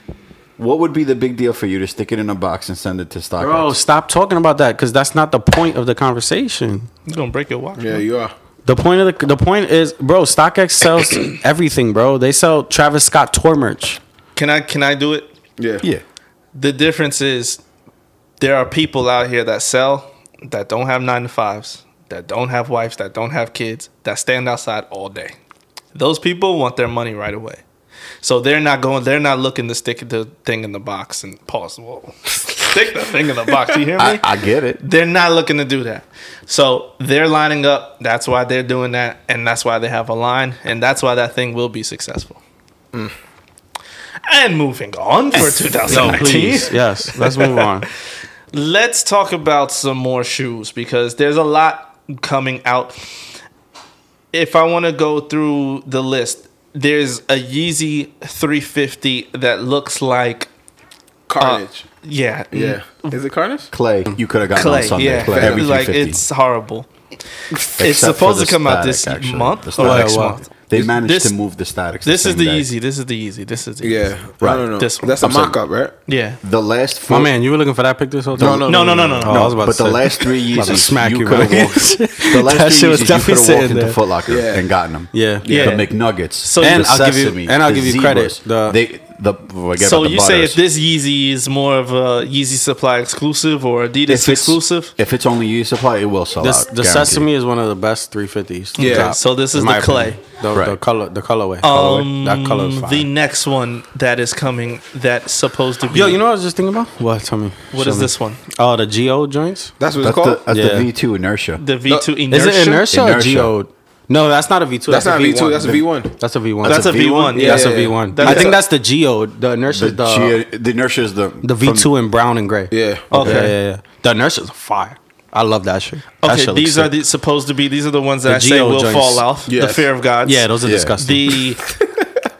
What would be the big deal for you to stick it in a box and send it to StockX? bro, stop talking about that because that's not the point of the conversation. You're gonna break your watch. Yeah, you are. The point of the the point is, bro. StockX sells everything, bro. They sell Travis Scott tour merch. Can I? Can I do it? Yeah. yeah, The difference is there are people out here that sell that don't have nine to fives, that don't have wives, that don't have kids, that stand outside all day. Those people want their money right away. So they're not going. They're not looking to stick the thing in the box and pause. Whoa, stick the thing in the box. You hear me? I, I get it. They're not looking to do that. So they're lining up. That's why they're doing that. And that's why they have a line. And that's why that thing will be successful. Mm. And moving on for Oh, 2019, Please, yes. Let's move on. let's talk about some more shoes because there's a lot coming out. If I want to go through the list, there's a Yeezy 350 that looks like, Carnage. yeah, Uh, yeah. Is it Carnage? Clay, you could have gotten on Clay, Sunday. yeah, Clay, every like 350. it's horrible. it's Except supposed for to the come out this static, actually. month The or static next one. month. They managed this- to move the statics. This is the same day. easy. This is the easy. This is the easy. Yeah. Right. I don't know. This one. That's a I'm sorry. mock up, right? yeah. The last four, My man, you were looking for that pick this whole time. No, No, no, no, no, Oh, no. I was about but to the say. last three About to Yeezys, smack you you could right have away. walked. The last That three shit was definitely Yeezys, you could have sitting walked into there. Foot Locker Yeah. and gotten them. Yeah. Yeah. the McNuggets. So And the I'll give you- sesame, and I'll the give you Zebras, credit, the- they, the forget So about the you say if butters. this Yeezy is more of a Yeezy Supply exclusive or Adidas it's- exclusive? if it's only you supply, it will sell This, out. the guaranteed. sesame is one of the best 350s. to Yeah, drop, so this in is my the clay. opinion. The, the Right. color, the colorway. Um, Colorway. that color is fine. the next one that is coming that's supposed to be. Yo, you know what I was just thinking about? What? Tell me. what Show is me. this one? Oh, the Geo joints. That's what it's That's called. the uh, that's Yeah. the V two inertia. The V2 Is inertia. it inertia, Inertia. or Geo? No, that's not a V two. That's not a V two. V1. That's a V one. That's a V one. That's a V1. Yeah. That's a V one. That's I think a- that's the geo. The inertia. The, The the, geo- the inertia is the V from- two in brown and gray. Yeah. Okay. Yeah, yeah, yeah. The inertia's a fire. I love that shit. That Okay, shit these looks are sick. the, supposed to be. These are the ones that The I say Geo will joints. fall off. The Yes. fear of God. yeah. Those are disgusting. The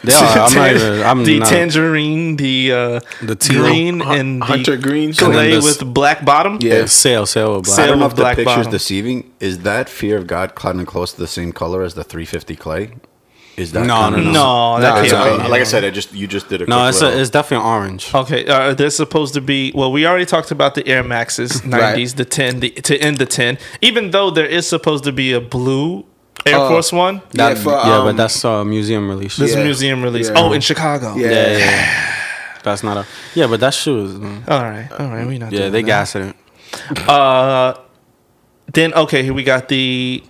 they are. I'm not even. I'm the not. tangerine, the uh, The teal. green, and the Hunter Green. clay And this- with black bottom. Yeah. Sale, sale, black. I Sale. don't know with if the black picture's bottom. deceiving. Is that Fear of God kind of close to the same color as the 350 clay? Is that No, kinda- no, No, that It's, can't uh, be. like I said, I just you just did a No, quick it's little- a, it's definitely orange. Okay, uh, they're supposed to be. Well, we already talked about the Air Maxes, nineties, the ten, the, to end the ten. Even though there is supposed to be a blue Air Uh, Force One, Yeah, That- for, yeah, but um, that's uh, museum release. this yeah. museum release. Yeah. Oh, in Chicago. Yeah. yeah, yeah, yeah. That's not a. Yeah, but that shoe is. mm. All right, all right, we not. Yeah, doing they that. gassing it. Then okay, here we got the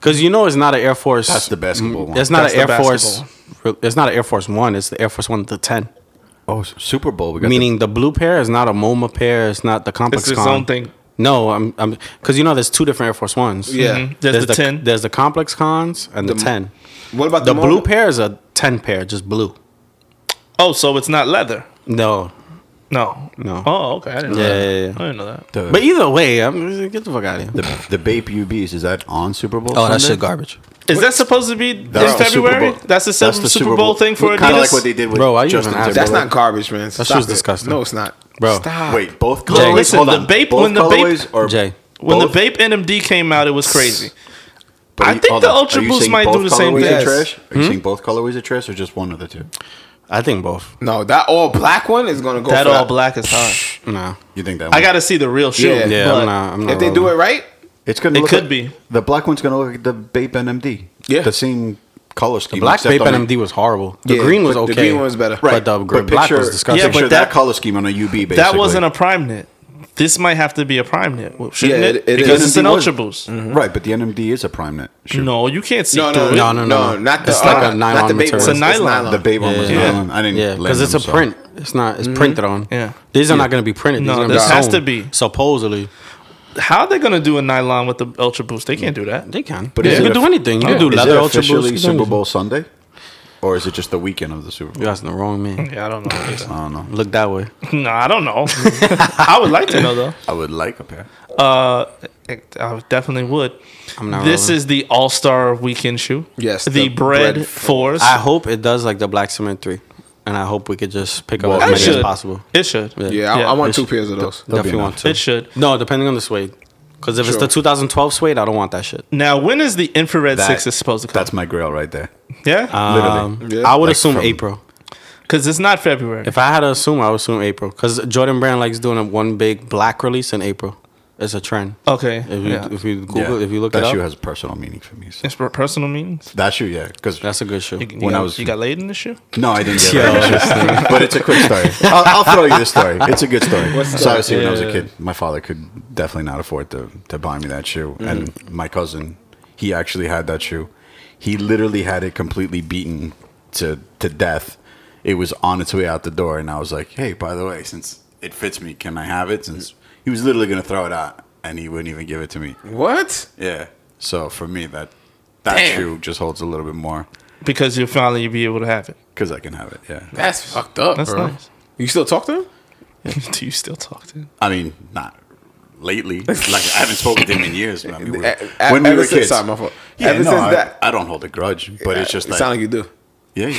Cause you know it's not an Air Force. That's the basketball one. It's not That's an Air the Force. It's not an Air Force One. It's the Air Force One to ten. oh Super Bowl. We got Meaning the blue pair is not a MoMA pair. It's not the complex. it's his Con. own thing. No, I'm, I'm, because you know there's two different Air Force Ones. Yeah. Mhm. There's the 10. There's the complex cons and the, ten. What about The the, blue Mona? pair is a ten pair, just blue. Oh, so it's not leather. No, No. No. Oh, okay. I didn't know Yeah, that. yeah, yeah. I didn't know that. the, but e- either way, I'm, get the fuck out of here. the the Bape UBs. Is that on Super Bowl? Oh, that Sunday? shit garbage, Is that supposed to be That's in the Super February? Bowl. That's the, That's Super, Bowl, thing for Kind of Adidas? like what they did with Bro, why you Justin even have- Timberlake. That's not garbage, man. That shit's disgusting. No, it's not. bro. Stop. Wait, both Well, colorways. listen, Hold the on. Bape- both when the Bape- colorways or Jay. when both? the Vape NMD came out, it was crazy. But I you- think hold the on. Ultra Are you Boost saying might do both the same colorways are thing. Trash? Are you saying both colorways are trash or just one of the two? I think both. No, that all black one is gonna go. that for all black is hot. No, You think that? I one- got to see the real shoe. Yeah. yeah, but I'm not. I'm not If they do it rolling. right, It's gonna. It look could like- be. The black one's gonna look like the Bape NMD. Yeah. the same color scheme. black except vape on a- NMD was horrible. The Yeah, green was but okay. the green one was better. Right. Right. But the gr- But black picture- was disgusting. Yeah, but picture that- that color scheme on a UB. Basically. That wasn't a prime knit. This might have to be a prime knit, well, shouldn't Yeah, it? it- it because is. it's an NMD Ultra was- Boost. right, but the NMD is a prime net. Sure. No, you can't see no, through no, it. No, no, no, no. not the It's like a uh, nylon not the material. baby It's a ones. nylon. The Babe one was Yeah. nylon. I didn't. Yeah, because because it's a print. It's not. It's printed on. Yeah. These are not going to be printed. These No, are gonna this be has sewn, to be. supposedly. How are they going to do a nylon with the Ultra Boost? They can't do that. They can. But But yeah, is you it can a- do anything. You can do Is leather it ultra officially boost. Super Bowl Sunday, or is it just the weekend of the Super Bowl? You're asking the wrong man. Mm. Yeah, I don't know. I don't know. Look that way. no, I don't know. I would like to know though. I would like a pair. Uh, I definitely would. I'm not. This rolling. is the All Star Weekend shoe. Yes, the, the bread, bread fours. I hope it does like the black cement three, and I hope we could just pick up Well, as it many should. as possible. It should. Yeah, I, Yeah. I want two pairs of those. Definitely want to. It should. No, depending on the suede. Because if it's the Sure. 2012 suede, I don't want that shit. Now, when is the infrared That- six is supposed to come? That's my grail right there. yeah, Literally. Um, Yeah. I would Like assume from- April. because it's not February. If I had to assume, I would assume April. Because Jordan Brand likes doing a one big black release in April. It's a trend. okay, If you, yeah. if you Google, if you look it that up, shoe has a personal meaning for me. So. it's for personal meetings. That shoe, yeah, because that's a good shoe. You, When got, I was- you got laid in the shoe. No, I didn't get it. but it's a quick story. I'll, I'll throw you this story. It's a good story. so obviously, when I was a kid, my father could definitely not afford to to buy me that shoe, and my cousin, he actually had that shoe. He literally had it completely beaten to to death. It was on its way out the door, and I was like, "Hey, by the way, since it fits me, can I have it?" Since he was literally going to throw it out, and he wouldn't even give it to me. What? Yeah. So for me, that that shoe just holds a little bit more Because you'll finally be able to have it. because I can have it. Yeah. That's fucked up, That's bro. nice. You still talk to him? Do you still talk to him? I mean, not lately. Like I haven't spoken to him in years. But I mean, we- E- e- when we ever were since- kids. sorry, my fault. Yeah, ever no, since I, that, Uh, I don't hold a grudge, but it's just it like, sound like you do. yeah. you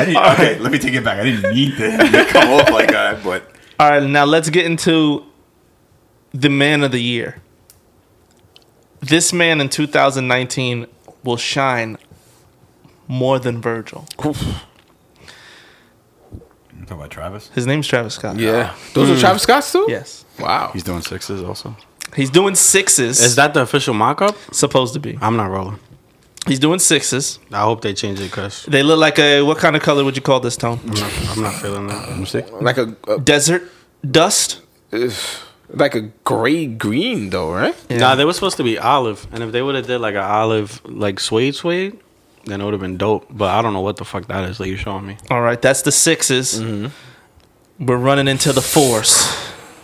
I didn't- okay, let me take it back. I didn't need to come off like that, but All right, now let's get into the man of the year. This man in 2019 will shine more than Virgil. talking about Travis. His name's Travis Scott. Yeah, those are Travis Scott's too. Yes. Wow. He's doing sixes also. He's doing sixes. Is that the official mock-up? supposed to be? I'm not rolling. He's doing sixes. I hope they change it because They look like a what kind of color would you call this tone? I'm not feeling that. Like a, a Desert dust. like a gray green though, right? Nah, they were supposed to be olive, and if they would have did like an olive, like suede suede, then it would have been dope. But I don't know what the fuck that is that you showing me. Mm-hmm. All right, that's the 6s we We're running into the fours.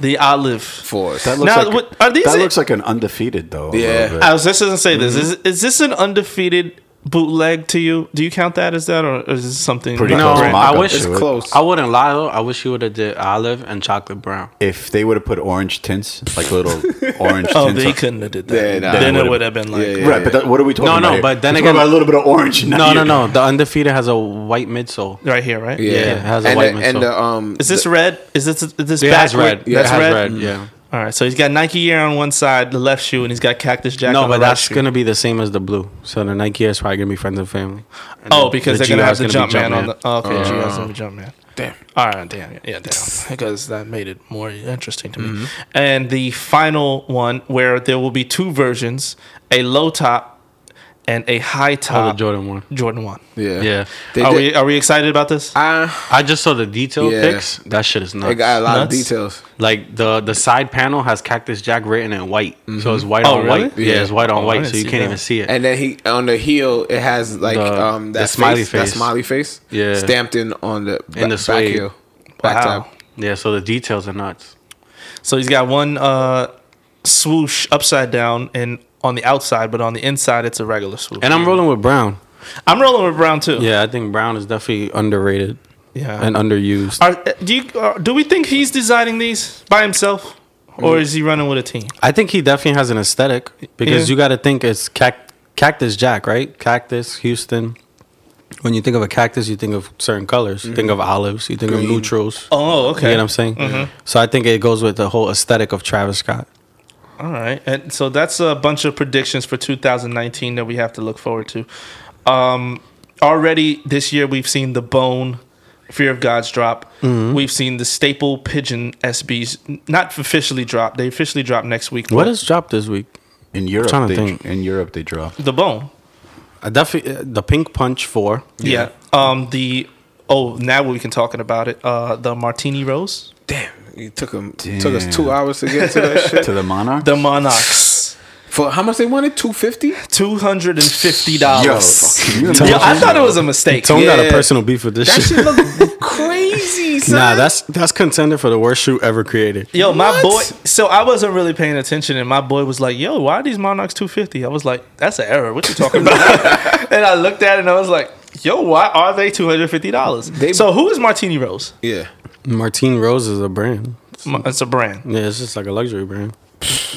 The olive. for us. That looks Now, like what- are these that it- looks Mm-hmm. like an undefeated though. a Yeah. little bit. I was just gonna say this. Is, is this an undefeated bootleg to you? Do you count that as that, or is this something? Pretty No, close mock-up I wish to it. close. I wouldn't lie though. I wish he would have did olive and chocolate brown. If they would have put orange tints, like little orange Oh, tints. they on- couldn't have did that. Yeah, nah. then it Would've- would have been like. uh, Yeah, yeah. Right, but that, what are we talking No, about? no, here? but then We're again- talking about a little bit of orange. No, not no, you. no. The undefeated has a white midsole. Right here, right? yeah. it has a and white the, midsole. and the um Is this the- red? Is this is this It backward? has red. Yeah, it that's has red. Mm. red. Yeah. All right, so he's got Nike Air on one side, the left shoe, and he's got Cactus Jack. No, on the but right that's shoe. gonna be the same as the blue. So the Nike Air is probably gonna be friends and family. And Oh, the- because the they're gonna have the GR's jump be man on Jumpman. Uh, the. Oh, okay, G R's gonna be jump man. Damn. All right, damn. Yeah, damn. Because that made it more interesting to me. Mm-hmm. And the final one, where there will be two versions: a low top and a high Oh, the top. Jordan one. Jordan one. yeah Yeah. Oh, They are did- we are we excited about this? I, I just saw the detail Yeah. pics. That shit is nuts. they got a lot Nuts. of details. Like the the side panel has Cactus Jack written in white, so it's white Oh, on really? white. Yeah. Yeah. it's white on Oh, I white, didn't so you see can't that. even see it. And then he on the heel it has like The- um the that smiley face, that face. smiley face. Yeah. Stamped in on the ba- In the back suede. heel. Back Wow. tab. yeah, so the details are nuts. So he's got one uh, swoosh upside down and on the outside, but on the inside it's a regular swoosh. And I'm rolling with brown. I'm rolling with brown too. Yeah, I think brown is definitely underrated yeah. and underused. Are, do you uh, do we think he's designing these by himself, Mm-hmm. or is he running with a team? I think he definitely has an aesthetic because Yeah. you got to think it's cac- Cactus Jack, right? Cactus, Houston. When you think of a cactus, you think of certain colors. You think of olives. You think of neutrals. Oh, You okay. get what I'm saying? So I think it goes with the whole aesthetic of Travis Scott. All right, and so that's a bunch of predictions for 2019 that we have to look forward to. Um, already this year, we've seen the Bone, Fear of God's drop. We've seen the Staple Pigeon SBs not officially drop. They officially drop next week. What but is dropped this week? In Europe, trying to they, think. in Europe they dropped. the Bone? I definitely uh, the Pink Punch Four. Yeah. Um. The oh, now we can talking about it. Uh, the Martini Rose, Damn. It took him took us Damn. two hours to get to that shit. To the Monarch? the Monarchs, For how much they wanted? Two fifty? two hundred and fifty Yo, dollars. can you Yeah, imagine? I thought it was a mistake. Tone got a Yeah. personal beef with this That shit. shit look crazy, son. Nah, that's that's contender for the worst shoe ever created. Yo, my What? boy. So I wasn't really paying attention, and my boy was like, "Yo, why are these Monarchs 250?" I was like, "That's an error. What you talking about?" and I looked at it, and I was like, "Yo, why are they two hundred fifty dollars?" So who is Martini Rose? yeah. Martine Rose is a brand. Ma- It's a brand. Yeah, it's just like a luxury brand.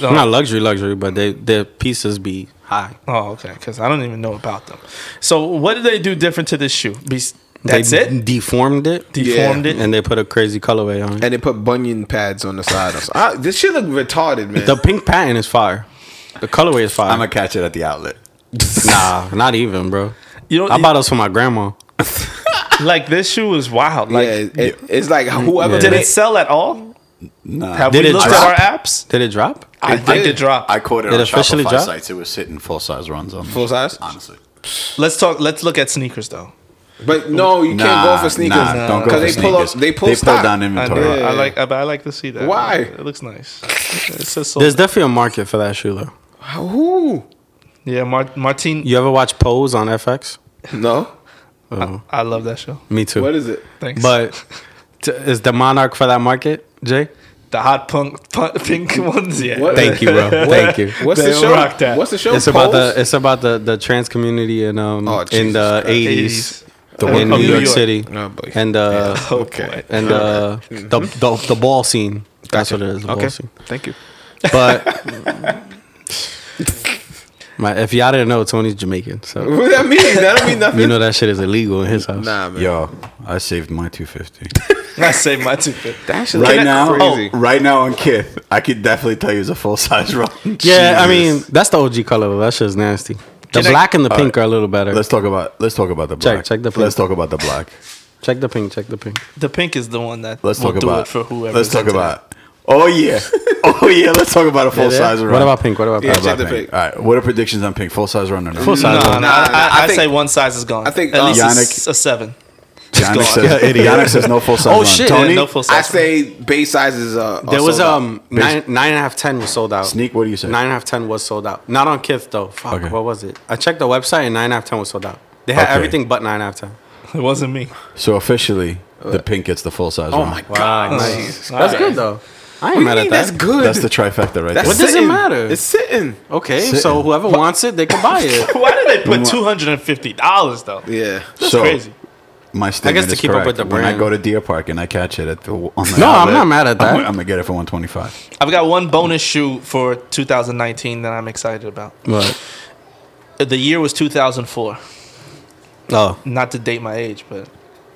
Oh. Not luxury, luxury, but they their pieces be high. Oh, okay. Because I don't even know about them. So what did they do different to this shoe? Be- That's they it. Deformed it. Deformed it. And they put a crazy colorway on it. And they put bunion pads on the side of I, this shit look retarded, man. The pink patent is fire. The colorway is fire. I'm going to catch it at the outlet. nah, not even, bro. You know, I bought those for my grandma. like this shoe is wild. Like, yeah, it, it's like whoever Yeah. did made- it sell at all? Nah. Have Did we it looked at drop? our apps? Did it drop? I, It did drop. I caught it, It on officially Shopify dropped? sites. It was sitting full size runs on full size. Honestly. Let's talk. Let's look at sneakers though. But no, you can't go for sneakers Nah, don't go for because they sneakers. pull up. They pull. stock. down I, inventory. know, Yeah. I like, but I like to see that. Why? It looks nice. It's just so There's definitely a market for that shoe though. Who? Yeah, Mar- Martin. You ever watch Pose on FX? No. Oh, I love that show. me too. What is it? Thanks. But t- is the Monarch for that market, Jay? the hot punk, punk pink ones, yeah. What? Thank you, bro. Thank you. What's They the show? rock that. What's the show? It's about Pose? the it's about the, the trans community in um Oh, in Jesus the Christ. eighties one in from New New York York. City Oh, boy. and uh Oh, Okay. and uh Mm-hmm. the, the the ball scene. That's what it is. The ball scene. Thank you. But my, if y'all didn't know, Tony's Jamaican, so What that mean? That don't mean nothing. you know that shit is illegal in his house. nah, man. Yo, I saved my 250. I say my two fifty. That shit right look now, crazy. oh, right now on Kith, I could definitely tell you it's a full size run. Yeah, I mean that's the OG color. though. That shit's nasty. The Can I- black and the pink are a little better. let's talk about let's talk about the Check- black. check the let's talk about the black. Check the pink. Check the pink. The pink is the one that Let's will talk do about it for whoever. Let's talk about. Oh yeah, oh yeah. Let's talk about a full size run. What about pink? What about Yeah, pink? check About the pink. pic. All right, what are predictions on pink? Full size run or not? Full No, size. no, run. no, I, I, I think- say one size is gone. I think, at um, least Yannick- a, a seven. Yannick It's gone. says, Yannick says no full size. Oh, run. shit. Yeah, Tony, no full I size. say base sizes. Uh, There are was sold out. um nine nine and a half ten was sold out. Sneak, what do you say? Nine and a half ten was sold out. Not on Kith though. Fuck, Okay. what was it? I checked the website and nine and a half ten was sold out. They had Okay. everything but nine and a half ten. it wasn't me. Uh, So officially, the pink gets the full size Oh run. my god, Nice. That's good though. I What ain't do you mad mean at that's that. good? That's the trifecta right That's What there. does it sitting. matter? It's sitting. Okay, so whoever wants it, they can buy it. Why did they put two hundred and fifty dollars though? Yeah. That's So- crazy. My statement to is keep up correct. with the When I brand. go to Deer Park and I catch it at the on the No, I'm not mad at that. I'm, gonna get it for 125. I've got one bonus shoe for 2019 that I'm excited about. But The year was 2004. oh, Not to date my age, but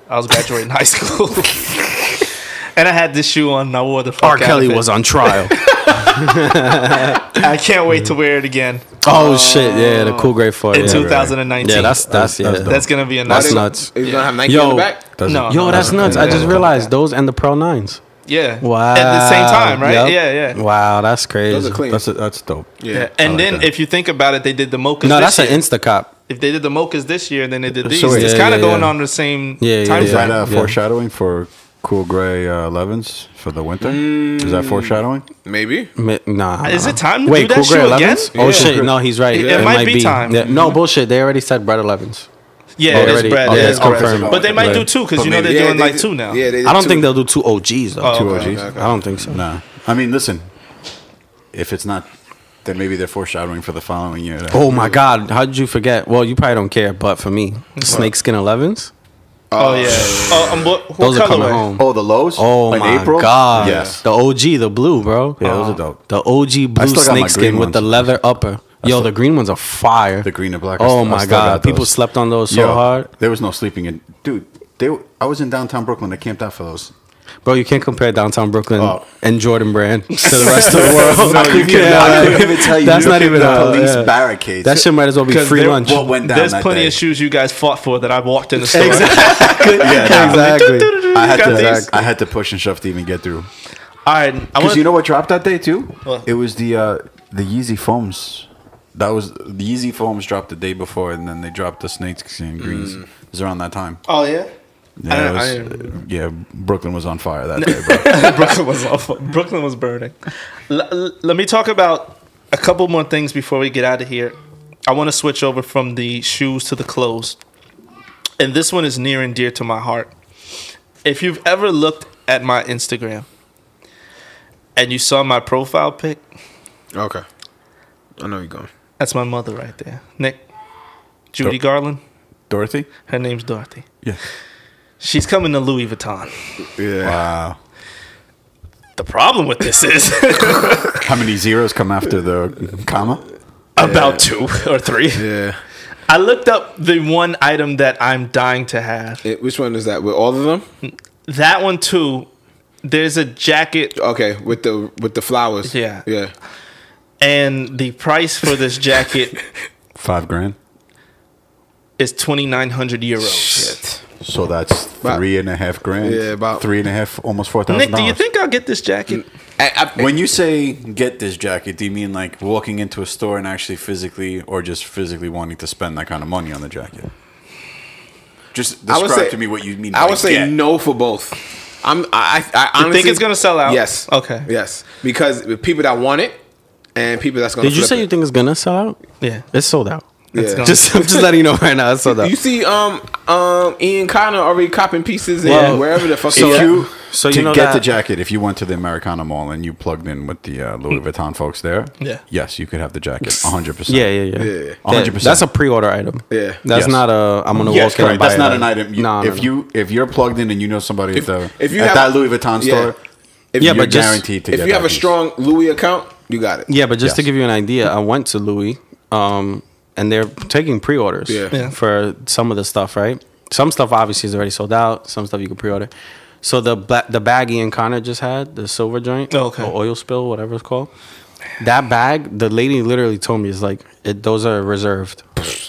I was graduating high school. And I had this shoe on. And I wore the fuck R. Kelly out of it. was on trial. I can't wait Mm. to wear it again oh shit! Yeah, the cool gray foil. in Yeah, 2019. yeah, that's that's yeah. That's dope. that's gonna be a That's nice. nuts. It's gonna have Nike Yo. on the back. Doesn't- No. Yo, that's nuts. I just realized those and the Pro Nines. Yeah. Wow. At the same time, right? Yep. Yeah, yeah. Wow, that's crazy. Those are clean. That's that's dope. yeah. Yeah. And like then that. if you think about it, they did the mochas. No, this that's an year. Instacop. if they did the mochas this year, then they did these. wait, it's yeah, kind of yeah, going yeah. on the same Yeah, yeah, time Is yeah. frame. that uh, foreshadowing for cool gray uh, 11s for the winter? Is Mm. that foreshadowing? Maybe. Mi- Nah. Is nah. it time to Wait, do that Cool Grey shoe again? 11s? Oh Yeah. shit! No, he's right. It- it might be time. Yeah, No bullshit. They already said bread 11s. Yeah, it is Already- bread. okay, yeah, it's it's bread. confirmed. But they might Right. do two because But you know maybe- they're yeah, doing they like did- two now. Yeah, they did I don't two. think they'll do two OGs though. Oh, Two okay, OGs? I don't think so. Nah. I mean, listen. If it's not, then maybe they're foreshadowing for the following year. Oh my god! How did you forget? Well, you probably don't care, but for me, snakeskin 11s. Oh yeah. Oh, um, what, what Those are coming colorway? home. Oh, the lows. Oh in my April? god! Yes. the OG, the blue, bro. Yeah, those are dope. The OG blue still got my green snakeskin with the ones. leather upper. Yo, the green ones are fire. The green and black. I Oh st- I my still got god! People those. slept on those so Yo, hard, There was no sleeping in, dude. They, were- I was in downtown Brooklyn. I camped out for those. bro. You can't compare downtown Brooklyn Oh. and Jordan Brand to the rest of the world. I couldn't even- I couldn't even tell you. That's You not look even at the a- police yeah. barricades. That shit might as well be 'Cause free they're- lunch. what went down. There's that plenty day. of shoes you guys fought for that I walked in the store. Yeah, nah. exactly. I had Got to. these? I had to push and shove to even get through. All right, I Because want you know what dropped that day too? What? It was the uh, the Yeezy foams. That was the Yeezy foams dropped the day before, and then they dropped the snakes and greens. It was around that time. Oh yeah. Yeah, don't- I it was, yeah, Brooklyn was on fire that day, bro. Brooklyn was awful. Brooklyn was burning. L- l- let me talk about a couple more things before we get out of here. I want to switch over from the shoes to the clothes. And this one is near and dear to my heart. If you've ever looked at my Instagram and you saw my profile pic, Okay. I know you're going. that's my mother right there. Nick, Judy Garland, Dorothy. her name's Dorothy. Yeah. She's coming to Louis Vuitton. Yeah. Wow. The problem with this is How many zeros come after the comma? about two or three. Yeah. I looked up the one item that I'm dying to have. It- which one is that? With all of them? That one too. There's a jacket, Okay, with the with the flowers. Yeah. Yeah. and the price for this jacket Five grand. is twenty nine hundred euros. So that's About- three and a half grand. Yeah, about- three and a half, almost four thousand. Nick, do you think I'll get this jacket? I, I, When you say get this jacket, do you mean like walking into a store and actually physically, or just physically wanting to spend that kind of money on the jacket? Just I would describe say- to me what you mean. I by would say get. no for both. I'm. I. I, I You honestly think it's gonna sell out? Yes. Okay. Yes, because the people that want it and people that's gonna. Did you flip say you it. think it's gonna sell out? Yeah. It's sold out. Yeah. gone. Just, I'm just letting you know right now. It's sold out. You see, um, um, Ian Connor already copping pieces Well, and wherever the fuck. so he at. If you So you to know get that- the jacket, if you went to the Americana Mall and you plugged in with the uh, Louis Vuitton folks there, Yeah. yes, you could have the jacket, hundred percent. Yeah, yeah, yeah. Yeah. That- 100%. That's a pre-order item. Yeah. That's Yes. not a. I'm gonna Yes, walk in. correct. And buy That's it not later. an item. You, No, no, if no. you if you're plugged in and you know somebody at the if you at have- that Louis Vuitton Yeah. store, If Yeah, you're but just- guaranteed to if get you that have a piece. strong Louis account, you got it. Yeah, but just to Yes. give you an idea, I went to Louis, um, and they're taking pre-orders Yeah. Yeah. for some of the stuff. Right, some stuff obviously is already sold out. Some stuff you can pre-order. So the ba- the bag Ian Connor just had, the silver joint, Oh, okay. or oil spill, whatever it's called. That bag, the lady literally told me, is like, it, those are reserved.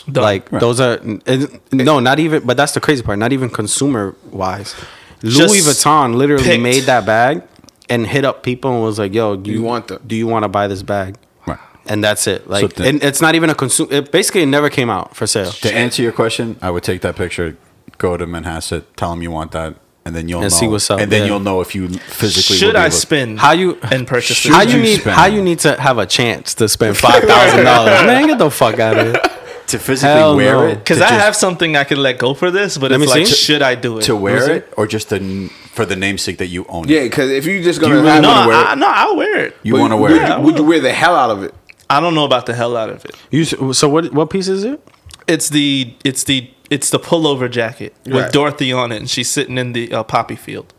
Like those are and- no, not even. But that's the crazy part. Not even consumer wise. Louis Just Vuitton literally picked. made that bag and hit up people and was like, "Yo, do You you want them. Do you want to buy this bag?" Right. And that's it. Like, then- and it's not even a consume. It basically never came out for sale. To answer your question, I would take that picture, go to Manhasset, tell them you want that, and then you'll And know. see what's up, And then yeah. you'll know if you physically will Should be I able- spend How you and purchase Should this? How you you need? spend? How you need to have a chance to spend five thousand dollars? Man, get the fuck out of here. to physically Hell wear no. it? Because To I just- have something I could let go for this, but Let it's me like, see. should I do it? to What is wear it? it or just the, n- for the namesake that you own it? Yeah, because if you just gonna really have no, wanna wear I, no, I'll wear it. You want to wear would, it? you, would you wear the hell out of it? I don't know about the hell out of it. You s- so what? What piece is it? It's the it's the it's the pullover jacket with Right. Dorothy on it, and she's sitting in the uh, poppy field,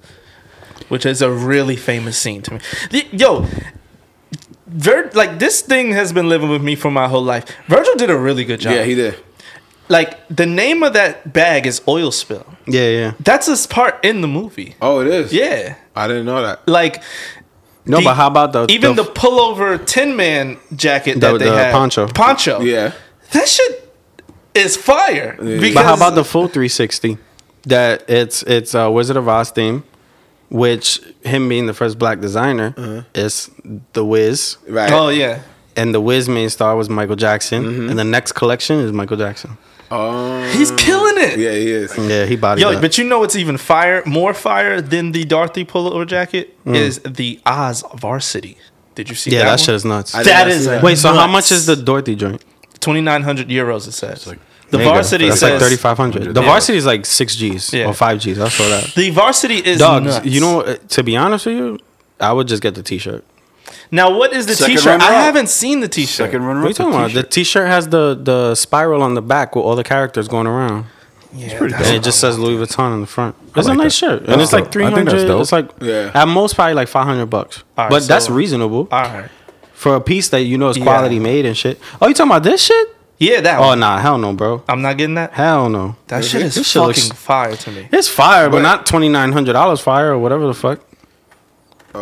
which is a really famous scene to me. The- yo, Vir- like this thing has been living with me for my whole life. Virgil did a really good job. Yeah, he did. like the name of that bag is oil spill. Yeah, yeah. That's his part in the movie. Oh, it is. Yeah, I didn't know that. like No, The- but how about the even the, pullover Tin Man jacket that The- they the had poncho. poncho. Yeah, that shit is fire. Because, But how about the full 360? That it's it's uh, Wizard of Oz theme, which him being the first black designer is the Wiz, right. Oh yeah, and the Wiz main star was Michael Jackson, and the next collection is Michael Jackson. he's killing it. yeah, he is. Yeah, he bodied Yo, that. but you know what's even fire, more fire than the Dorothy pullover jacket Mm. is the Oz varsity. Did you see yeah, that? that, one? shit is nuts. I did That not see is Wait, so how much is the Dorothy joint? twenty nine hundred euros? It says the There you go. varsity That's says like thirty five hundred. The Yeah. varsity is like six Gs Yeah. or five Gs. I saw that. The varsity is Dogs, nuts. you know, uh, to be honest with you, I would just get the T-shirt. Now what is the Second T-shirt? I runner-up. haven't seen the T-shirt. Second runner What are you talking about? The T-shirt has the the spiral on the back with all the characters going around. Yeah, And it just says Louis Vuitton on the front. It's a like nice that. shirt, and That's it's like dope. three I think that's hundred. dope. It's like Yeah. at most probably like five hundred bucks, All right, but that's so- reasonable all right. for a piece that you know is Yeah. quality made and shit. Oh, you talking about this shit? Yeah, that. Oh one. nah, hell no, bro. I'm not getting that. Hell no. That shit is This fucking looks- fire to me. It's fire, but, But- not twenty nine hundred dollars fire or whatever the fuck.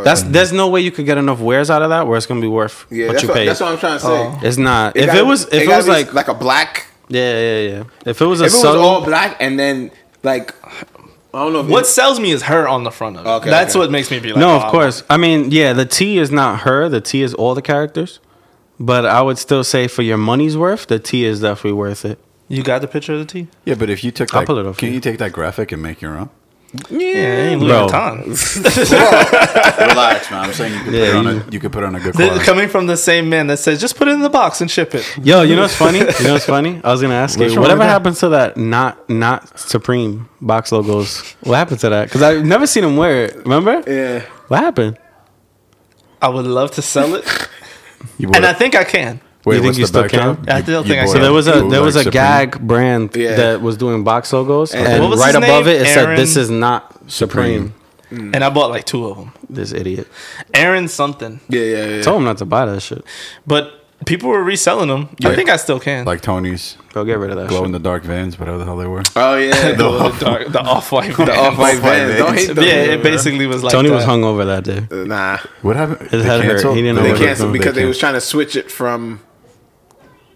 that's there's no way you could get enough wares out of that where it's gonna be worth Yeah, what that's, you what, paid. that's what I'm trying to say. it's not. Oh. if gotta- it was, if it, gotta was be like, like a black, yeah, yeah, yeah. If it was a if it was subtle, all black, and then like, I don't know. If What sells me is her on the front of it. Okay, That's okay. what makes me be like, no, oh, of course. I mean, yeah, the T is not her. The T is all the characters, but I would still say for your money's worth, the T is definitely worth it. You got the picture of the T? Yeah, but if you took I'll that, pull it off can for you. you take that graphic and make your own? Yeah, ain't Louis Bro. Vuitton. Relax, man. I'm saying you could Yeah, put it on you- a you could put it on a good Th- quality. Coming from the same man that says, just put it in the box and ship it. Yo, you know what's funny? You know what's funny? I was gonna ask What's you, wrong whatever with that? happens to that not not Supreme box logos? What happened to that? Because I've never seen him wear it. Remember? Yeah. What happened? I would love to sell it, You and bought I it- think I can. wait, you think what's you the still background? can? I still think I bought can. So it there was a bootleg there was a Supreme? gag brand Yeah. that was doing box logos, What and was right his above name? it it Aaron- said, "This is not Supreme." And I bought like two of them. This idiot. Aaron something, Yeah, yeah, yeah. Told him not to buy that shit. but people were reselling them. I Yeah. think I still can. Like Tony's Go get rid of that. glow shit. in the dark vans, whatever the hell they were. Oh yeah, the, dark- the off-white. the off white vans. Don't hate Yeah, them. it basically was like Tony was that. hungover that day. Nah, What happened? They head hurt. canceled? He didn't know they what it canceled because they was trying to switch it from.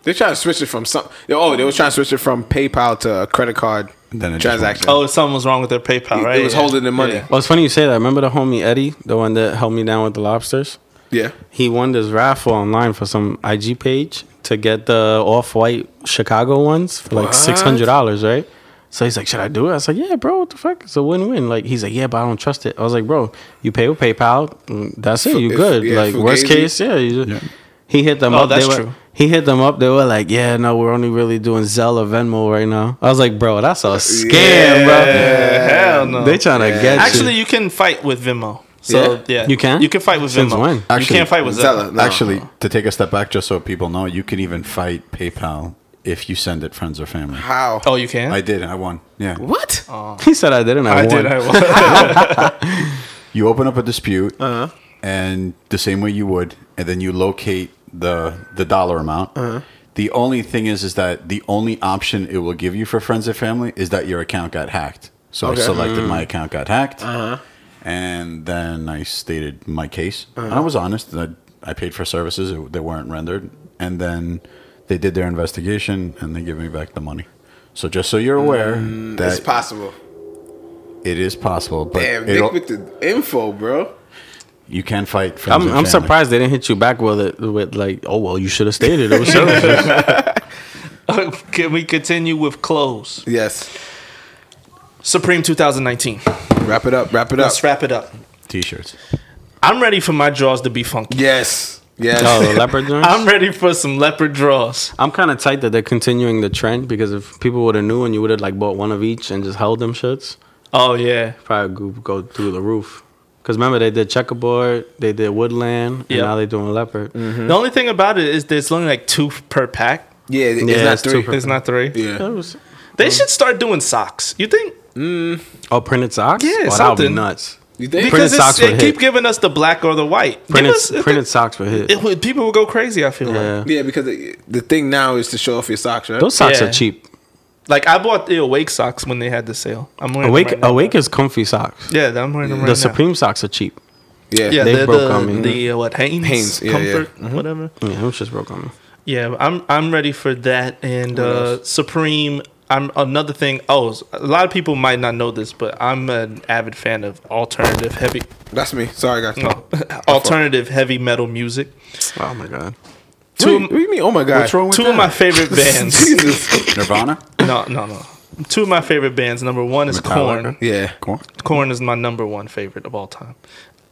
They trying to switch it from some. Oh, they was trying to switch it from PayPal to a credit card Then it just transaction. Oh, something was wrong with their PayPal, right? it was Yeah. holding the money. Well, it's funny you say that. Remember the homie Eddie, the one that held me down with the lobsters? Yeah. He won this raffle online for some IG page to get the off white Chicago ones for like six hundred dollars, right? So he's like, "Should I do it?" I was like, "Yeah, bro. What the fuck? It's a win-win." Like he's like, "Yeah, but I don't trust it." I was like, "Bro, you pay with PayPal. mm, That's it. You if- good? yeah, like Fugazi. worst case, yeah." You just, He hit them Oh, up. that's they were, true. He hit them up. They were like, "Yeah, no, we're only really doing Zelle or Venmo right now." I was like, "Bro, that's a scam, bro. Hell no. They trying to get Actually, you. you can fight with Venmo. So yeah, You can? You can fight with Since Venmo. when? Actually, you can't fight with Zella. Zella. No. Actually, to take a step back, just so people know, you can even fight PayPal if you send it friends or family. How? Oh, you can. I did. I won. Yeah. What? He said I didn't. I, I won. did. I was. You open up a dispute, and the same way you would, and then you locate the the dollar amount. The only thing is, is that the only option it will give you for friends and family is that your account got hacked. So I selected my account got hacked, and then I stated my case. And I was honest. That I paid for services that- that weren't rendered, and then they did their investigation and they give me back the money. So just so you're aware that It's possible. it is possible, but Damn, it'll- Nick with the info, bro. you can fight. friends I'm, and I'm family. surprised they didn't hit you back with it with like, oh well, you should have stated it was services. can we continue with clothes? Yes. Supreme 2019. Wrap it up. Wrap it up. Let's wrap it up. T-shirts. I'm ready for my drawers to be funky. Yes. Yeah. Oh, the leopard joints. I'm ready for some leopard draws. I'm kind of tight that they're continuing the trend because if people would have knew and you would have like bought one of each and just held them shits, Oh yeah. probably go, go through the roof. Because remember they did checkerboard, they did woodland, and Yep. Mm. now they're doing leopard. The only thing about it is there's only like two per pack. yeah, it- it's Yeah, not it's three. two per- There's not three. yeah. That was- They should start doing socks. You think? oh, printed socks. Yeah, oh, That would something. be nuts. You think? Because it's, socks they would keep hit. giving us the black or the white. Give Printed us- printed socks were hit. it would- people will go crazy. I feel like. Yeah, Yeah, because the, the thing now is to show off your socks, right? those socks Yeah. are cheap. Like I bought the awake socks when they had the sale. I'm wearing Awake Them right now. awake is comfy socks. Yeah, I'm wearing them right the now. Supreme socks are cheap. yeah. Yeah, They they're broke the, on me. the uh, what Hanes, Hanes, yeah, yeah. Comfort, Mm-hmm. whatever. Yeah, those just broke on me. Yeah, I'm I'm ready for that. And uh, Supreme, I'm another thing. Oh, s- a lot of people might not know this, but I'm an avid fan of alternative heavy, That's me. Sorry, guys. no, alternative heavy metal music. Oh my god. Two, What do you mean? Oh my god. What's wrong with two that? of my favorite bands. Jesus. Nirvana? no, no, no. Two of my favorite bands. Number one is Corn. Yeah. Corn? Corn is my number one favorite of all time.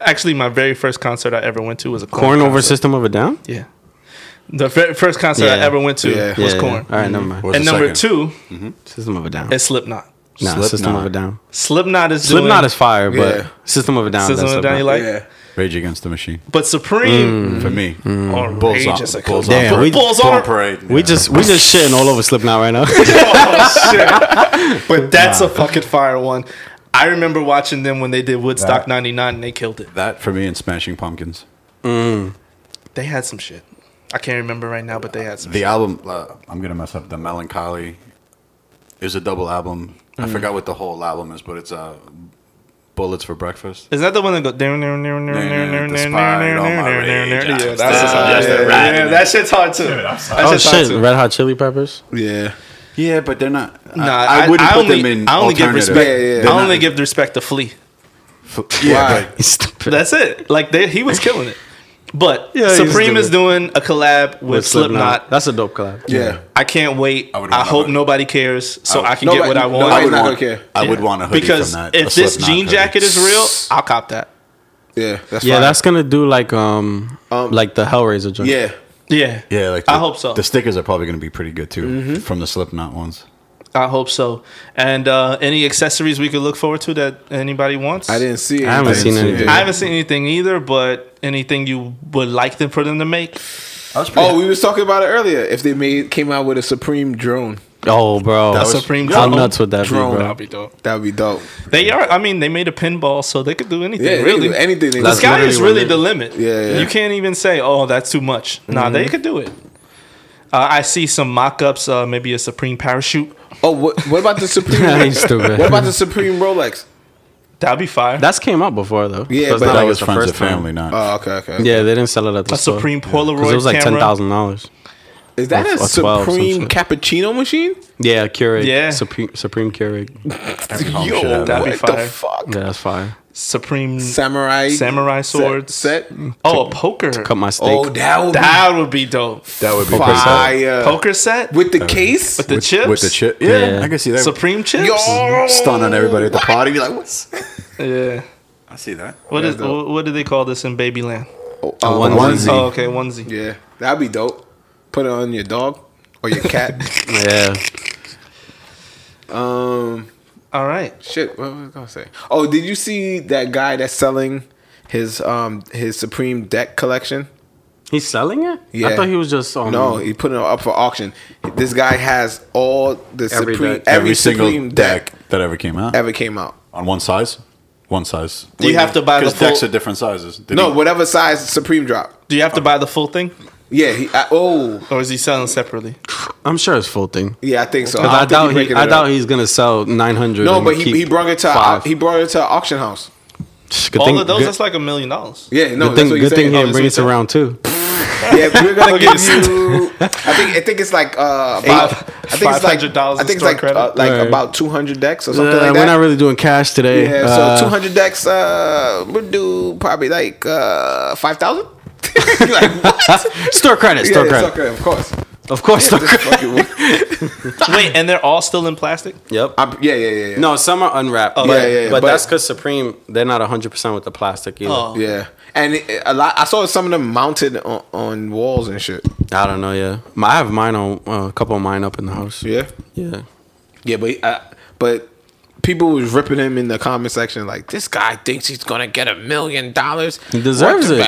Actually, my very first concert I ever went to was a Corn over concert. System of a Down. Yeah, the ver- first concert I Yeah. ever went to Yeah. was Yeah, Corn. All right, never mind. What's And the number second? two System of a Down. is Slipknot. Nah, System Slipknot. of a Down. Slipknot is Slipknot doing- is fire, but Yeah. System of a Down. System that's of a up Down there. you like, Yeah. Rage Against the Machine. but Supreme For me. or Mm, Bulls Mm-hmm. Rage on, is a Bulls Damn, on we- Bulls Bulls on on parade. We just we just shitting all over Slipknot right now. Oh, shit. But that's a fucking fire one. I remember watching them when they did Woodstock That- '99 and they killed it. that for me and Smashing Pumpkins. They had some shit. I can't remember right now, but they had some. The shit. album, uh, I'm gonna mess up. The Melancholy is a double album. Mm. I forgot what the whole album is, but it's uh, Bullets for Breakfast. Is that the one that goes? Despite all my rage, I Yeah, was that's still yeah, just a yeah, rat yeah, in that shit's hard too. That oh shit's hard shit, too. Red Hot Chili Peppers. Yeah. Yeah, but they're not. Nah, I, I wouldn't put only, them in. I only give alternative. respect. Yeah, yeah. They're I only not- give respect to Flea. Yeah, Why? but Stupid. That's it. Like they, he was killing it. But he's Supreme doing is it. doing a collab with, Slipknot. That's a dope collab. Yeah. I can't wait. I, would want hope that. nobody cares, so I, can get nobody- what I want. nobody's I would not want. gonna care. I would Yeah. want a hoodie because from that. a if this Slipknot jean hoodie. jacket is real, I'll cop that. Yeah. That's Yeah, fine. that's gonna do like um, Um, like the Hellraiser joint. yeah. Yeah, yeah, like I the- hope so. Mm-hmm. The stickers are probably gonna be pretty good too from the Slipknot ones. I hope so. And uh, any accessories we could look forward to that anybody wants? I didn't see it. I haven't didn't seen see anything. it. I haven't seen anything either, but anything you would like them for them to make? Oh, we was talking about it earlier. If they made came out with a Supreme drone, Oh, bro. That was- Supreme How drone. nuts would that Drone. be, That'd be bro? dope. that would be dope. They are. I mean, they made a pinball, so they could do anything. Yeah, really, really, anything. They The That's do. sky literally is what really they- the limit. Yeah, yeah. You can't even say, "Oh, that's too much." Nah, they could do it. Uh, I see some mock-ups. Uh, maybe a supreme parachute. Oh, what, what about the Supreme? Yeah, what he's stupid. about the Supreme Rolex? That'd be fire. That's came out before though. Yeah, So it's but that not like That it's was the friends first and family, time. not. Oh, okay, okay. Yeah, they didn't sell it at the a store. supreme 'Cause Polaroid it was like ten camera. thousand dollars. Is that Or- a or 12, some Supreme shit. cappuccino machine? Yeah, Keurig. Yeah. Supreme Supreme Keurig. Yeah, Oh, shit, I Yo, don't that'd know. be what fire. the fuck? that's fire. Supreme Samurai samurai swords. set. Oh, a poker. Cut my steak. Oh, that would That would be dope. that would be pretty cool. fire. Poker set with with the case. the chips. with the chip. Yeah, Yeah. I can see that. Supreme chips. Yo, Stun on everybody at the party. Be like, what's? Yeah. I see that. What is? That's dope. wh- What do they call this in Babyland? uh, onesie. onesie. Oh, okay, onesie. Yeah, that'd be dope. Put it on your dog or your cat. Yeah. um, All right. shit. What was I gonna say? Oh, did you see that guy that's selling his um his Supreme deck collection? He's selling it? Yeah. I thought he was just um, No, he put it up for auction. This guy has all the Every Supreme, deck. every, single Supreme deck, that ever came out ever came out. on one size. One size. Do you have to buy the Because full? decks are different sizes. Did No, he- whatever size Supreme drop. do you have to buy the full thing, Yeah. He, I, oh, or is he selling separately? I'm sure it's full thing. yeah. I think so. Because I, think doubt he, breaking I it doubt up. he's gonna sell nine hundred. No, but he, he brought it to uh, he brought it to an auction house. good All thing, of those, good, that's like a million dollars. Yeah. No, that's good thing, what good he's thing saying. he didn't Oh, bring it that's to what round two. he's saying. Yeah, we're gonna give you. I think I think it's like uh, Five- about, I think it's like $500 I think it's store like credit. uh, like Right. about two hundred decks or Uh, something like that. we're not really doing cash today. Yeah, Uh, so 200 decks, uh, we'll do probably like uh, 5,000. like, what? Store credit, yeah, store yeah, credit. sucker, of course. Of course. they're- Wait, and they're all still in plastic? yep. I'm- yeah, yeah, yeah, yeah. No, some are unwrapped. but, yeah, yeah, but, but- that's because Supreme, they're not 100% with the plastic either. Oh. Yeah, and it, a lot. I saw some of them mounted on, on walls and shit. I don't know, yeah. My- I have mine on, uh, a couple of mine up in the house. Yeah, Yeah. yeah, but I, but people was ripping him in the comment section like this guy thinks he's gonna get a million dollars. He deserves it.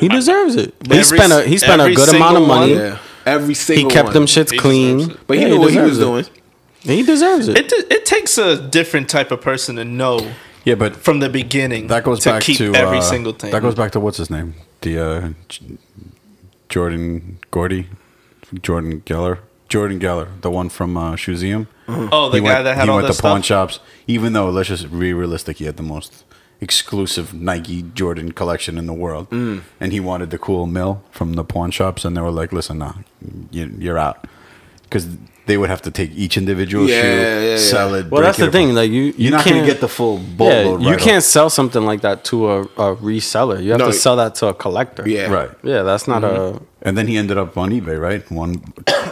He deserves it. he Every spent a s- he spent a every good amount of single money. one. Yeah, every He single. kept one. them shits He clean. deserves it. but he Yeah, knew what he deserves was it. doing. He deserves it. It, t- it takes a different type of person to know Yeah, but from the beginning that goes to back keep to every uh, single thing. That goes back to what's his name? The uh, J- Jordan Gordy, Jordan Geller, Jordan Geller, the one from uh, Shuseum. oh, the he guy went, that had he all went that to pawn stuff. shops. Even though, let's just be realistic, he had the most exclusive Nike Jordan collection in the world, Mm. and he wanted the cool mill from the pawn shops, and they were like, "Listen, nah, you, you're out," because they would have to take each individual Yeah, shoe, yeah, yeah. sell it. Well, break that's it the thing. apart. Like you, you you're not can't gonna get the full bowl yeah. load You right can't sell something like that to a, a reseller. You have No, to you- sell that to a collector. Yeah, off. right. Mm-hmm. Yeah, that's not a. And then he ended up on eBay, right? One,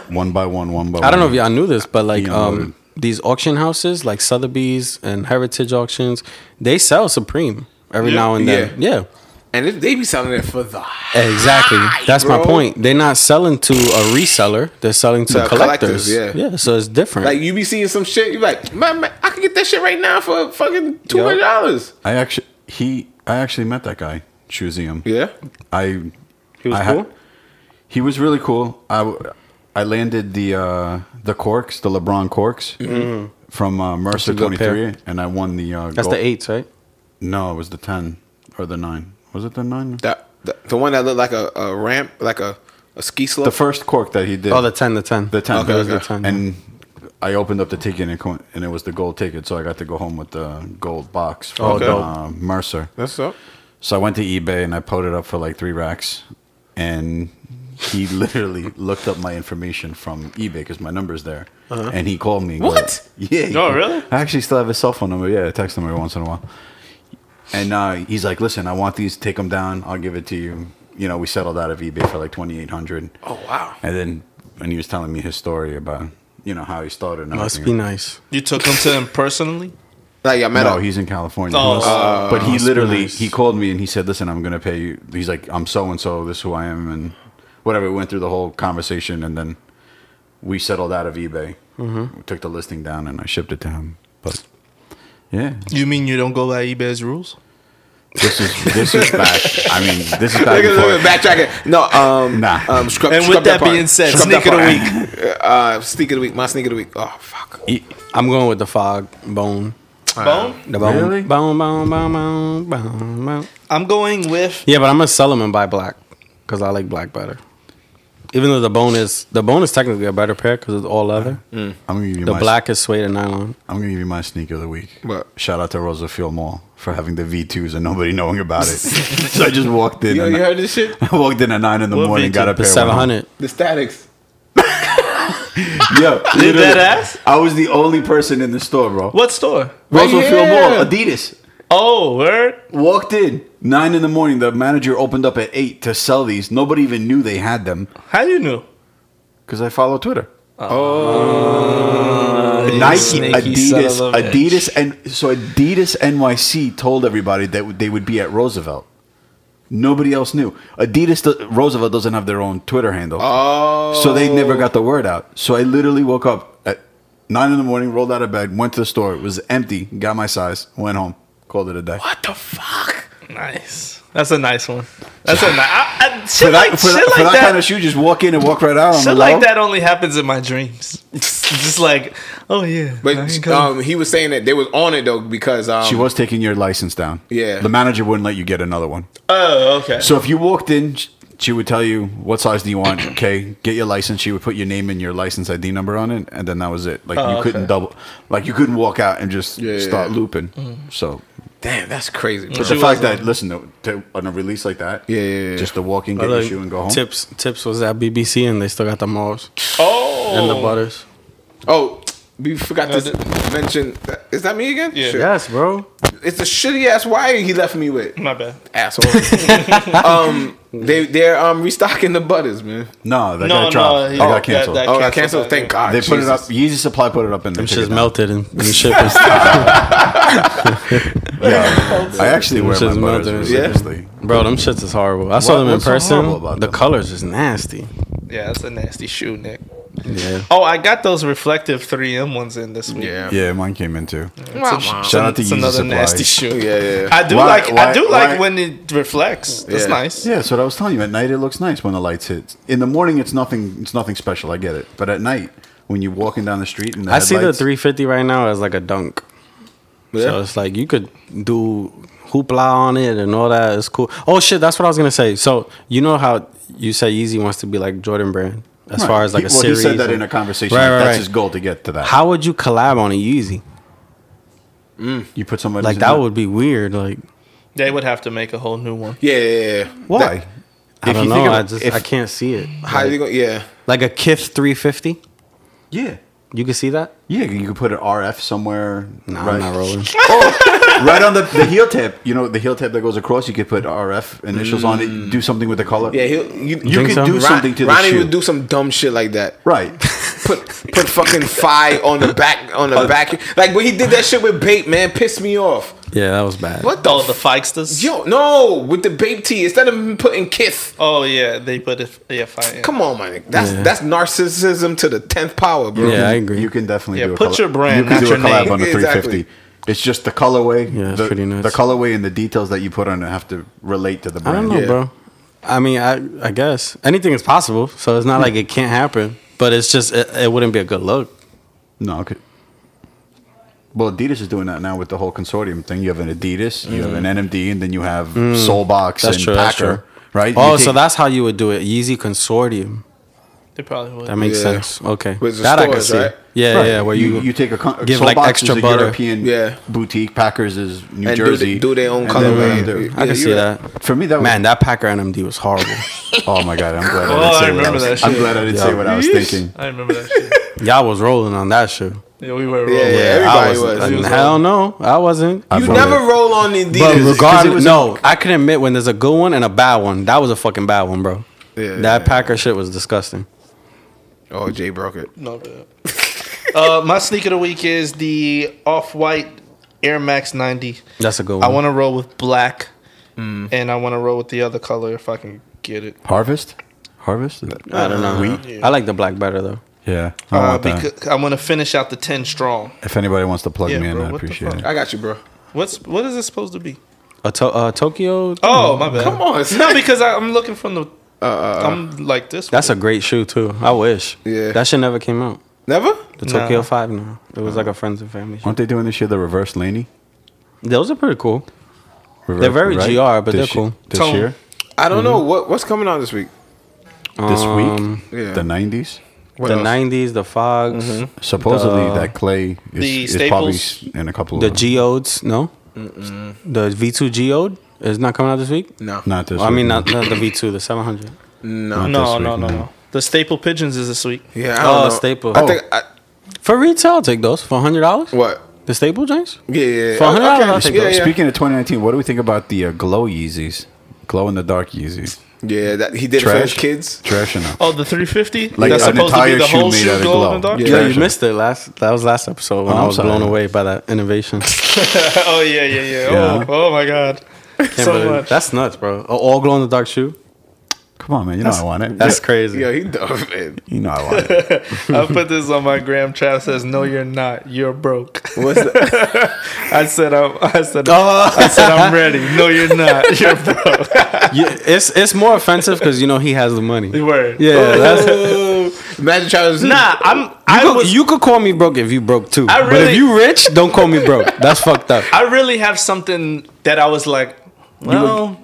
one by one, one by one. I don't know if y'all knew this, but like He um, unloaded. these auction houses, like Sotheby's and Heritage Auctions, they sell Supreme every now and then. Yeah, And they- they be selling it for the exactly. That's my bro. point. They're not selling to a reseller; they're selling to To collectors, collectors. yeah. yeah. So it's different. like you be seeing some shit. You like, man, man, I can get that shit right now for fucking two hundred dollars. I actually, he, I actually met that guy, Shuzium. Yeah, I. He was I ha- cool? he was really cool. I, w- I landed the uh, the corks, the LeBron corks from uh, Mercer Mm-hmm. That's a twenty good pair. three, and I won the. Uh, that's gold- the eights, right? No, it was the ten or the nine. Was it the nine? that the, the one that looked like a, a ramp, like a, a ski slope. The first cork that he did. Oh, the ten, the ten, The ten. Okay, It was the okay. 10, And I opened up the ticket and it, co- and it was the gold ticket, so I got to go home with the gold box from Okay. uh, Mercer. That's up. So I went to eBay and I put it up for like three racks, and he literally looked up my information from eBay because my number's there, and he called me. and goes- Uh-huh. What? yeah. he- Oh, really? I actually still have his cell phone number. Yeah, I text him every once in a while. And uh, he's like, "Listen, I want these. Take them down. I'll give it to you." You know, we settled out of eBay for like twenty eight hundred. Oh wow. And then, and he was telling me his story about you know how he started. And Must be everything. nice. You took him to him personally? Like I met No, up. he's in California. Oh, Uh, but he must be literally nice. he called me and he said, "Listen, I'm gonna pay you." He's like, "I'm so and so. This is who I am," and whatever. We went through the whole conversation, and then we settled out of eBay. Mm-hmm. We took the listing down, and I shipped it to him. But yeah, You mean you don't go by eBay's rules? this is this is back. I mean, this is back Look at- look before. at- backtracking. No, um, Nah. um, scrub, And with scrub that part. being said, Scrub that sneak of the part. uh, sneak of the week. My sneak of the week. Oh fuck. I'm going with the fog bone. Bone? The bone, Really? bone, bone, bone, bone, bone, bone. I'm going with Yeah, but I'm gonna sell them and buy black because I like black better. Even though the bone is the bone is technically a better pair because it's all leather. I'm gonna give you The my, black is suede and nylon. I'm gonna give you my sneaker of the week. What? Shout out to Rosa Field Mall for having the V2s and nobody knowing about it. so I just walked in. Yo, and you heard this shit? I walked in at nine in the What morning, V2? got a The pair. seven went home. hundred. The statics. Yeah, that literally. ass? I was the only person in the store, bro. what store? Russell Right Field here. Mall, Adidas. Oh, word. Walked in nine in the morning. The manager opened up at eight to sell these. Nobody even knew they had them How you know? because I follow Twitter. Oh, you Nike, sneaky Adidas, Uh, son of a bitch. Adidas, and so Adidas NYC told everybody that they would be at Roosevelt. Nobody else knew. Adidas do- Roosevelt doesn't have their own Twitter handle. Oh. So they never got the word out. So I literally woke up at nine in the morning, rolled out of bed, went to the store. It was empty. Got my size, went home, called it a day. What the fuck? Nice. That's a nice one. That's a nice. I, I, shit For that, like, for shit that- for like that that. kind of shoe, just walk in and walk right out. I'm shit like, like that only happens in my dreams. Just like, oh yeah. I ain't But coming. um, he was saying that they was on it though because um, She was taking your license down. Yeah. The manager wouldn't let you get another one. oh, okay. So if you walked in, sh- she would tell you what size do you want. Okay, get your license. She would put your name and your license ID number on it, and then that was it. Like you Oh, couldn't okay. double, like you couldn't walk out and just Yeah, yeah, start yeah. looping. So Damn, that's crazy. But But the She fact wasn't- that listen to, to on a release like that, Yeah, yeah, yeah. just to walk in, get your Like, shoe, and go home. Tips tips was at BBC and they still got the malls oh. and the butters. oh, we forgot No, to mention. Is that me again? Yeah. Shit. Yes, bro. It's a shitty ass wire he left me with. My bad. Asshole. um, they they're um restocking the butters, man. No, that No, got dropped. no, it he- got that- canceled. that- Oh, I canceled canceled. that, Thank yeah. God. they put it Jesus. up. Yeezy Supply put it up and they took Just it down. melted and, and shit was. Yeah. I actually wear Which my is butters melted. Yeah. seriously. Bro, them shits is horrible. I saw What- them in what's so person. horrible about the them? colors is nasty. Yeah, that's a nasty shoe, Nick. Yeah. Oh, I got those reflective 3M ones in this week. Yeah. Yeah, mine came in too. Wow, wow. Shout out to It's Yeezy another Supply. nasty shoe. Yeah, yeah. I do Why- like I why- do why- like when it reflects. That's Yeah. nice. Yeah, so what I was telling you. At night, it looks nice when the lights hit. In the morning, it's nothing. It's nothing special. I get it. But at night, when you're walking down the street and the I see the headlights- 350 right now as like a dunk. So Yeah. it's like you could do hoopla on it and all that. It's cool. Oh shit, that's what I was gonna say. So you know how you said Yeezy wants to be like Jordan Brand as Right. far as like He- a well, series. He said that and- in a conversation. Right, right, That's right. his goal to get to that. How would you collab on a Yeezy? you put somebody Like that would be weird. Like They would have to make a whole new one. Yeah, yeah, yeah. why? I If don't you know. think I of- just if- I can't see it. How you going? Yeah. Like a Kith 350. Yeah. You can see that? Yeah, you could put an RF somewhere. Nah, right, Oh, I'm not rolling. right on the, the heel tip. You know, the heel tip that goes across. You could put RF initials on it. Do something with the color. Yeah, he'll, you, you Mm. Think could so? do Ron- something to the Ronnie shoe. would do some dumb shit like that. right. Put put fucking Fi on the back on the back. Like when he did that shit with Bape, man, pissed me off. Yeah, that was bad. What the Oh, the f- Fikesters. yo? No, with the Bape T instead of him putting Kith. Oh yeah, they put it. Yeah, fine. Yeah. Come on, my nigga. That's Yeah. that's narcissism to the tenth power, bro. Yeah, I agree. You can definitely Yeah, do a put colla- your brand, You can not do a your collab name. on a Exactly. 350. It's just the colorway. Yeah, it's the, pretty nuts. The colorway and the details that you put on it have to relate to the I don't brand. know, Yeah. bro. I mean, I I guess anything is possible, so it's not like it can't happen. But it's just it, it wouldn't be a good look. No, okay. Well, Adidas is doing that now with the whole consortium thing. You have an Adidas, you have an NMD, and then you have Mm. Soulbox That's and true, that's Packer, true. right? Oh, You so take- that's how you would do it. Yeezy consortium. They probably would. That makes Yeah. sense. Okay, With the that I can stores, see. right? Yeah, Right. yeah. Where you you, take a con- give, Soulbox like, extra is a butter. European Yeah. boutique. Packers is New And do Jersey. they- do their own and colorway. then they Yeah. do- I can see you're right. that. For me, that was, Man, that Packer NMD was horrible. Oh my god, I'm glad. Oh, I I, didn't say what remember was- that I'm shit. glad I didn't say what I was thinking. I remember that shit. Y'all was rolling on that shit. Yeah, we were. Yeah, rolling. yeah. I everybody was. I- He was hell no, I wasn't. I You bought never it. roll on the but Adidas. it regardless, was no, I can admit when there's a good one and a bad one. That was a fucking bad one, bro. Yeah, that yeah. Packer shit was disgusting. oh, Jay broke it. No good. uh, my sneak of the week is the off-white Air Max 90. That's a good one. I want to roll with black, Mm. and I want to roll with the other color if I can get it. Harvest, harvest. I don't know. I like the black better though. Yeah, I Uh, want that. because I want to finish out the 10 strong. If anybody wants to plug Yeah, me in, bro, I what the appreciate fuck? it. I got you, bro. What's what is it supposed to be? A to- uh, Tokyo. Oh, my bad. Come on, son. No, because I, I'm looking from the. Uh, uh, Um, uh, I'm like this. That's a one. great shoe too. I wish. Yeah. That shit never came out. never. The Nah. Tokyo Five. No, it was like a friends and family. Shoe. Aren't they doing this year the reverse Laney? Those are pretty cool. Reverse, They're very right? GR, but This they're year- cool. This Tone. year, I don't Mm-hmm. know what what's coming out this week. this Um, week, yeah. the '90s. What the else? '90s, the Fogs, Mm-hmm. Supposedly, The- that clay The is, is probably staples. in a couple. the of Geodes. No, the V2 Geode is not coming out this week. No, Not this. Well, I week, mean, no. not, not the V2, the 700. no. this No, week, no, no, no. no. The staple pigeons is this week. Yeah, I don't Oh, know. staple. I think I, For retail, I'll take those for hundred dollars. what? The staple joints? Yeah, yeah. yeah. For $100, Okay, I'll take yeah, those. yeah. Speaking of 2019, what do we think about the uh, glow Yeezys? Glow in the dark Yeezys. Yeah, that he did it for his Trash kids. Trash or not? Oh, the 350. Like That's an supposed to be entire the shoe whole made shoe out of glow in the glow. dark. Yeah. Yeah, you missed it last. That was last episode when Oh, I I'm was sorry. blown away by that innovation. Oh yeah, yeah, yeah. Oh, Yeah. oh my god. Can't so believe- much. That's nuts, bro. A All glow in the dark shoe. Come on, man. You know I want it. That's crazy. Yo, he dumb man. you know I want it. I put this on my gram. Trav says, "No, you're not. You're broke." What's the, I said, "I'm." I said, "I said I'm ready." No, you're not. You're broke. Yeah, it's it's more offensive because you know he has the money. You were. Yeah, that's, imagine trying to Nah, I'm. you, I could, was. you could call me broke if you broke too. I but if really- you rich, don't call me broke. That's fucked up. I really have something that I was like. Well,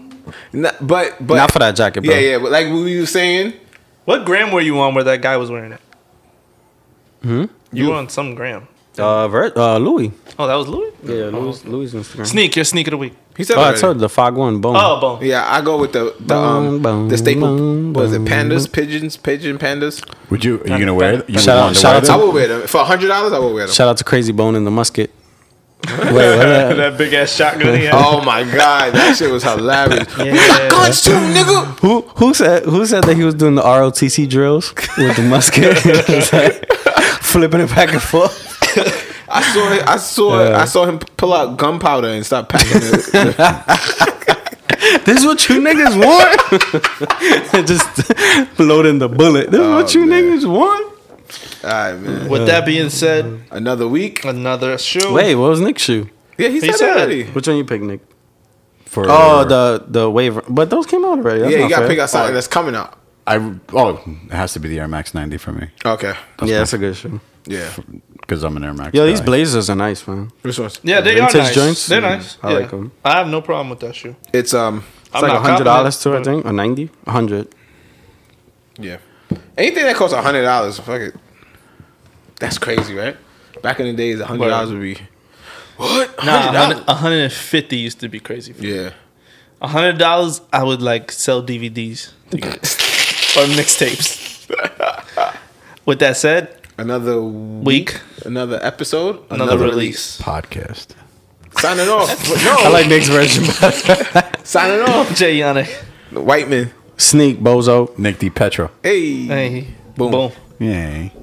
Nah, but but Not for that jacket, bro. Yeah, yeah. But like what you were saying, what gram were you on where that guy was wearing it? Hmm. You were on some gram. Uh, Ver- uh, Louis. Oh, that was Louis. Yeah, Louis. Louis Instagram. Sneak your sneak of the week. he said. Oh, I already. told you, the fog one boom. Oh, boom. Yeah, I go with the the um Boom, the staple. boom, Was it boom, pandas, pigeons, pigeon pandas? Would you? Are you gonna wear it? You Shout would out- want to shout wear out it? to- I will wear them for hundred dollars. I will wear them. Shout out to Crazy Bone and the Musket. that big ass shotgun. He had. Oh my god, that shit was hilarious. We got guns too, nigga. Who who said who said that he was doing the ROTC drills with the musket, flipping it back and forth? I saw, it- I saw, I saw him pull out gunpowder and start packing it. This is what you niggas want. Oh, Just loading the bullet. This is what you niggas want. All right, man. With that being said, Another week. another shoe. Wait, what was Nick's shoe? Yeah, he, said, said it it. already. Which one you picked, Nick? For oh the the waiver, but those came out already. That's yeah, you not got to fair. pick out something that's coming out. I oh, it has to be the Air Max 90 for me Okay. Yeah, that's a good shoe. Yeah. because I'm an Air Max. Yo, these guy. Blazers are nice, man. Which one's? Yeah, they Vintage are nice. joints? They're Mm, nice. I yeah. like 'em. I have no problem with that shoe. It's um. It's I'm like not hundred dollars too, I confident, think, or ninety, hundred. Yeah. Anything that costs a hundred dollars, fuck it. That's crazy, right? Back in the days, a hundred dollars would be what? but- Nah, $100? 100 150 used to be crazy. For me. Yeah. $100, I would like sell DVDs to get. or mixtapes. with that said, Another week, week, another episode, another, release. podcast. Signing off. No, I like Nick's version. signing off. Jay Yannick. The White man. Sneak, bozo. Nick DiPetro. Hey. Hey. Boom. Boom. Yay.